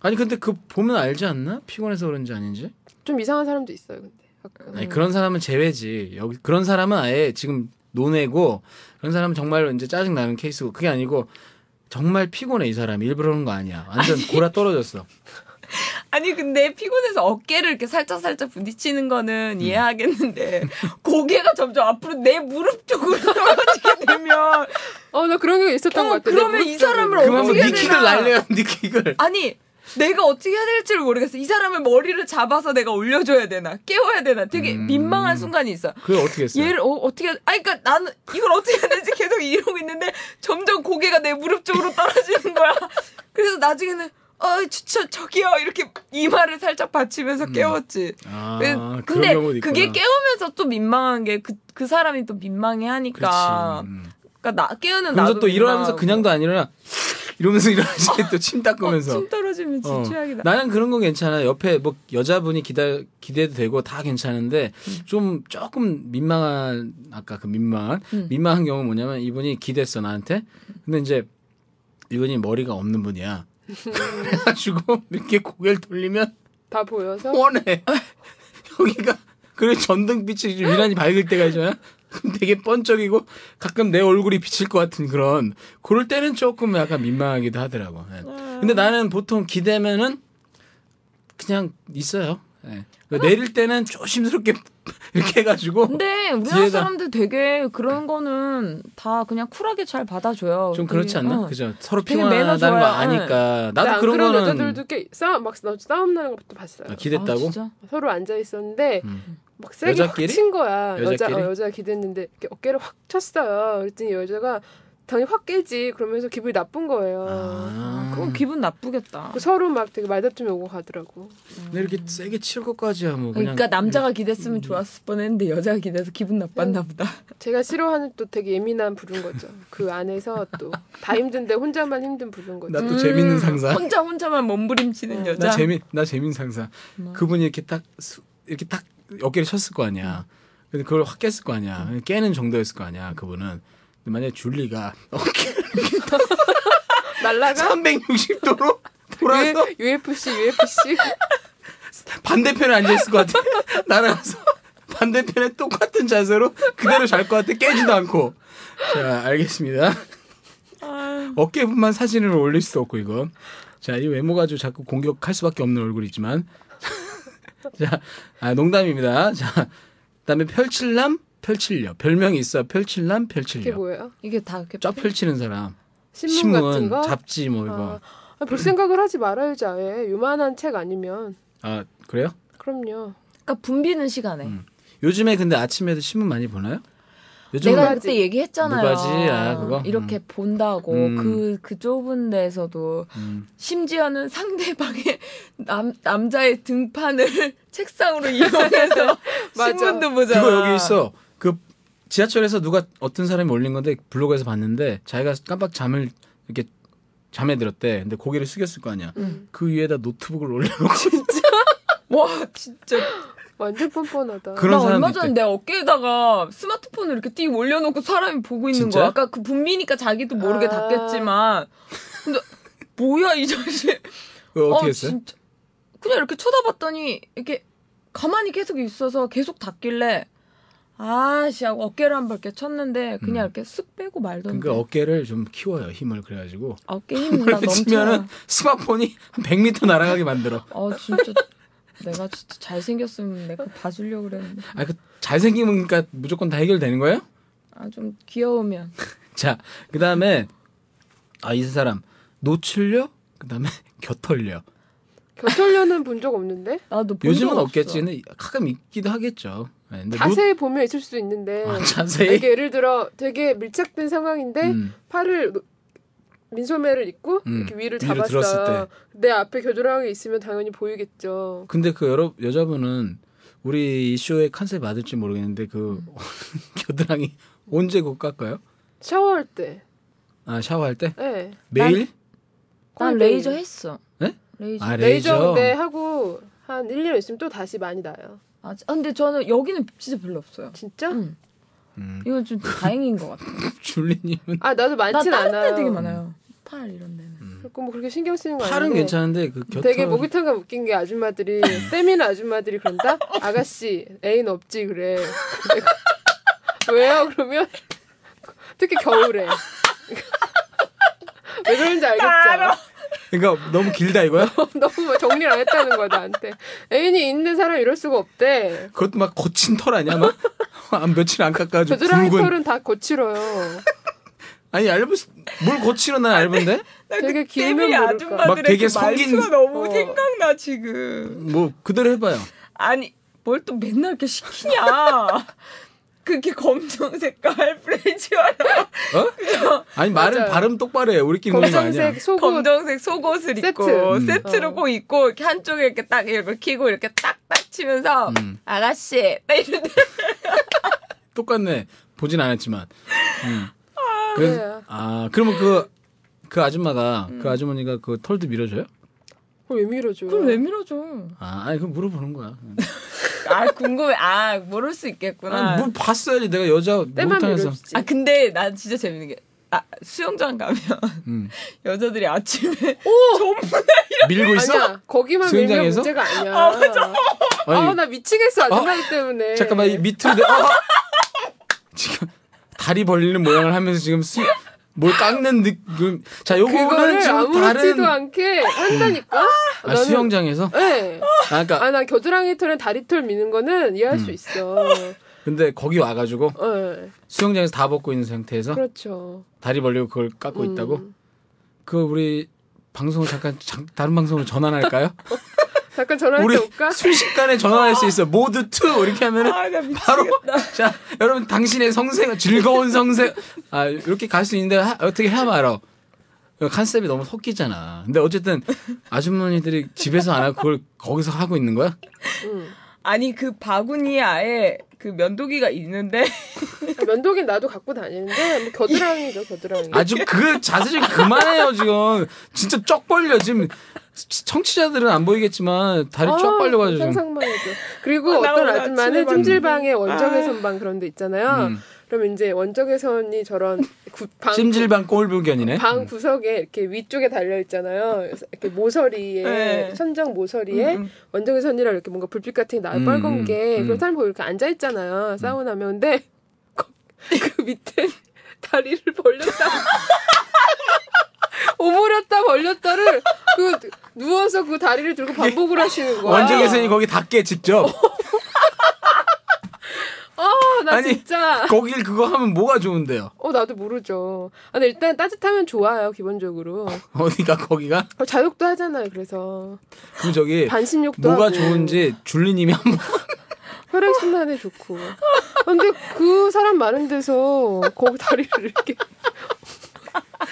Speaker 2: 아니 근데 그 보면 알지 않나? 피곤해서 그런지 아닌지.
Speaker 4: 좀 이상한 사람도 있어요. 근데 가끔.
Speaker 3: 음.
Speaker 2: 아니 그런 사람은 제외지. 여기 그런 사람은 아예 지금 논외고 그런 사람은 정말로 이제 짜증 나는 케이스고 그게 아니고 정말 피곤해 이 사람이 일부러 그런 거 아니야. 완전 골아 떨어졌어.
Speaker 3: 아니 근데 피곤해서 어깨를 이렇게 살짝 살짝 부딪히는
Speaker 2: 음.
Speaker 3: 거는 이해하겠는데 고개가 점점 앞으로 내 무릎 쪽으로 떨어지게 되면
Speaker 4: 어, 나 그런 경우 있었던
Speaker 3: 어,
Speaker 4: 것 같아.
Speaker 3: 그러면
Speaker 4: 내
Speaker 3: 이
Speaker 4: 무릎
Speaker 3: 사람을
Speaker 4: 쪽으로.
Speaker 2: 그럼 한번
Speaker 3: 어떻게 해야
Speaker 2: 니킥을
Speaker 3: 되나?
Speaker 2: 날려요 니킥을.
Speaker 3: 아니 내가 어떻게 해야 될지를 모르겠어. 이 사람의 머리를 잡아서 내가 올려줘야 되나 깨워야 되나 되게
Speaker 2: 음.
Speaker 3: 민망한 순간이 있어.
Speaker 2: 그게 어떻게 했어요?
Speaker 3: 얘를 어, 어떻게 아 그러니까 나는 이걸 어떻게 해야 될지 계속 이러고 있는데 점점 고개가 내 무릎 쪽으로 떨어지는 거야. 그래서 나중에는 어, 저, 저기요 이렇게 이마를 살짝 받치면서 깨웠지.
Speaker 2: 음. 아,
Speaker 3: 그-
Speaker 2: 그런 경우도
Speaker 3: 근데
Speaker 2: 있구나.
Speaker 3: 그게 깨우면서 또 민망한 게 그 그 사람이 또 민망해 하니까.
Speaker 2: 그렇지. 음.
Speaker 3: 그러니까 나 깨우는
Speaker 2: 그러면서
Speaker 3: 나도
Speaker 2: 또 일어나면서
Speaker 3: 민망하고.
Speaker 2: 그냥도 안 일어나 이러면서 일어나지 또 침 닦으면서
Speaker 3: 침 떨어지면
Speaker 2: 어.
Speaker 3: 진짜 최악이다.
Speaker 2: 나는 그런 건 괜찮아. 옆에 뭐 여자분이 기다 기대도 되고 다 괜찮은데
Speaker 3: 음.
Speaker 2: 좀 조금 민망한 아까 그 민망한
Speaker 3: 음.
Speaker 2: 민망한 경우 는 뭐냐면 이분이 기댔어 나한테. 근데 이제 이분이 머리가 없는 분이야. 그래가지고 이렇게 고개를 돌리면
Speaker 4: 다
Speaker 3: 어,
Speaker 4: 보여서
Speaker 2: 원해. 여기가 그래 전등빛이 좀 유난히 밝을 때가 있잖아. 그럼 되게 번쩍이고 가끔 내 얼굴이 비칠 것 같은 그런 그럴 때는 조금 약간 민망하기도 하더라고.
Speaker 3: 네.
Speaker 2: 예. 근데 나는 보통 기대면은 그냥 있어요. 예. 내릴 때는 조심스럽게 이렇게 해가지고
Speaker 3: 근데 우리나라
Speaker 2: 뒤에다-
Speaker 3: 사람들 되게 그런 거는 다 그냥 쿨하게 잘 받아줘요.
Speaker 2: 좀
Speaker 3: 되게,
Speaker 2: 그렇지 않나?
Speaker 3: 어.
Speaker 2: 그죠? 서로
Speaker 3: 되게 매너
Speaker 2: 피곤하다는 거
Speaker 3: 좋아요. 네.
Speaker 2: 아니까 나도
Speaker 4: 근데 그러니까 안
Speaker 2: 그런 거는
Speaker 4: 여자들도 꽤 싸움 막 나- 싸움 나는 것도 봤어요.
Speaker 2: 아,
Speaker 3: 아,
Speaker 2: 기댔다고.
Speaker 3: 진짜?
Speaker 4: 서로 앉아 있었는데
Speaker 2: 음.
Speaker 4: 막 세게
Speaker 2: 여자끼리?
Speaker 4: 확친 거야. 여자
Speaker 2: 여자끼리?
Speaker 4: 어, 여자 기댔는데 이렇게 어깨를 확 쳤어요. 그랬더니 여자가 당연히 확 깨지 그러면서 기분이 나쁜 거예요.
Speaker 2: 아.
Speaker 3: 어, 그건 기분 나쁘겠다.
Speaker 4: 그 서로 막 되게 말다툼이 오고 가더라고.
Speaker 2: 근데 이렇게 세게 칠 것까지야 뭐 그냥
Speaker 3: 그러니까 남자가 기댔으면 좋았을 뻔했는데 여자가 기대서 기분 나빴나 보다.
Speaker 4: 제가 싫어하는 또 되게 예민한 부른 거죠. 그 안에서 또 다 힘든데 혼자만 힘든 부른
Speaker 2: 음.
Speaker 4: 거죠.
Speaker 2: 나또
Speaker 3: 음.
Speaker 2: 재밌는 상사.
Speaker 3: 혼자 혼자만 몸부림치는 여자.
Speaker 2: 나 재민 나 재민 상사. 그분이 이렇게 딱 수- 이렇게 딱 어깨를 쳤을 거 아니야. 근데 그걸 확 깼을 거 아니야. 깨는 정도였을 거 아니야. 그분은. 근데 만약에 줄리가 어깨
Speaker 4: 날라가
Speaker 2: 360도로 돌아서
Speaker 4: U- UFC UFC
Speaker 2: 반대편에 앉아 있을 것 같아. 날아가서 반대편에 똑같은 자세로 그대로 잘 것 같아. 깨지도 않고. 자, 알겠습니다. 어깨분만 사진을 올릴 수도 없고 이건. 자, 이 외모가 아주 자꾸 공격할 수밖에 없는 얼굴이지만. 자, 아, 농담입니다. 자, 그다음에 펼칠남, 펼칠녀. 별명이 있어. 펼칠남,
Speaker 4: 이게
Speaker 2: 펼칠녀.
Speaker 4: 뭐예요?
Speaker 3: 이게 다 이렇게
Speaker 2: 쫙 펼치는 사람.
Speaker 4: 신문, 같은 거?
Speaker 2: 잡지 뭐 이거.
Speaker 4: 아, 볼 생각을 하지 말아야지 아예 요만한 책 아니면
Speaker 2: 아, 그래요?
Speaker 4: 그럼요.
Speaker 3: 그러니까 붐비는 시간에.
Speaker 2: 음. 요즘에 근데 아침에도 신문 많이 보나요? 요즘
Speaker 3: 내가
Speaker 4: 누가지?
Speaker 3: 그때 얘기했잖아요.
Speaker 2: 누가지? 아, 그거?
Speaker 3: 이렇게 본다고
Speaker 2: 음.
Speaker 3: 그 그 좁은 데서도
Speaker 2: 음.
Speaker 3: 심지어는 상대방의 남 남자의 등판을 책상으로 이용해서
Speaker 4: 맞아.
Speaker 3: 신문도 보잖아.
Speaker 2: 그거 여기 있어. 그 지하철에서 누가 어떤 사람이 올린 건데 블로그에서 봤는데 자기가 깜빡 잠을 이렇게 잠에 들었대. 근데 고개를 숙였을 거 아니야.
Speaker 3: 음.
Speaker 2: 그 위에다 노트북을 올려놓고
Speaker 3: 어, 와 진짜.
Speaker 4: 완전 뻔뻔하다.
Speaker 2: 그런
Speaker 3: 나 얼마
Speaker 2: 사람도
Speaker 3: 전에 내 어깨에다가 스마트폰을 이렇게 띠 올려놓고 사람이 보고 있는
Speaker 2: 진짜?
Speaker 3: 거야. 아까 그 분비니까 자기도 모르게
Speaker 4: 아.
Speaker 3: 닫겠지만. 근데 뭐야 이 자식.
Speaker 2: 그거 어떻게
Speaker 3: 어,
Speaker 2: 했어요?
Speaker 3: 진짜. 그냥 이렇게 쳐다봤더니 이렇게 가만히 계속 있어서 계속 닿길래 아씨 하고 어깨를 한번 이렇게 쳤는데 그냥 이렇게 쓱 빼고 말던데
Speaker 2: 음. 그러니까 어깨를 좀 키워요 힘을 그래가지고
Speaker 3: 어... 깨 힘나
Speaker 2: 그렇게 치면은
Speaker 3: 넘치면
Speaker 2: 스마폰이 한 100m 날아가게 만들어.
Speaker 3: 어 진짜 내가 진짜 잘생겼으면 내가 봐주려고 그랬는데
Speaker 2: 아 그 잘생기면 그러니까 무조건 다 해결되는 거예요?
Speaker 3: 아 좀 귀여우면
Speaker 2: 자, 그 다음에, 아, 이 사람, 노출려? 그 다음에, 겨털려.
Speaker 4: 겨털려는 본 적
Speaker 2: 네,
Speaker 4: 없는데
Speaker 3: 나도 본적
Speaker 2: 요즘은
Speaker 3: 없어.
Speaker 2: 없겠지. 근데 가끔 있기도 하겠죠. 네, 근데 노-
Speaker 4: 자세히 보면 있을 수도 있는데
Speaker 2: 아, 자세히.
Speaker 4: 이게 예를 들어 되게 밀착된 상황인데
Speaker 2: 음.
Speaker 4: 팔을 노- 민소매를 입고
Speaker 2: 음,
Speaker 4: 이렇게 위를
Speaker 2: 위로 들었을
Speaker 4: 잡았어요. 내 앞에 겨드랑이 있으면 당연히 보이겠죠.
Speaker 2: 근데 그 여러, 여자분은 우리 이 쇼의 컨셉 맞을지 모르겠는데 그
Speaker 4: 음.
Speaker 2: 겨드랑이 언제 곧 깎아요?
Speaker 4: 샤워할 때,
Speaker 2: 아, 샤워할 때?
Speaker 4: 예,
Speaker 2: 매일?
Speaker 3: 난
Speaker 4: 콜베이.
Speaker 3: 레이저 했어
Speaker 2: 네?
Speaker 3: 레이저
Speaker 2: 아, 레이저.
Speaker 4: 레이저인데 하고 한 1년 있으면 또 다시 많이 나요.
Speaker 3: 아, 지- 아, 근데 저는 여기는 진짜 별로 없어요
Speaker 4: 진짜?
Speaker 3: 응.
Speaker 2: 음.
Speaker 3: 이건 좀 다행인 것 같아요.
Speaker 2: 줄리님은
Speaker 4: 아 나도
Speaker 3: 나
Speaker 4: 많진
Speaker 3: 다른 데
Speaker 4: 않아요. 음.
Speaker 3: 되게 많아요. 팔 이런 데는.
Speaker 4: 그리고 뭐 그렇게 신경 쓰는 거
Speaker 2: 팔은
Speaker 4: 아닌데.
Speaker 2: 괜찮은데 그 곁은
Speaker 4: 되게 목욕탕가 웃긴 게 아줌마들이 세미나 아줌마들이 그런다. 아가씨 애인 없지 그래. 왜요? 그러면 특히 겨울에 왜 그런지 알겠죠.
Speaker 2: 그러니까 너무 길다 이거야?
Speaker 4: 너무 막 정리를 안 했다는 거야 나한테. 애인이 있는 사람 이럴 수가 없대.
Speaker 2: 그것도 막 거친 털 아니야 막? 아, 며칠 안 깎아가지고
Speaker 4: 저드라이
Speaker 2: 굵은
Speaker 4: 털은 다 거칠어요.
Speaker 2: 아니 얇은 뭘 거칠어 난 얇은데?
Speaker 4: 되게
Speaker 3: 그
Speaker 4: 길면
Speaker 3: 데뷔
Speaker 4: 모를까.
Speaker 3: 아줌마들의
Speaker 2: 막 되게
Speaker 3: 그
Speaker 2: 성긴-
Speaker 3: 말투가 너무
Speaker 4: 어.
Speaker 3: 생각나 지금.
Speaker 2: 뭐 그대로 해봐요
Speaker 3: 아니 뭘 또 맨날 이렇게 시키냐. 그게 검정 색깔 브레지어랑
Speaker 2: 어? 아니 말은
Speaker 4: 맞아요.
Speaker 2: 발음 똑바로 해 우리끼리 노는 거 아니야
Speaker 4: 검정색 속옷
Speaker 3: 그 검정색 속옷을
Speaker 4: 세트.
Speaker 3: 입고
Speaker 2: 음.
Speaker 3: 세트로
Speaker 4: 어.
Speaker 3: 꼭 입고 이렇게 한쪽에 이렇게 딱 이렇게 키고 이렇게 딱딱 치면서
Speaker 2: 음.
Speaker 3: 아가씨 나 이런데
Speaker 2: 똑같네 보진 않았지만 음. 그래서,
Speaker 4: 네. 음.
Speaker 2: 아 그러면 그, 그 아줌마가 그 아주머니가 그 털도 밀어줘요?
Speaker 4: 그걸 왜 밀어줘?
Speaker 3: 그걸 왜 밀어줘?
Speaker 2: 아 아니 그럼 물어보는 거야
Speaker 3: 아 궁금해 아 모를 수 있겠구나.
Speaker 2: 아니 뭐 봤어야지 내가 여자
Speaker 4: 때만
Speaker 2: 목욕탕에서
Speaker 4: 밀어주지.
Speaker 3: 아 근데 난 진짜 재밌는 게. 아, 수영장 가면
Speaker 2: 음.
Speaker 3: 여자들이 아침에 전부 다
Speaker 2: 밀고 있어?
Speaker 4: 아니야 거기만 밀면
Speaker 2: 수영장에서?
Speaker 4: 문제가 아니야.
Speaker 3: 아, 맞아.
Speaker 2: 아니,
Speaker 4: 아나 네. 미치겠어 아줌마들 때문에.
Speaker 2: 잠깐만 이 밑으로 내, 어! 지금 다리 벌리는 모양을 하면서 지금 수, 뭘 깎는 느낌 그, 자 요거는
Speaker 4: 그거를
Speaker 2: 지금
Speaker 4: 아무렇지도
Speaker 2: 다른
Speaker 4: 않게 한다니까.
Speaker 2: 아, 수영장에서
Speaker 4: 네.
Speaker 2: 아 그러니까
Speaker 4: 아나 겨드랑이 털은 다리 털 미는 거는 이해할
Speaker 2: 음.
Speaker 4: 수 있어.
Speaker 2: 근데 거기 와가지고
Speaker 4: 네.
Speaker 2: 수영장에서 다 벗고 있는 상태에서
Speaker 4: 그렇죠.
Speaker 2: 다리 벌리고 그걸 깎고
Speaker 4: 음.
Speaker 2: 뭐 있다고 그 우리 방송을 잠깐 장- 다른 방송으로 전환할까요?
Speaker 4: 잠깐 전화할
Speaker 2: 우리
Speaker 4: 때 올까?
Speaker 2: 순식간에 전환할 수 있어 모드 투 이렇게 하면은
Speaker 3: 아, 나 미치겠다.
Speaker 2: 바로 자 여러분 당신의 성생 즐거운 성생 아 이렇게 갈 수 있는데 하- 어떻게 해야 말어 컨셉이 너무 섞이잖아 근데 어쨌든 아주머니들이 집에서 안 하고 그걸 거기서 하고 있는 거야
Speaker 4: 응.
Speaker 3: 아니 그 바구니에 아예 그 면도기가 있는데
Speaker 4: 면도기 나도 갖고 다니는데 뭐 겨드랑이죠 겨드랑이.
Speaker 2: 아주 그 자세 좀 그만해요 지금 진짜 쩍 벌려 지금 청취자들은 안 보이겠지만 다리
Speaker 4: 아,
Speaker 2: 쩍 벌려가지고 지금.
Speaker 4: 상상만 해도. 그리고
Speaker 3: 아, 나
Speaker 4: 어떤
Speaker 3: 오늘 아침에
Speaker 4: 아줌마는
Speaker 3: 봤는데.
Speaker 4: 찜질방에 원적외
Speaker 3: 아.
Speaker 4: 선방 그런 데 있잖아요.
Speaker 2: 음.
Speaker 4: 그럼 이제 원적외 선이 저런 구, 방,
Speaker 2: 찜질방 꼴불견이네
Speaker 4: 방 구석에 이렇게 위쪽에 달려 있잖아요. 그래서 이렇게 모서리에
Speaker 3: 네. 음.
Speaker 4: 천정
Speaker 2: 예?
Speaker 4: 모서리에 원적외 선이라 이렇게 뭔가 불빛 같은 게 나,
Speaker 2: 음,
Speaker 4: 빨간
Speaker 2: 음,
Speaker 4: 게
Speaker 2: 음.
Speaker 4: 그런 사람 보고 이렇게 앉아 있잖아요. 사우나면 근데 거- 그 밑에 다리를 벌렸다. 오므렸다 벌렸다를 그 누워서 그 다리를 들고 반복을 하시는 거야.
Speaker 2: 예. 원정에서는 거기 닿게 직접
Speaker 4: 아나
Speaker 2: 아니.
Speaker 4: 진짜
Speaker 2: 거길 그거 하면 뭐가 좋은데요
Speaker 4: 어 나도 모르죠. 아, 근데 일단 따뜻하면 좋아요 기본적으로.
Speaker 2: 어디가 거기가
Speaker 4: 어, 자욕도 하잖아요. 그래서
Speaker 2: 그럼 저기
Speaker 4: 반신욕도
Speaker 2: 네. 뭐가
Speaker 4: 하고.
Speaker 2: 좋은지 줄리님이 한번
Speaker 4: 혈액 순환에 좋고. 근데 그 사람 많은 데서 거기 다리를 이렇게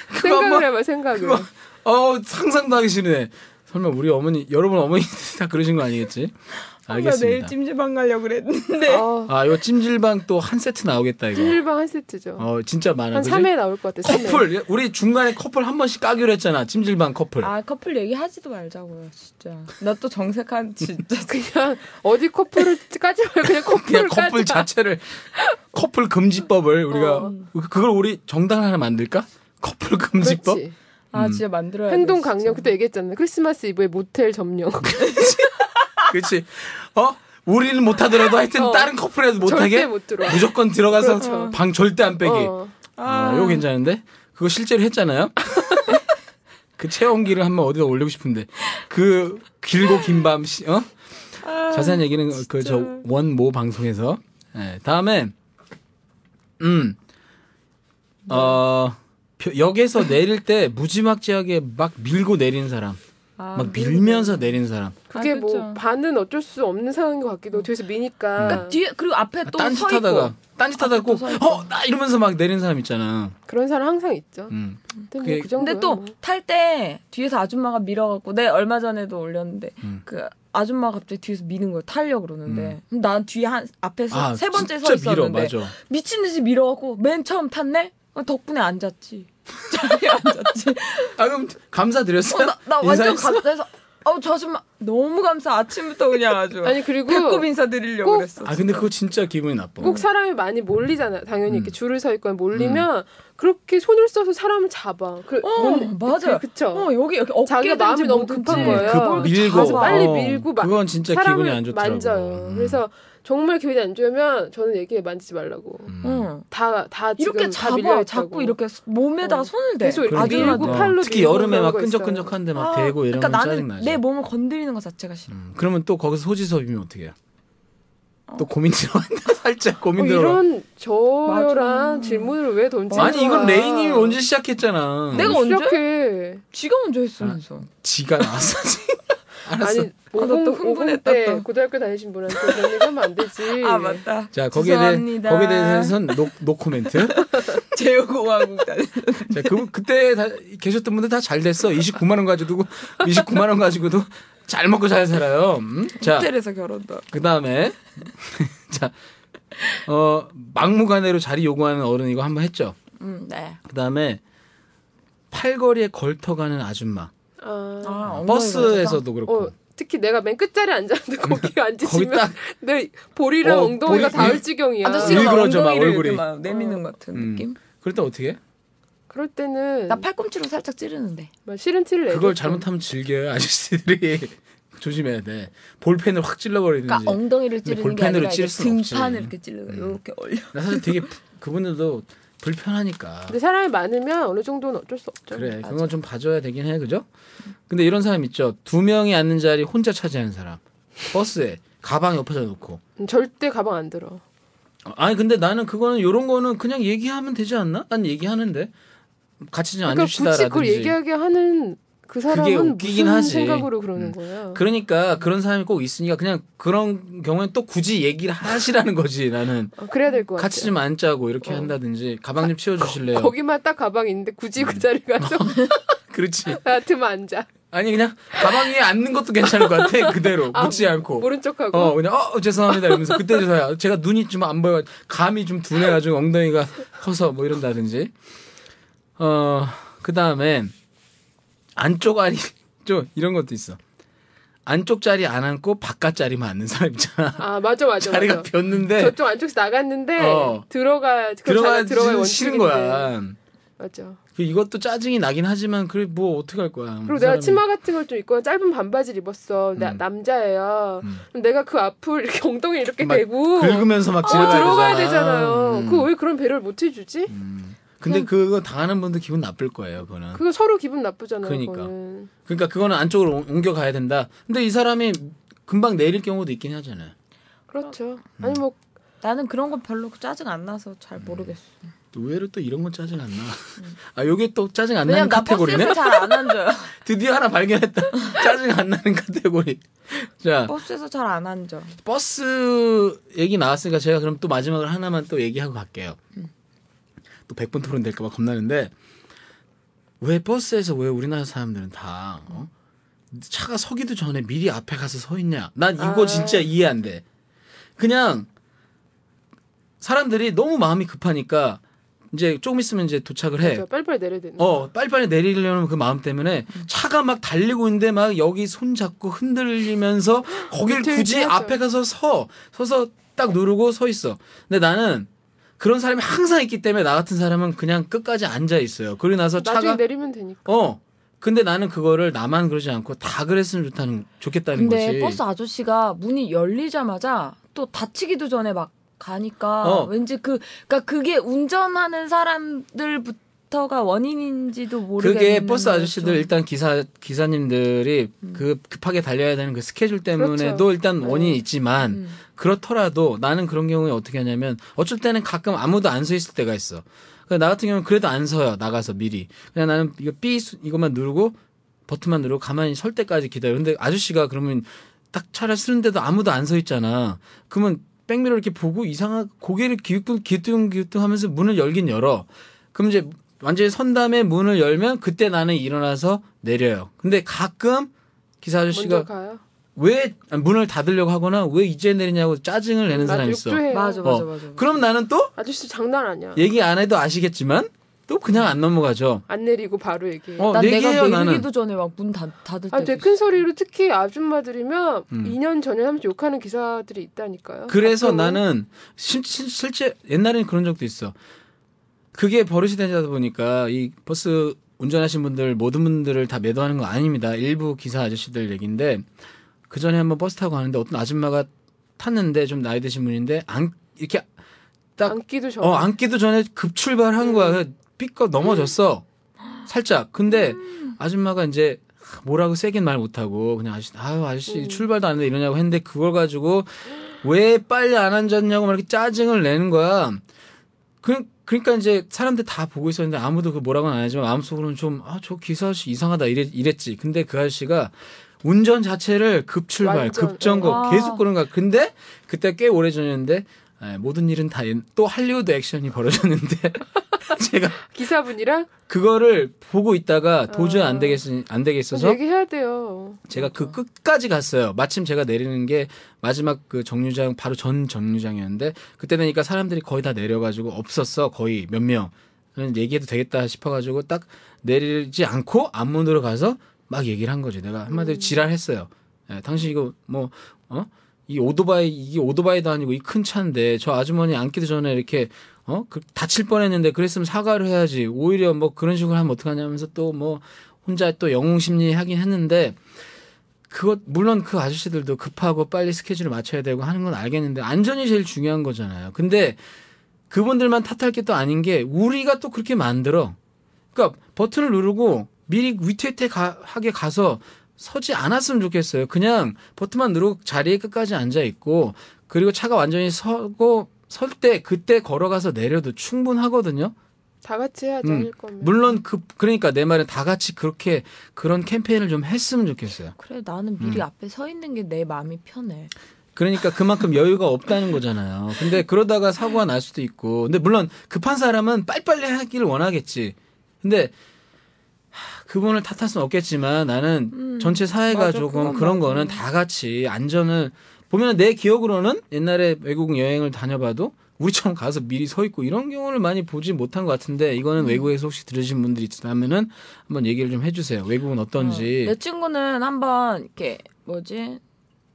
Speaker 2: 한번-
Speaker 4: 생각을 해봐 생각을.
Speaker 2: 그거 어 상상도 하기 싫네. 설마 우리 어머니 여러분 어머니들이 다 그러신 거 아니겠지?
Speaker 3: 나 내일
Speaker 2: 알겠습니다.
Speaker 3: 찜질방 가려고 그랬는데
Speaker 4: 어,
Speaker 2: 아 이거 찜질방 또 한 세트 나오겠다 이거.
Speaker 4: 찜질방 한 세트죠.
Speaker 2: 어 진짜 많아.
Speaker 4: 한
Speaker 2: 그지?
Speaker 4: 3회 네. 나올 것 같아. 3회.
Speaker 2: 커플 우리 중간에 커플 한 번씩 까기로 했잖아 찜질방 커플.
Speaker 3: 아 커플 얘기하지도 말자고요 진짜 나 또 정색한 진짜
Speaker 4: 그냥 어디 커플을 까지 말고 그냥
Speaker 2: 그냥
Speaker 4: 커플을
Speaker 2: 커플
Speaker 4: 까자.
Speaker 2: 자체를 커플 금지법을 우리가
Speaker 4: 어.
Speaker 2: 그걸 우리 정당 하나 만들까? 커플 금지법?
Speaker 4: 그렇지.
Speaker 2: 음.
Speaker 3: 아 진짜 만들어야 돼,
Speaker 4: 행동
Speaker 3: 진짜.
Speaker 4: 강령 그때 얘기했잖아. 크리스마스 이브에 모텔 점령.
Speaker 2: 그 그렇지. 어? 우리는 못하더라도 하여튼
Speaker 4: 어.
Speaker 2: 다른 커플이라도
Speaker 4: 절대
Speaker 2: 못하게
Speaker 4: 못 들어.
Speaker 2: 무조건 들어가서
Speaker 4: 그렇죠.
Speaker 2: 방 절대 안 빼기.
Speaker 4: 어.
Speaker 2: 아, 이거 괜찮은데? 그거 실제로 했잖아요? 그 체험기를 한번 어디다 올리고 싶은데. 그 길고 긴 밤, 시, 어?
Speaker 4: 아,
Speaker 2: 자세한 얘기는 그 저 원모 방송에서. 예, 다음에, 음, 어, 표- 역에서 내릴 때 무지막지하게 막 밀고 내리는 사람.
Speaker 3: 아,
Speaker 2: 막 밀면서 내리는 사람.
Speaker 4: 그게
Speaker 3: 아, 그렇죠.
Speaker 4: 뭐 반은 어쩔 수 없는 상황인 것 같기도 하고 뒤에서 미니까
Speaker 3: 그러니까 뒤에 그리고 앞에 또 서
Speaker 2: 아, 딴짓하다가,
Speaker 3: 있고
Speaker 2: 딴짓하다가
Speaker 3: 아, 또
Speaker 2: 꼭
Speaker 3: 서 있고.
Speaker 2: 어! 나! 이러면서 막 내리는 사람 있잖아.
Speaker 4: 그런 사람 항상 있죠.
Speaker 2: 음.
Speaker 4: 근데
Speaker 2: 그게-
Speaker 4: 뭐그 정도.
Speaker 3: 근데 또 탈 때 뒤에서 아줌마가 밀어갖고 내 얼마 전에도 올렸는데
Speaker 2: 음.
Speaker 3: 그 아줌마가 갑자기 뒤에서 미는 거예요 타려 그러는데 그럼 난 뒤에 한 앞에서
Speaker 2: 아,
Speaker 3: 세 번째
Speaker 2: 진짜
Speaker 3: 서
Speaker 2: 밀어,
Speaker 3: 있었는데
Speaker 2: 맞아.
Speaker 3: 미친 듯이 밀어갖고 맨 처음 탔네 어, 덕분에 앉았지 자리에 앉았지
Speaker 2: 아, 그럼 감사드렸어요?
Speaker 3: 어, 나, 나 완전
Speaker 2: 인사했어?
Speaker 3: 감사해서 어, 저 아줌마 너무 감사. 아침부터 그냥 아주
Speaker 4: 아니 그리고
Speaker 3: 배꼽 인사 드리려고
Speaker 4: 꼭-
Speaker 3: 그랬어.
Speaker 2: 아 근데 그거 진짜 기분이 나빠.
Speaker 4: 꼭 사람이 많이 몰리잖아요. 당연히
Speaker 2: 음.
Speaker 4: 이렇게 줄을 서 있거나 몰리면 그렇게 손을 써서 사람을 잡아. 그,
Speaker 3: 어, 맞아요.
Speaker 4: 그, 쵸
Speaker 3: 어, 여기 이렇게 어깨 네.
Speaker 4: 자기가 마음이 너무 급한 거예요.
Speaker 2: 그
Speaker 4: 뭘
Speaker 2: 밀고.
Speaker 4: 가서 빨리
Speaker 2: 어,
Speaker 4: 밀고 막
Speaker 2: 그건 진짜 기분이 안
Speaker 4: 사람을
Speaker 2: 좋더라고요.
Speaker 4: 만져요.
Speaker 2: 음.
Speaker 4: 그래서 정말 기분이 안 좋으면 저는 얘기해 만지지 말라고.
Speaker 2: 음.
Speaker 3: 응.
Speaker 4: 다, 다 지금
Speaker 3: 이렇게
Speaker 4: 다 밀려
Speaker 3: 잡아. 자꾸 이렇게 몸에다
Speaker 4: 어.
Speaker 3: 손을 대.
Speaker 4: 계속 이렇게
Speaker 3: 아주
Speaker 4: 밀고
Speaker 2: 어,
Speaker 4: 팔로
Speaker 2: 특히
Speaker 4: 밀고
Speaker 2: 여름에 막
Speaker 4: 그러고
Speaker 2: 끈적끈적한데 막
Speaker 3: 아,
Speaker 2: 대고 이러면
Speaker 3: 그러니까 나는
Speaker 2: 짜증나죠.
Speaker 3: 내 몸을 건드리는 것 자체가 싫어.
Speaker 2: 음, 그러면 또 거기서 소지섭이면 어떻게 해요? 또 고민 들어간다. 살짝
Speaker 4: 어,
Speaker 2: 고민 들어가.
Speaker 4: 이런 저열한
Speaker 3: 맞아.
Speaker 4: 질문을 왜 던지는
Speaker 2: 아니 이건 레이님이 먼저 시작했잖아.
Speaker 3: 내가 언제?
Speaker 4: 시작해.
Speaker 3: 지가 먼저 했으면서.
Speaker 2: 지가 나왔어. 알았어.
Speaker 4: 아니
Speaker 3: 아, 나또
Speaker 4: 50,
Speaker 3: 흥분했다,
Speaker 4: 50대
Speaker 3: 또.
Speaker 4: 고등학교 다니신 분한테 그런 얘기 하면 안 되지.
Speaker 3: 아 맞다.
Speaker 2: 자 거기에 대해
Speaker 3: 죄송합니다.
Speaker 2: 거기에 대해서는 노, 노 코멘트.
Speaker 3: 제휴공화국단.
Speaker 2: 자, 그, 그때 다, 계셨던 분들 다 잘 됐어. 29만원 가지고도, 29만원 가지고도 잘 먹고 잘 살아요. 음? 자,
Speaker 3: 호텔에서 결혼도.
Speaker 2: 그 다음에, 자, 어, 막무가내로 자리 요구하는 어른 이거 한번 했죠.
Speaker 3: 음, 네.
Speaker 2: 그 다음에, 팔걸이에 걸터가는 아줌마.
Speaker 4: 아.
Speaker 3: 아,
Speaker 2: 버스에서도
Speaker 4: 어,
Speaker 2: 그렇고.
Speaker 4: 특히 내가 맨 끝자리에 앉았는데 거기
Speaker 2: 거기
Speaker 4: 앉으시면
Speaker 2: 딱,
Speaker 4: 내 볼이랑
Speaker 2: 어,
Speaker 4: 엉덩이가
Speaker 2: 볼이-
Speaker 4: 닿을 지경이야.
Speaker 3: 아저씨가 막
Speaker 2: 일그러져, 막
Speaker 3: 엉덩이를 이렇게
Speaker 2: 얼굴이.
Speaker 3: 막 내미는 것 같은
Speaker 2: 음.
Speaker 3: 느낌.
Speaker 2: 그럴 때 어떻게 해?
Speaker 4: 그럴 때는
Speaker 3: 나 팔꿈치로 살짝 찌르는데.
Speaker 4: 막 싫은 티를 내.
Speaker 3: 그렇죠.
Speaker 2: 그걸 잘못하면 즐겨요, 아저씨들이. 조심해야 돼. 볼펜을 확 찔러버리든지.
Speaker 3: 그러니까 엉덩이를
Speaker 2: 근데
Speaker 3: 찌르는 게
Speaker 2: 볼펜으로
Speaker 3: 아니라
Speaker 2: 찔
Speaker 3: 이렇게
Speaker 2: 수는 없지. 음.
Speaker 3: 등판을 이렇게 찌르는 거 이렇게 올려.
Speaker 2: 나 사실 되게, 그분들도 불편하니까.
Speaker 4: 근데 사람이 많으면 어느 정도는 어쩔 수 없죠.
Speaker 2: 그래
Speaker 3: 맞아.
Speaker 2: 그건 좀 봐줘야 되긴 해 그죠 근데 이런 사람 있죠 두 명이 앉는 자리 혼자 차지하는 사람 버스에 가방 옆에다 놓고
Speaker 4: 음, 절대 가방 안 들어.
Speaker 2: 어, 아니 근데 나는 그거는 요런 거는 그냥 얘기하면 되지 않나 난 얘기하는데 같이 좀
Speaker 4: 그러니까 굳이 그걸
Speaker 2: 앉읍시다라든지
Speaker 4: 얘기하게 하는 그 사람은
Speaker 2: 웃기긴
Speaker 4: 무슨
Speaker 2: 하지.
Speaker 4: 생각으로 그러는
Speaker 2: 음.
Speaker 4: 거야.
Speaker 2: 그러니까 그런 사람이 꼭 있으니까 그냥 그런 경우엔 또 굳이 얘기를 하시라는 거지 나는
Speaker 4: 아, 그래야 될 것 같아.
Speaker 2: 같이 좀 앉자고 이렇게
Speaker 4: 어.
Speaker 2: 한다든지 가방 좀 치워주실래요 음.
Speaker 4: 거기만 딱 가방 있는데 굳이 그 자리 가서
Speaker 2: 그렇지
Speaker 4: 나한테만 앉아.
Speaker 2: 아니 그냥 가방 위에 앉는 것도 괜찮을 것 같아 그대로
Speaker 4: 아,
Speaker 2: 묻지 않고
Speaker 4: 모른 척하고.
Speaker 2: 어, 그냥, 어, 죄송합니다. 이러면서 그때 죄송해요. 제가 눈이 좀 안 보여. 감이 좀 둔해가지고 엉덩이가 커서 뭐 이런다든지. 어, 그 다음엔, 안쪽 아리, 좀 이런 것도 있어. 안쪽 자리 안 앉고 바깥 자리만 앉는 사람 있잖아.
Speaker 4: 아 맞아 맞아
Speaker 2: 자리가
Speaker 4: 맞아.
Speaker 2: 비었는데
Speaker 4: 저쪽 안쪽에서 나갔는데
Speaker 2: 어.
Speaker 4: 들어가
Speaker 2: 들어가기
Speaker 4: 들어가
Speaker 2: 싫은 거야.
Speaker 4: 맞죠.
Speaker 2: 그 이것도 짜증이 나긴 하지만, 그래, 뭐, 어떡할 거야.
Speaker 4: 그리고
Speaker 2: 그
Speaker 4: 내가
Speaker 2: 사람이.
Speaker 4: 치마 같은 걸 좀 입고 짧은 반바지를 입었어. 나,
Speaker 2: 음.
Speaker 4: 남자예요.
Speaker 2: 음.
Speaker 4: 그럼 내가 그 앞을 이렇게 엉덩이 이렇게
Speaker 2: 막
Speaker 4: 대고
Speaker 2: 긁으면서 막
Speaker 4: 어,
Speaker 2: 지나가야,
Speaker 4: 들어가야 되잖아요.
Speaker 2: 음.
Speaker 4: 그왜 그런 배려를 못 해주지?
Speaker 2: 음. 근데 그거 당하는 분들 기분 나쁠 거예요, 그거는.
Speaker 4: 그거 서로 기분 나쁘잖아요.
Speaker 2: 그러니까.
Speaker 4: 그거는.
Speaker 2: 그러니까 그거는 안쪽으로 옮- 옮겨가야 된다. 근데 이 사람이 금방 내릴 경우도 있긴 하잖아요.
Speaker 4: 그렇죠.
Speaker 2: 음.
Speaker 4: 아니 뭐
Speaker 3: 나는 그런 건 별로 짜증 안 나서 잘
Speaker 2: 음.
Speaker 3: 모르겠어.
Speaker 2: 또 의외로 또 이런 건 짜증 안 나. 아, 요게 또 짜증 안 나는
Speaker 3: 왜냐면 나
Speaker 2: 카테고리네?
Speaker 3: 버스에서 잘 안 앉아요.
Speaker 2: 드디어 하나 발견했다. 짜증 안 나는 카테고리. 자,
Speaker 3: 버스에서 잘 안 앉아.
Speaker 2: 버스 얘기 나왔으니까 제가 그럼 또 마지막으로 하나만 또 얘기하고 갈게요. 또 100분 토론 될까봐 겁나는데, 왜 버스에서 왜 우리나라 사람들은 다, 어? 차가 서기도 전에 미리 앞에 가서 서 있냐. 난 이거
Speaker 4: 아.
Speaker 2: 진짜 이해 안 돼. 그냥, 사람들이 너무 마음이 급하니까, 이제 조금 있으면 이제 도착을 해.
Speaker 4: 맞아. 빨리빨리 내려야 되는.
Speaker 2: 네. 어, 빨리빨리 내리려는 그 마음 때문에 차가 막 달리고 있는데 막 여기 손 잡고 흔들리면서 거기를
Speaker 4: 밑에
Speaker 2: 굳이
Speaker 4: 있긴 하죠.
Speaker 2: 앞에 가서 서 서서 딱 누르고 서 있어. 근데 나는 그런 사람이 항상 있기 때문에 나 같은 사람은 그냥 끝까지 앉아 있어요. 그리고 나서
Speaker 4: 나중에
Speaker 2: 차가
Speaker 4: 내리면 되니까.
Speaker 2: 어. 근데 나는 그거를 나만 그러지 않고 다 그랬으면 좋다는 좋겠다는
Speaker 3: 근데
Speaker 2: 거지.
Speaker 3: 버스 아저씨가 문이 열리자마자 또 닫히기도 전에 막 가니까
Speaker 2: 어.
Speaker 3: 왠지 그 그러니까 그게 운전하는 사람들부터가 원인인지도 모르겠는데 음.
Speaker 2: 그게 버스 아저씨들 일단 기사 기사님들이 그 급하게 달려야 되는 그 스케줄 때문에도
Speaker 4: 그렇죠.
Speaker 2: 일단 원인이
Speaker 4: 네.
Speaker 2: 있지만
Speaker 3: 음.
Speaker 2: 그렇더라도 나는 그런 경우에 어떻게 하냐면 어쩔 때는 가끔 아무도 안 서 있을 때가 있어. 그러니까 나 같은 경우는 그래도 안 서요. 나가서 미리. 그냥 나는 이거 삐 수- 이것만 누르고 버튼만 누르고 가만히 설 때까지 기다려. 근데 아저씨가 그러면 딱 차를 쓰는데도 아무도 안 서 있잖아. 그러면 백미러 이렇게 보고 이상한 고개를 기웃- 기뚱기뚱 하면서 문을 열긴 열어. 그럼 이제 완전히 선 다음에 문을 열면 그때 나는 일어나서 내려요. 근데 가끔 기사
Speaker 4: 먼저
Speaker 2: 아저씨가
Speaker 4: 가요.
Speaker 2: 왜 문을 닫으려고 하거나 왜 이제 내리냐고 짜증을 내는
Speaker 4: 음, 맞아,
Speaker 2: 사람이 있어. 예.
Speaker 4: 욕조해요.
Speaker 3: 맞아 맞아 맞아.
Speaker 2: 그럼 나는 또
Speaker 4: 아저씨 장난 아니야.
Speaker 2: 얘기 안 해도 아시겠지만 또 그냥 안 넘어가죠.
Speaker 4: 안 내리고 바로 얘기해.
Speaker 2: 어,
Speaker 3: 난
Speaker 2: 내기해요,
Speaker 3: 내가
Speaker 2: 나는.
Speaker 3: 내기도 전에 막 문 닫을
Speaker 4: 아,
Speaker 3: 때도
Speaker 4: 근데
Speaker 3: 있어.
Speaker 4: 큰 소리로 특히 아줌마들이면
Speaker 2: 음.
Speaker 4: 2년 전에 하면서 욕하는 기사들이 있다니까요.
Speaker 2: 그래서
Speaker 4: 앞으로는.
Speaker 2: 나는 실, 제 옛날에는 그런 적도 있어. 그게 버릇이 되다 보니까 이 버스 운전하신 분들 모든 분들을 다 매도하는 거 아닙니다. 일부 기사 아저씨들 얘기인데 그 전에 한번 버스 타고 가는데 어떤 아줌마가 탔는데 좀 나이 드신 분인데 안 이렇게 딱
Speaker 4: 안기도 전에.
Speaker 2: 어 앉기도 전에 급출발한 거야. 삐껏 넘어졌어. 살짝. 근데 아줌마가 이제 뭐라고 세긴 말 못하고 그냥 아저씨 아유 아저씨 출발도 안 돼 이러냐고 했는데 그걸 가지고 왜 빨리 안 앉았냐고 막 이렇게 짜증을 내는 거야. 그, 그러니까 이제 사람들 다 보고 있었는데 아무도 그 뭐라고는 안 하지만 마음속으로는 좀 아 저 기사 아저씨 이상하다 이랬, 이랬지. 근데 그 아저씨가 운전 자체를 급출발,
Speaker 4: 완전, 예.
Speaker 2: 급정거
Speaker 3: 아.
Speaker 2: 계속 그런 거야. 근데 그때 꽤 오래 전이었는데 아, 모든 일은 다 또 할리우드 액션이 벌어졌는데 제가
Speaker 4: 기사분이랑
Speaker 2: 그거를 보고 있다가 도저히 안 되겠 안
Speaker 4: 아. 그래서
Speaker 2: 되겠어서
Speaker 4: 얘기해야 돼요.
Speaker 2: 제가 그 끝까지 갔어요. 마침 제가 내리는 게 마지막 그 정류장 바로 전 정류장이었는데 그때 되니까 사람들이 거의 다 내려가지고 없었어 거의 몇 명. 그냥 얘기해도 되겠다 싶어가지고 딱 내리지 않고 앞문으로 가서 막 얘기를 한 거지. 내가 한마디로 지랄했어요. 예, 당신 이거 뭐 어? 이 오토바이 이게 오토바이도 아니고 이 큰 차인데 저 아주머니 앉기도 전에 이렇게 어? 그, 다칠 뻔했는데 그랬으면 사과를 해야지. 오히려 뭐 그런 식으로 하면 어떡하냐면서 또 뭐 혼자 또 영웅 심리 하긴 했는데 그것 물론 그 아저씨들도 급하고 빨리 스케줄을 맞춰야 되고 하는 건 알겠는데 안전이 제일 중요한 거잖아요. 근데 그분들만 탓할 게 또 아닌 게 우리가 또 그렇게 만들어. 그러니까 버튼을 누르고 미리 위태위태하게 가서 서지 않았으면 좋겠어요. 그냥 버튼만 누르고 자리에 끝까지 앉아 있고 그리고 차가 완전히 서고 설 때 그때 걸어가서 내려도 충분하거든요.
Speaker 4: 다 같이 해야죠.
Speaker 2: 음,
Speaker 4: 할 거면.
Speaker 2: 물론 그 그러니까 내 말은 다 같이 그렇게 그런 캠페인을 좀 했으면 좋겠어요.
Speaker 3: 그래 나는 미리
Speaker 2: 음.
Speaker 3: 앞에 서 있는 게 내 마음이 편해.
Speaker 2: 그러니까 그만큼 여유가 없다는 거잖아요. 근데 그러다가 사고가 날 수도 있고. 근데 물론 급한 사람은 빨리빨리 하기를 원하겠지. 근데 하, 그분을 탓할 수는 없겠지만 나는
Speaker 3: 음,
Speaker 2: 전체 사회가
Speaker 3: 맞아,
Speaker 2: 조금
Speaker 3: 그건
Speaker 2: 그런
Speaker 3: 맞아.
Speaker 2: 거는 다 같이 안전을 보면 내 기억으로는 옛날에 외국 여행을 다녀봐도 우리처럼 가서 미리 서 있고 이런 경우를 많이 보지 못한 것 같은데
Speaker 3: 음.
Speaker 2: 이거는 외국에서 혹시 들으신 분들이 있다면은 한번 얘기를 좀 해주세요. 외국은
Speaker 3: 어, 내
Speaker 2: 어떤지.
Speaker 3: 친구는 한번 이렇게 뭐지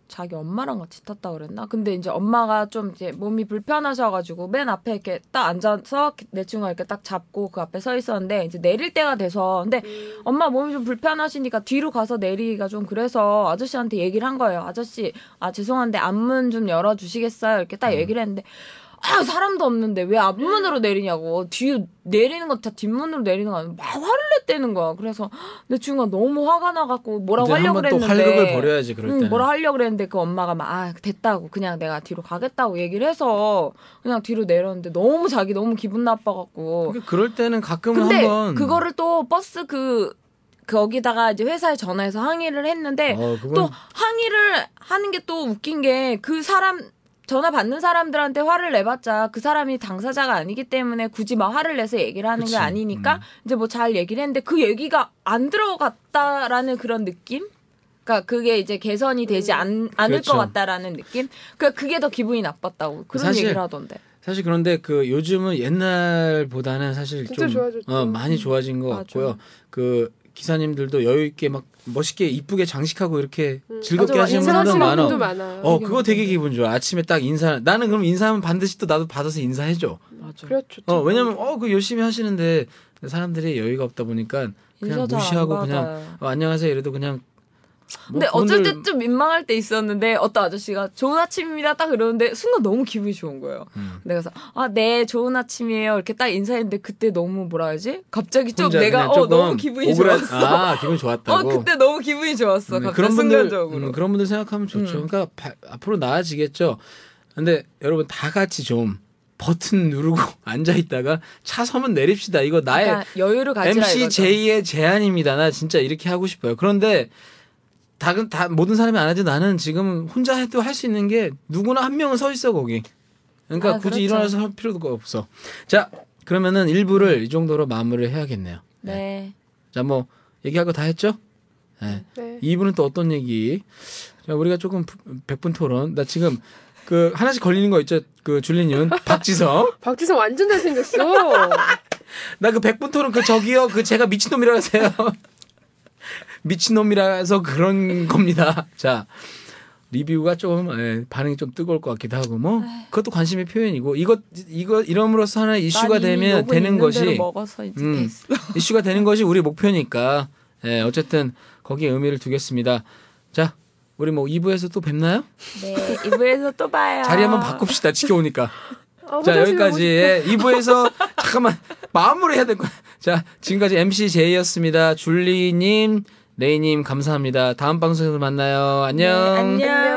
Speaker 3: 자기 엄마랑 같이 탔다 그랬나? 근데 이제 엄마가 좀 이제 몸이 불편하셔가지고 맨 앞에 이렇게 딱 앉아서 내 친구가 이렇게 딱 잡고 그 앞에 서 있었는데 이제 내릴 때가 돼서 근데 엄마 몸이 좀 불편하시니까 뒤로 가서 내리기가 좀 그래서 아저씨한테 얘기를 한 거예요. 아저씨 아 죄송한데 앞문 좀 열어주시겠어요? 이렇게
Speaker 2: 음.
Speaker 3: 딱 얘기를 했는데 아 사람도 없는데 왜 앞문으로 내리냐고 뒤 내리는 거 다 뒷문으로 내리는 거 아니고 막 화를 냈대는 거야 그래서 내 친구가 너무 화가 나갖고 뭐라고
Speaker 2: 이제
Speaker 3: 하려고
Speaker 2: 한번 또
Speaker 3: 그랬는데
Speaker 2: 활력을 버려야지 그럴
Speaker 3: 응,
Speaker 2: 때는.
Speaker 3: 뭐라 하려고 그랬는데 그 엄마가 막 아 됐다고 그냥 내가 뒤로 가겠다고 얘기를 해서 그냥 뒤로 내렸는데 너무 자기 너무 기분 나빠갖고
Speaker 2: 그러니까 그럴 때는 가끔은
Speaker 3: 근데
Speaker 2: 한번
Speaker 3: 그거를 또 버스 그 거기다가 이제 회사에 전화해서 항의를 했는데
Speaker 2: 어, 그건
Speaker 3: 또 항의를 하는 게 또 웃긴 게 그 사람 전화 받는 사람들한테 화를 내봤자 그 사람이 당사자가 아니기 때문에 굳이 막 화를 내서 얘기를 하는
Speaker 2: 그치.
Speaker 3: 게 아니니까
Speaker 2: 음.
Speaker 3: 이제 뭐 잘 얘기를 했는데 그 얘기가 안 들어갔다라는 그런 느낌? 그러니까 그게 이제 개선이 되지 않, 않을
Speaker 2: 그렇죠.
Speaker 3: 것 같다라는 느낌? 그러니까 그게 더 기분이 나빴다고 그런
Speaker 2: 사실
Speaker 3: 얘기를 하던데.
Speaker 2: 사실 그런데 그 요즘은 옛날보다는 사실
Speaker 4: 진짜
Speaker 2: 좀
Speaker 4: 좋아졌죠.
Speaker 2: 어, 많이 좋아진 것
Speaker 3: 맞아.
Speaker 2: 같고요. 그 기사님들도 여유 있게 막 멋있게 이쁘게 장식하고 이렇게 즐겁게
Speaker 3: 음, 맞아,
Speaker 2: 하시는
Speaker 4: 인사하시는
Speaker 2: 분도 많아.
Speaker 4: 분도 많아요.
Speaker 2: 어, 그거 되게 기분 좋아. 아침에 딱 인사. 나는 그럼 인사하면 반드시 또 나도 받아서 인사해 줘.
Speaker 3: 맞아.
Speaker 4: 그렇죠.
Speaker 2: 어, 왜냐면 어, 그 열심히 하시는데 사람들이 여유가 없다 보니까 그냥
Speaker 3: 인사 잘안
Speaker 2: 무시하고 그냥
Speaker 3: 받아요.
Speaker 2: 어, 안녕하세요 이래도 그냥 뭐
Speaker 3: 근데 어쩔
Speaker 2: 그분들-
Speaker 3: 때 좀 민망할 때 있었는데 어떤 아저씨가 좋은 아침입니다 딱 그러는데 순간 너무 기분이 좋은 거예요.
Speaker 2: 음.
Speaker 3: 내가 그래서 아 네 좋은 아침이에요 이렇게 딱 인사했는데 그때 너무 뭐라 하지? 갑자기 좀
Speaker 2: 혼자
Speaker 3: 내가
Speaker 2: 그냥
Speaker 3: 어
Speaker 2: 조금
Speaker 3: 너무 기분이
Speaker 2: 오그라-
Speaker 3: 좋았어.
Speaker 2: 아, 기분
Speaker 3: 어
Speaker 2: 좋았다고.
Speaker 3: 그때 너무 기분이 좋았어.
Speaker 2: 음,
Speaker 3: 갑자기
Speaker 2: 그런 분들,
Speaker 3: 순간적으로.
Speaker 2: 음, 그런 분들 생각하면 좋죠.
Speaker 3: 음.
Speaker 2: 그러니까 바- 앞으로 나아지겠죠. 근데 여러분 다 같이 좀 버튼 누르고 앉아 있다가 차 서면 내립시다. 이거 나의
Speaker 3: 그러니까 여유를 가지라
Speaker 2: MC
Speaker 3: 이거죠.
Speaker 2: 제2의 제안입니다. 나 진짜 이렇게 하고 싶어요. 그런데 다, 그, 다 모든 사람이 안 하지 나는 지금 혼자 해도 할 수 있는 게 누구나 한 명은 서 있어 거기. 그러니까
Speaker 3: 아,
Speaker 2: 굳이
Speaker 3: 그렇죠.
Speaker 2: 일어나서 할 필요도 없어. 자 그러면은 일부를이 정도로 마무리를 해야겠네요.
Speaker 3: 네.
Speaker 2: 자 뭐 얘기할 거 다 했죠? 네.
Speaker 4: 네.
Speaker 2: 이분은 또 어떤 얘기? 자, 우리가 조금 100분 토론. 나 지금 그 하나씩 걸리는 거 있죠? 그 줄리님, 박지성.
Speaker 4: 박지성 완전 잘생겼어.
Speaker 2: 나 그 백분토론 그 저기요 그 제가 미친놈이라서요. 미친놈이라서 그런 겁니다. 자 리뷰가 조금 예, 반응이 좀 뜨거울 것 같기도 하고 뭐
Speaker 3: 아.
Speaker 2: 그것도 관심의 표현이고 이것 이거 이름으로써 하나 의 이슈가
Speaker 3: 난 이미
Speaker 2: 되면
Speaker 3: 욕은
Speaker 2: 되는
Speaker 3: 있는 대로 뭐
Speaker 2: 것이
Speaker 3: 먹어서 이제
Speaker 2: 음.
Speaker 3: 됐어.
Speaker 2: 이슈가 되는 것이 우리 목표니까 예, 어쨌든 거기에 의미를 두겠습니다. 자 우리 뭐 2부에서 또 뵙나요?
Speaker 3: 네, 2부에서 또 봐요.
Speaker 2: 자리 한번 바꿉시다. 지켜오니까.
Speaker 4: 아,
Speaker 2: 자
Speaker 4: 화장실
Speaker 2: 여기까지 예, 2부에서 잠깐만 마무리 해야 될 거야. 자 지금까지 MC 제이였습니다. 줄리님, 레이님 감사합니다. 다음 방송에서 만나요. 네, 안녕.
Speaker 3: 안녕.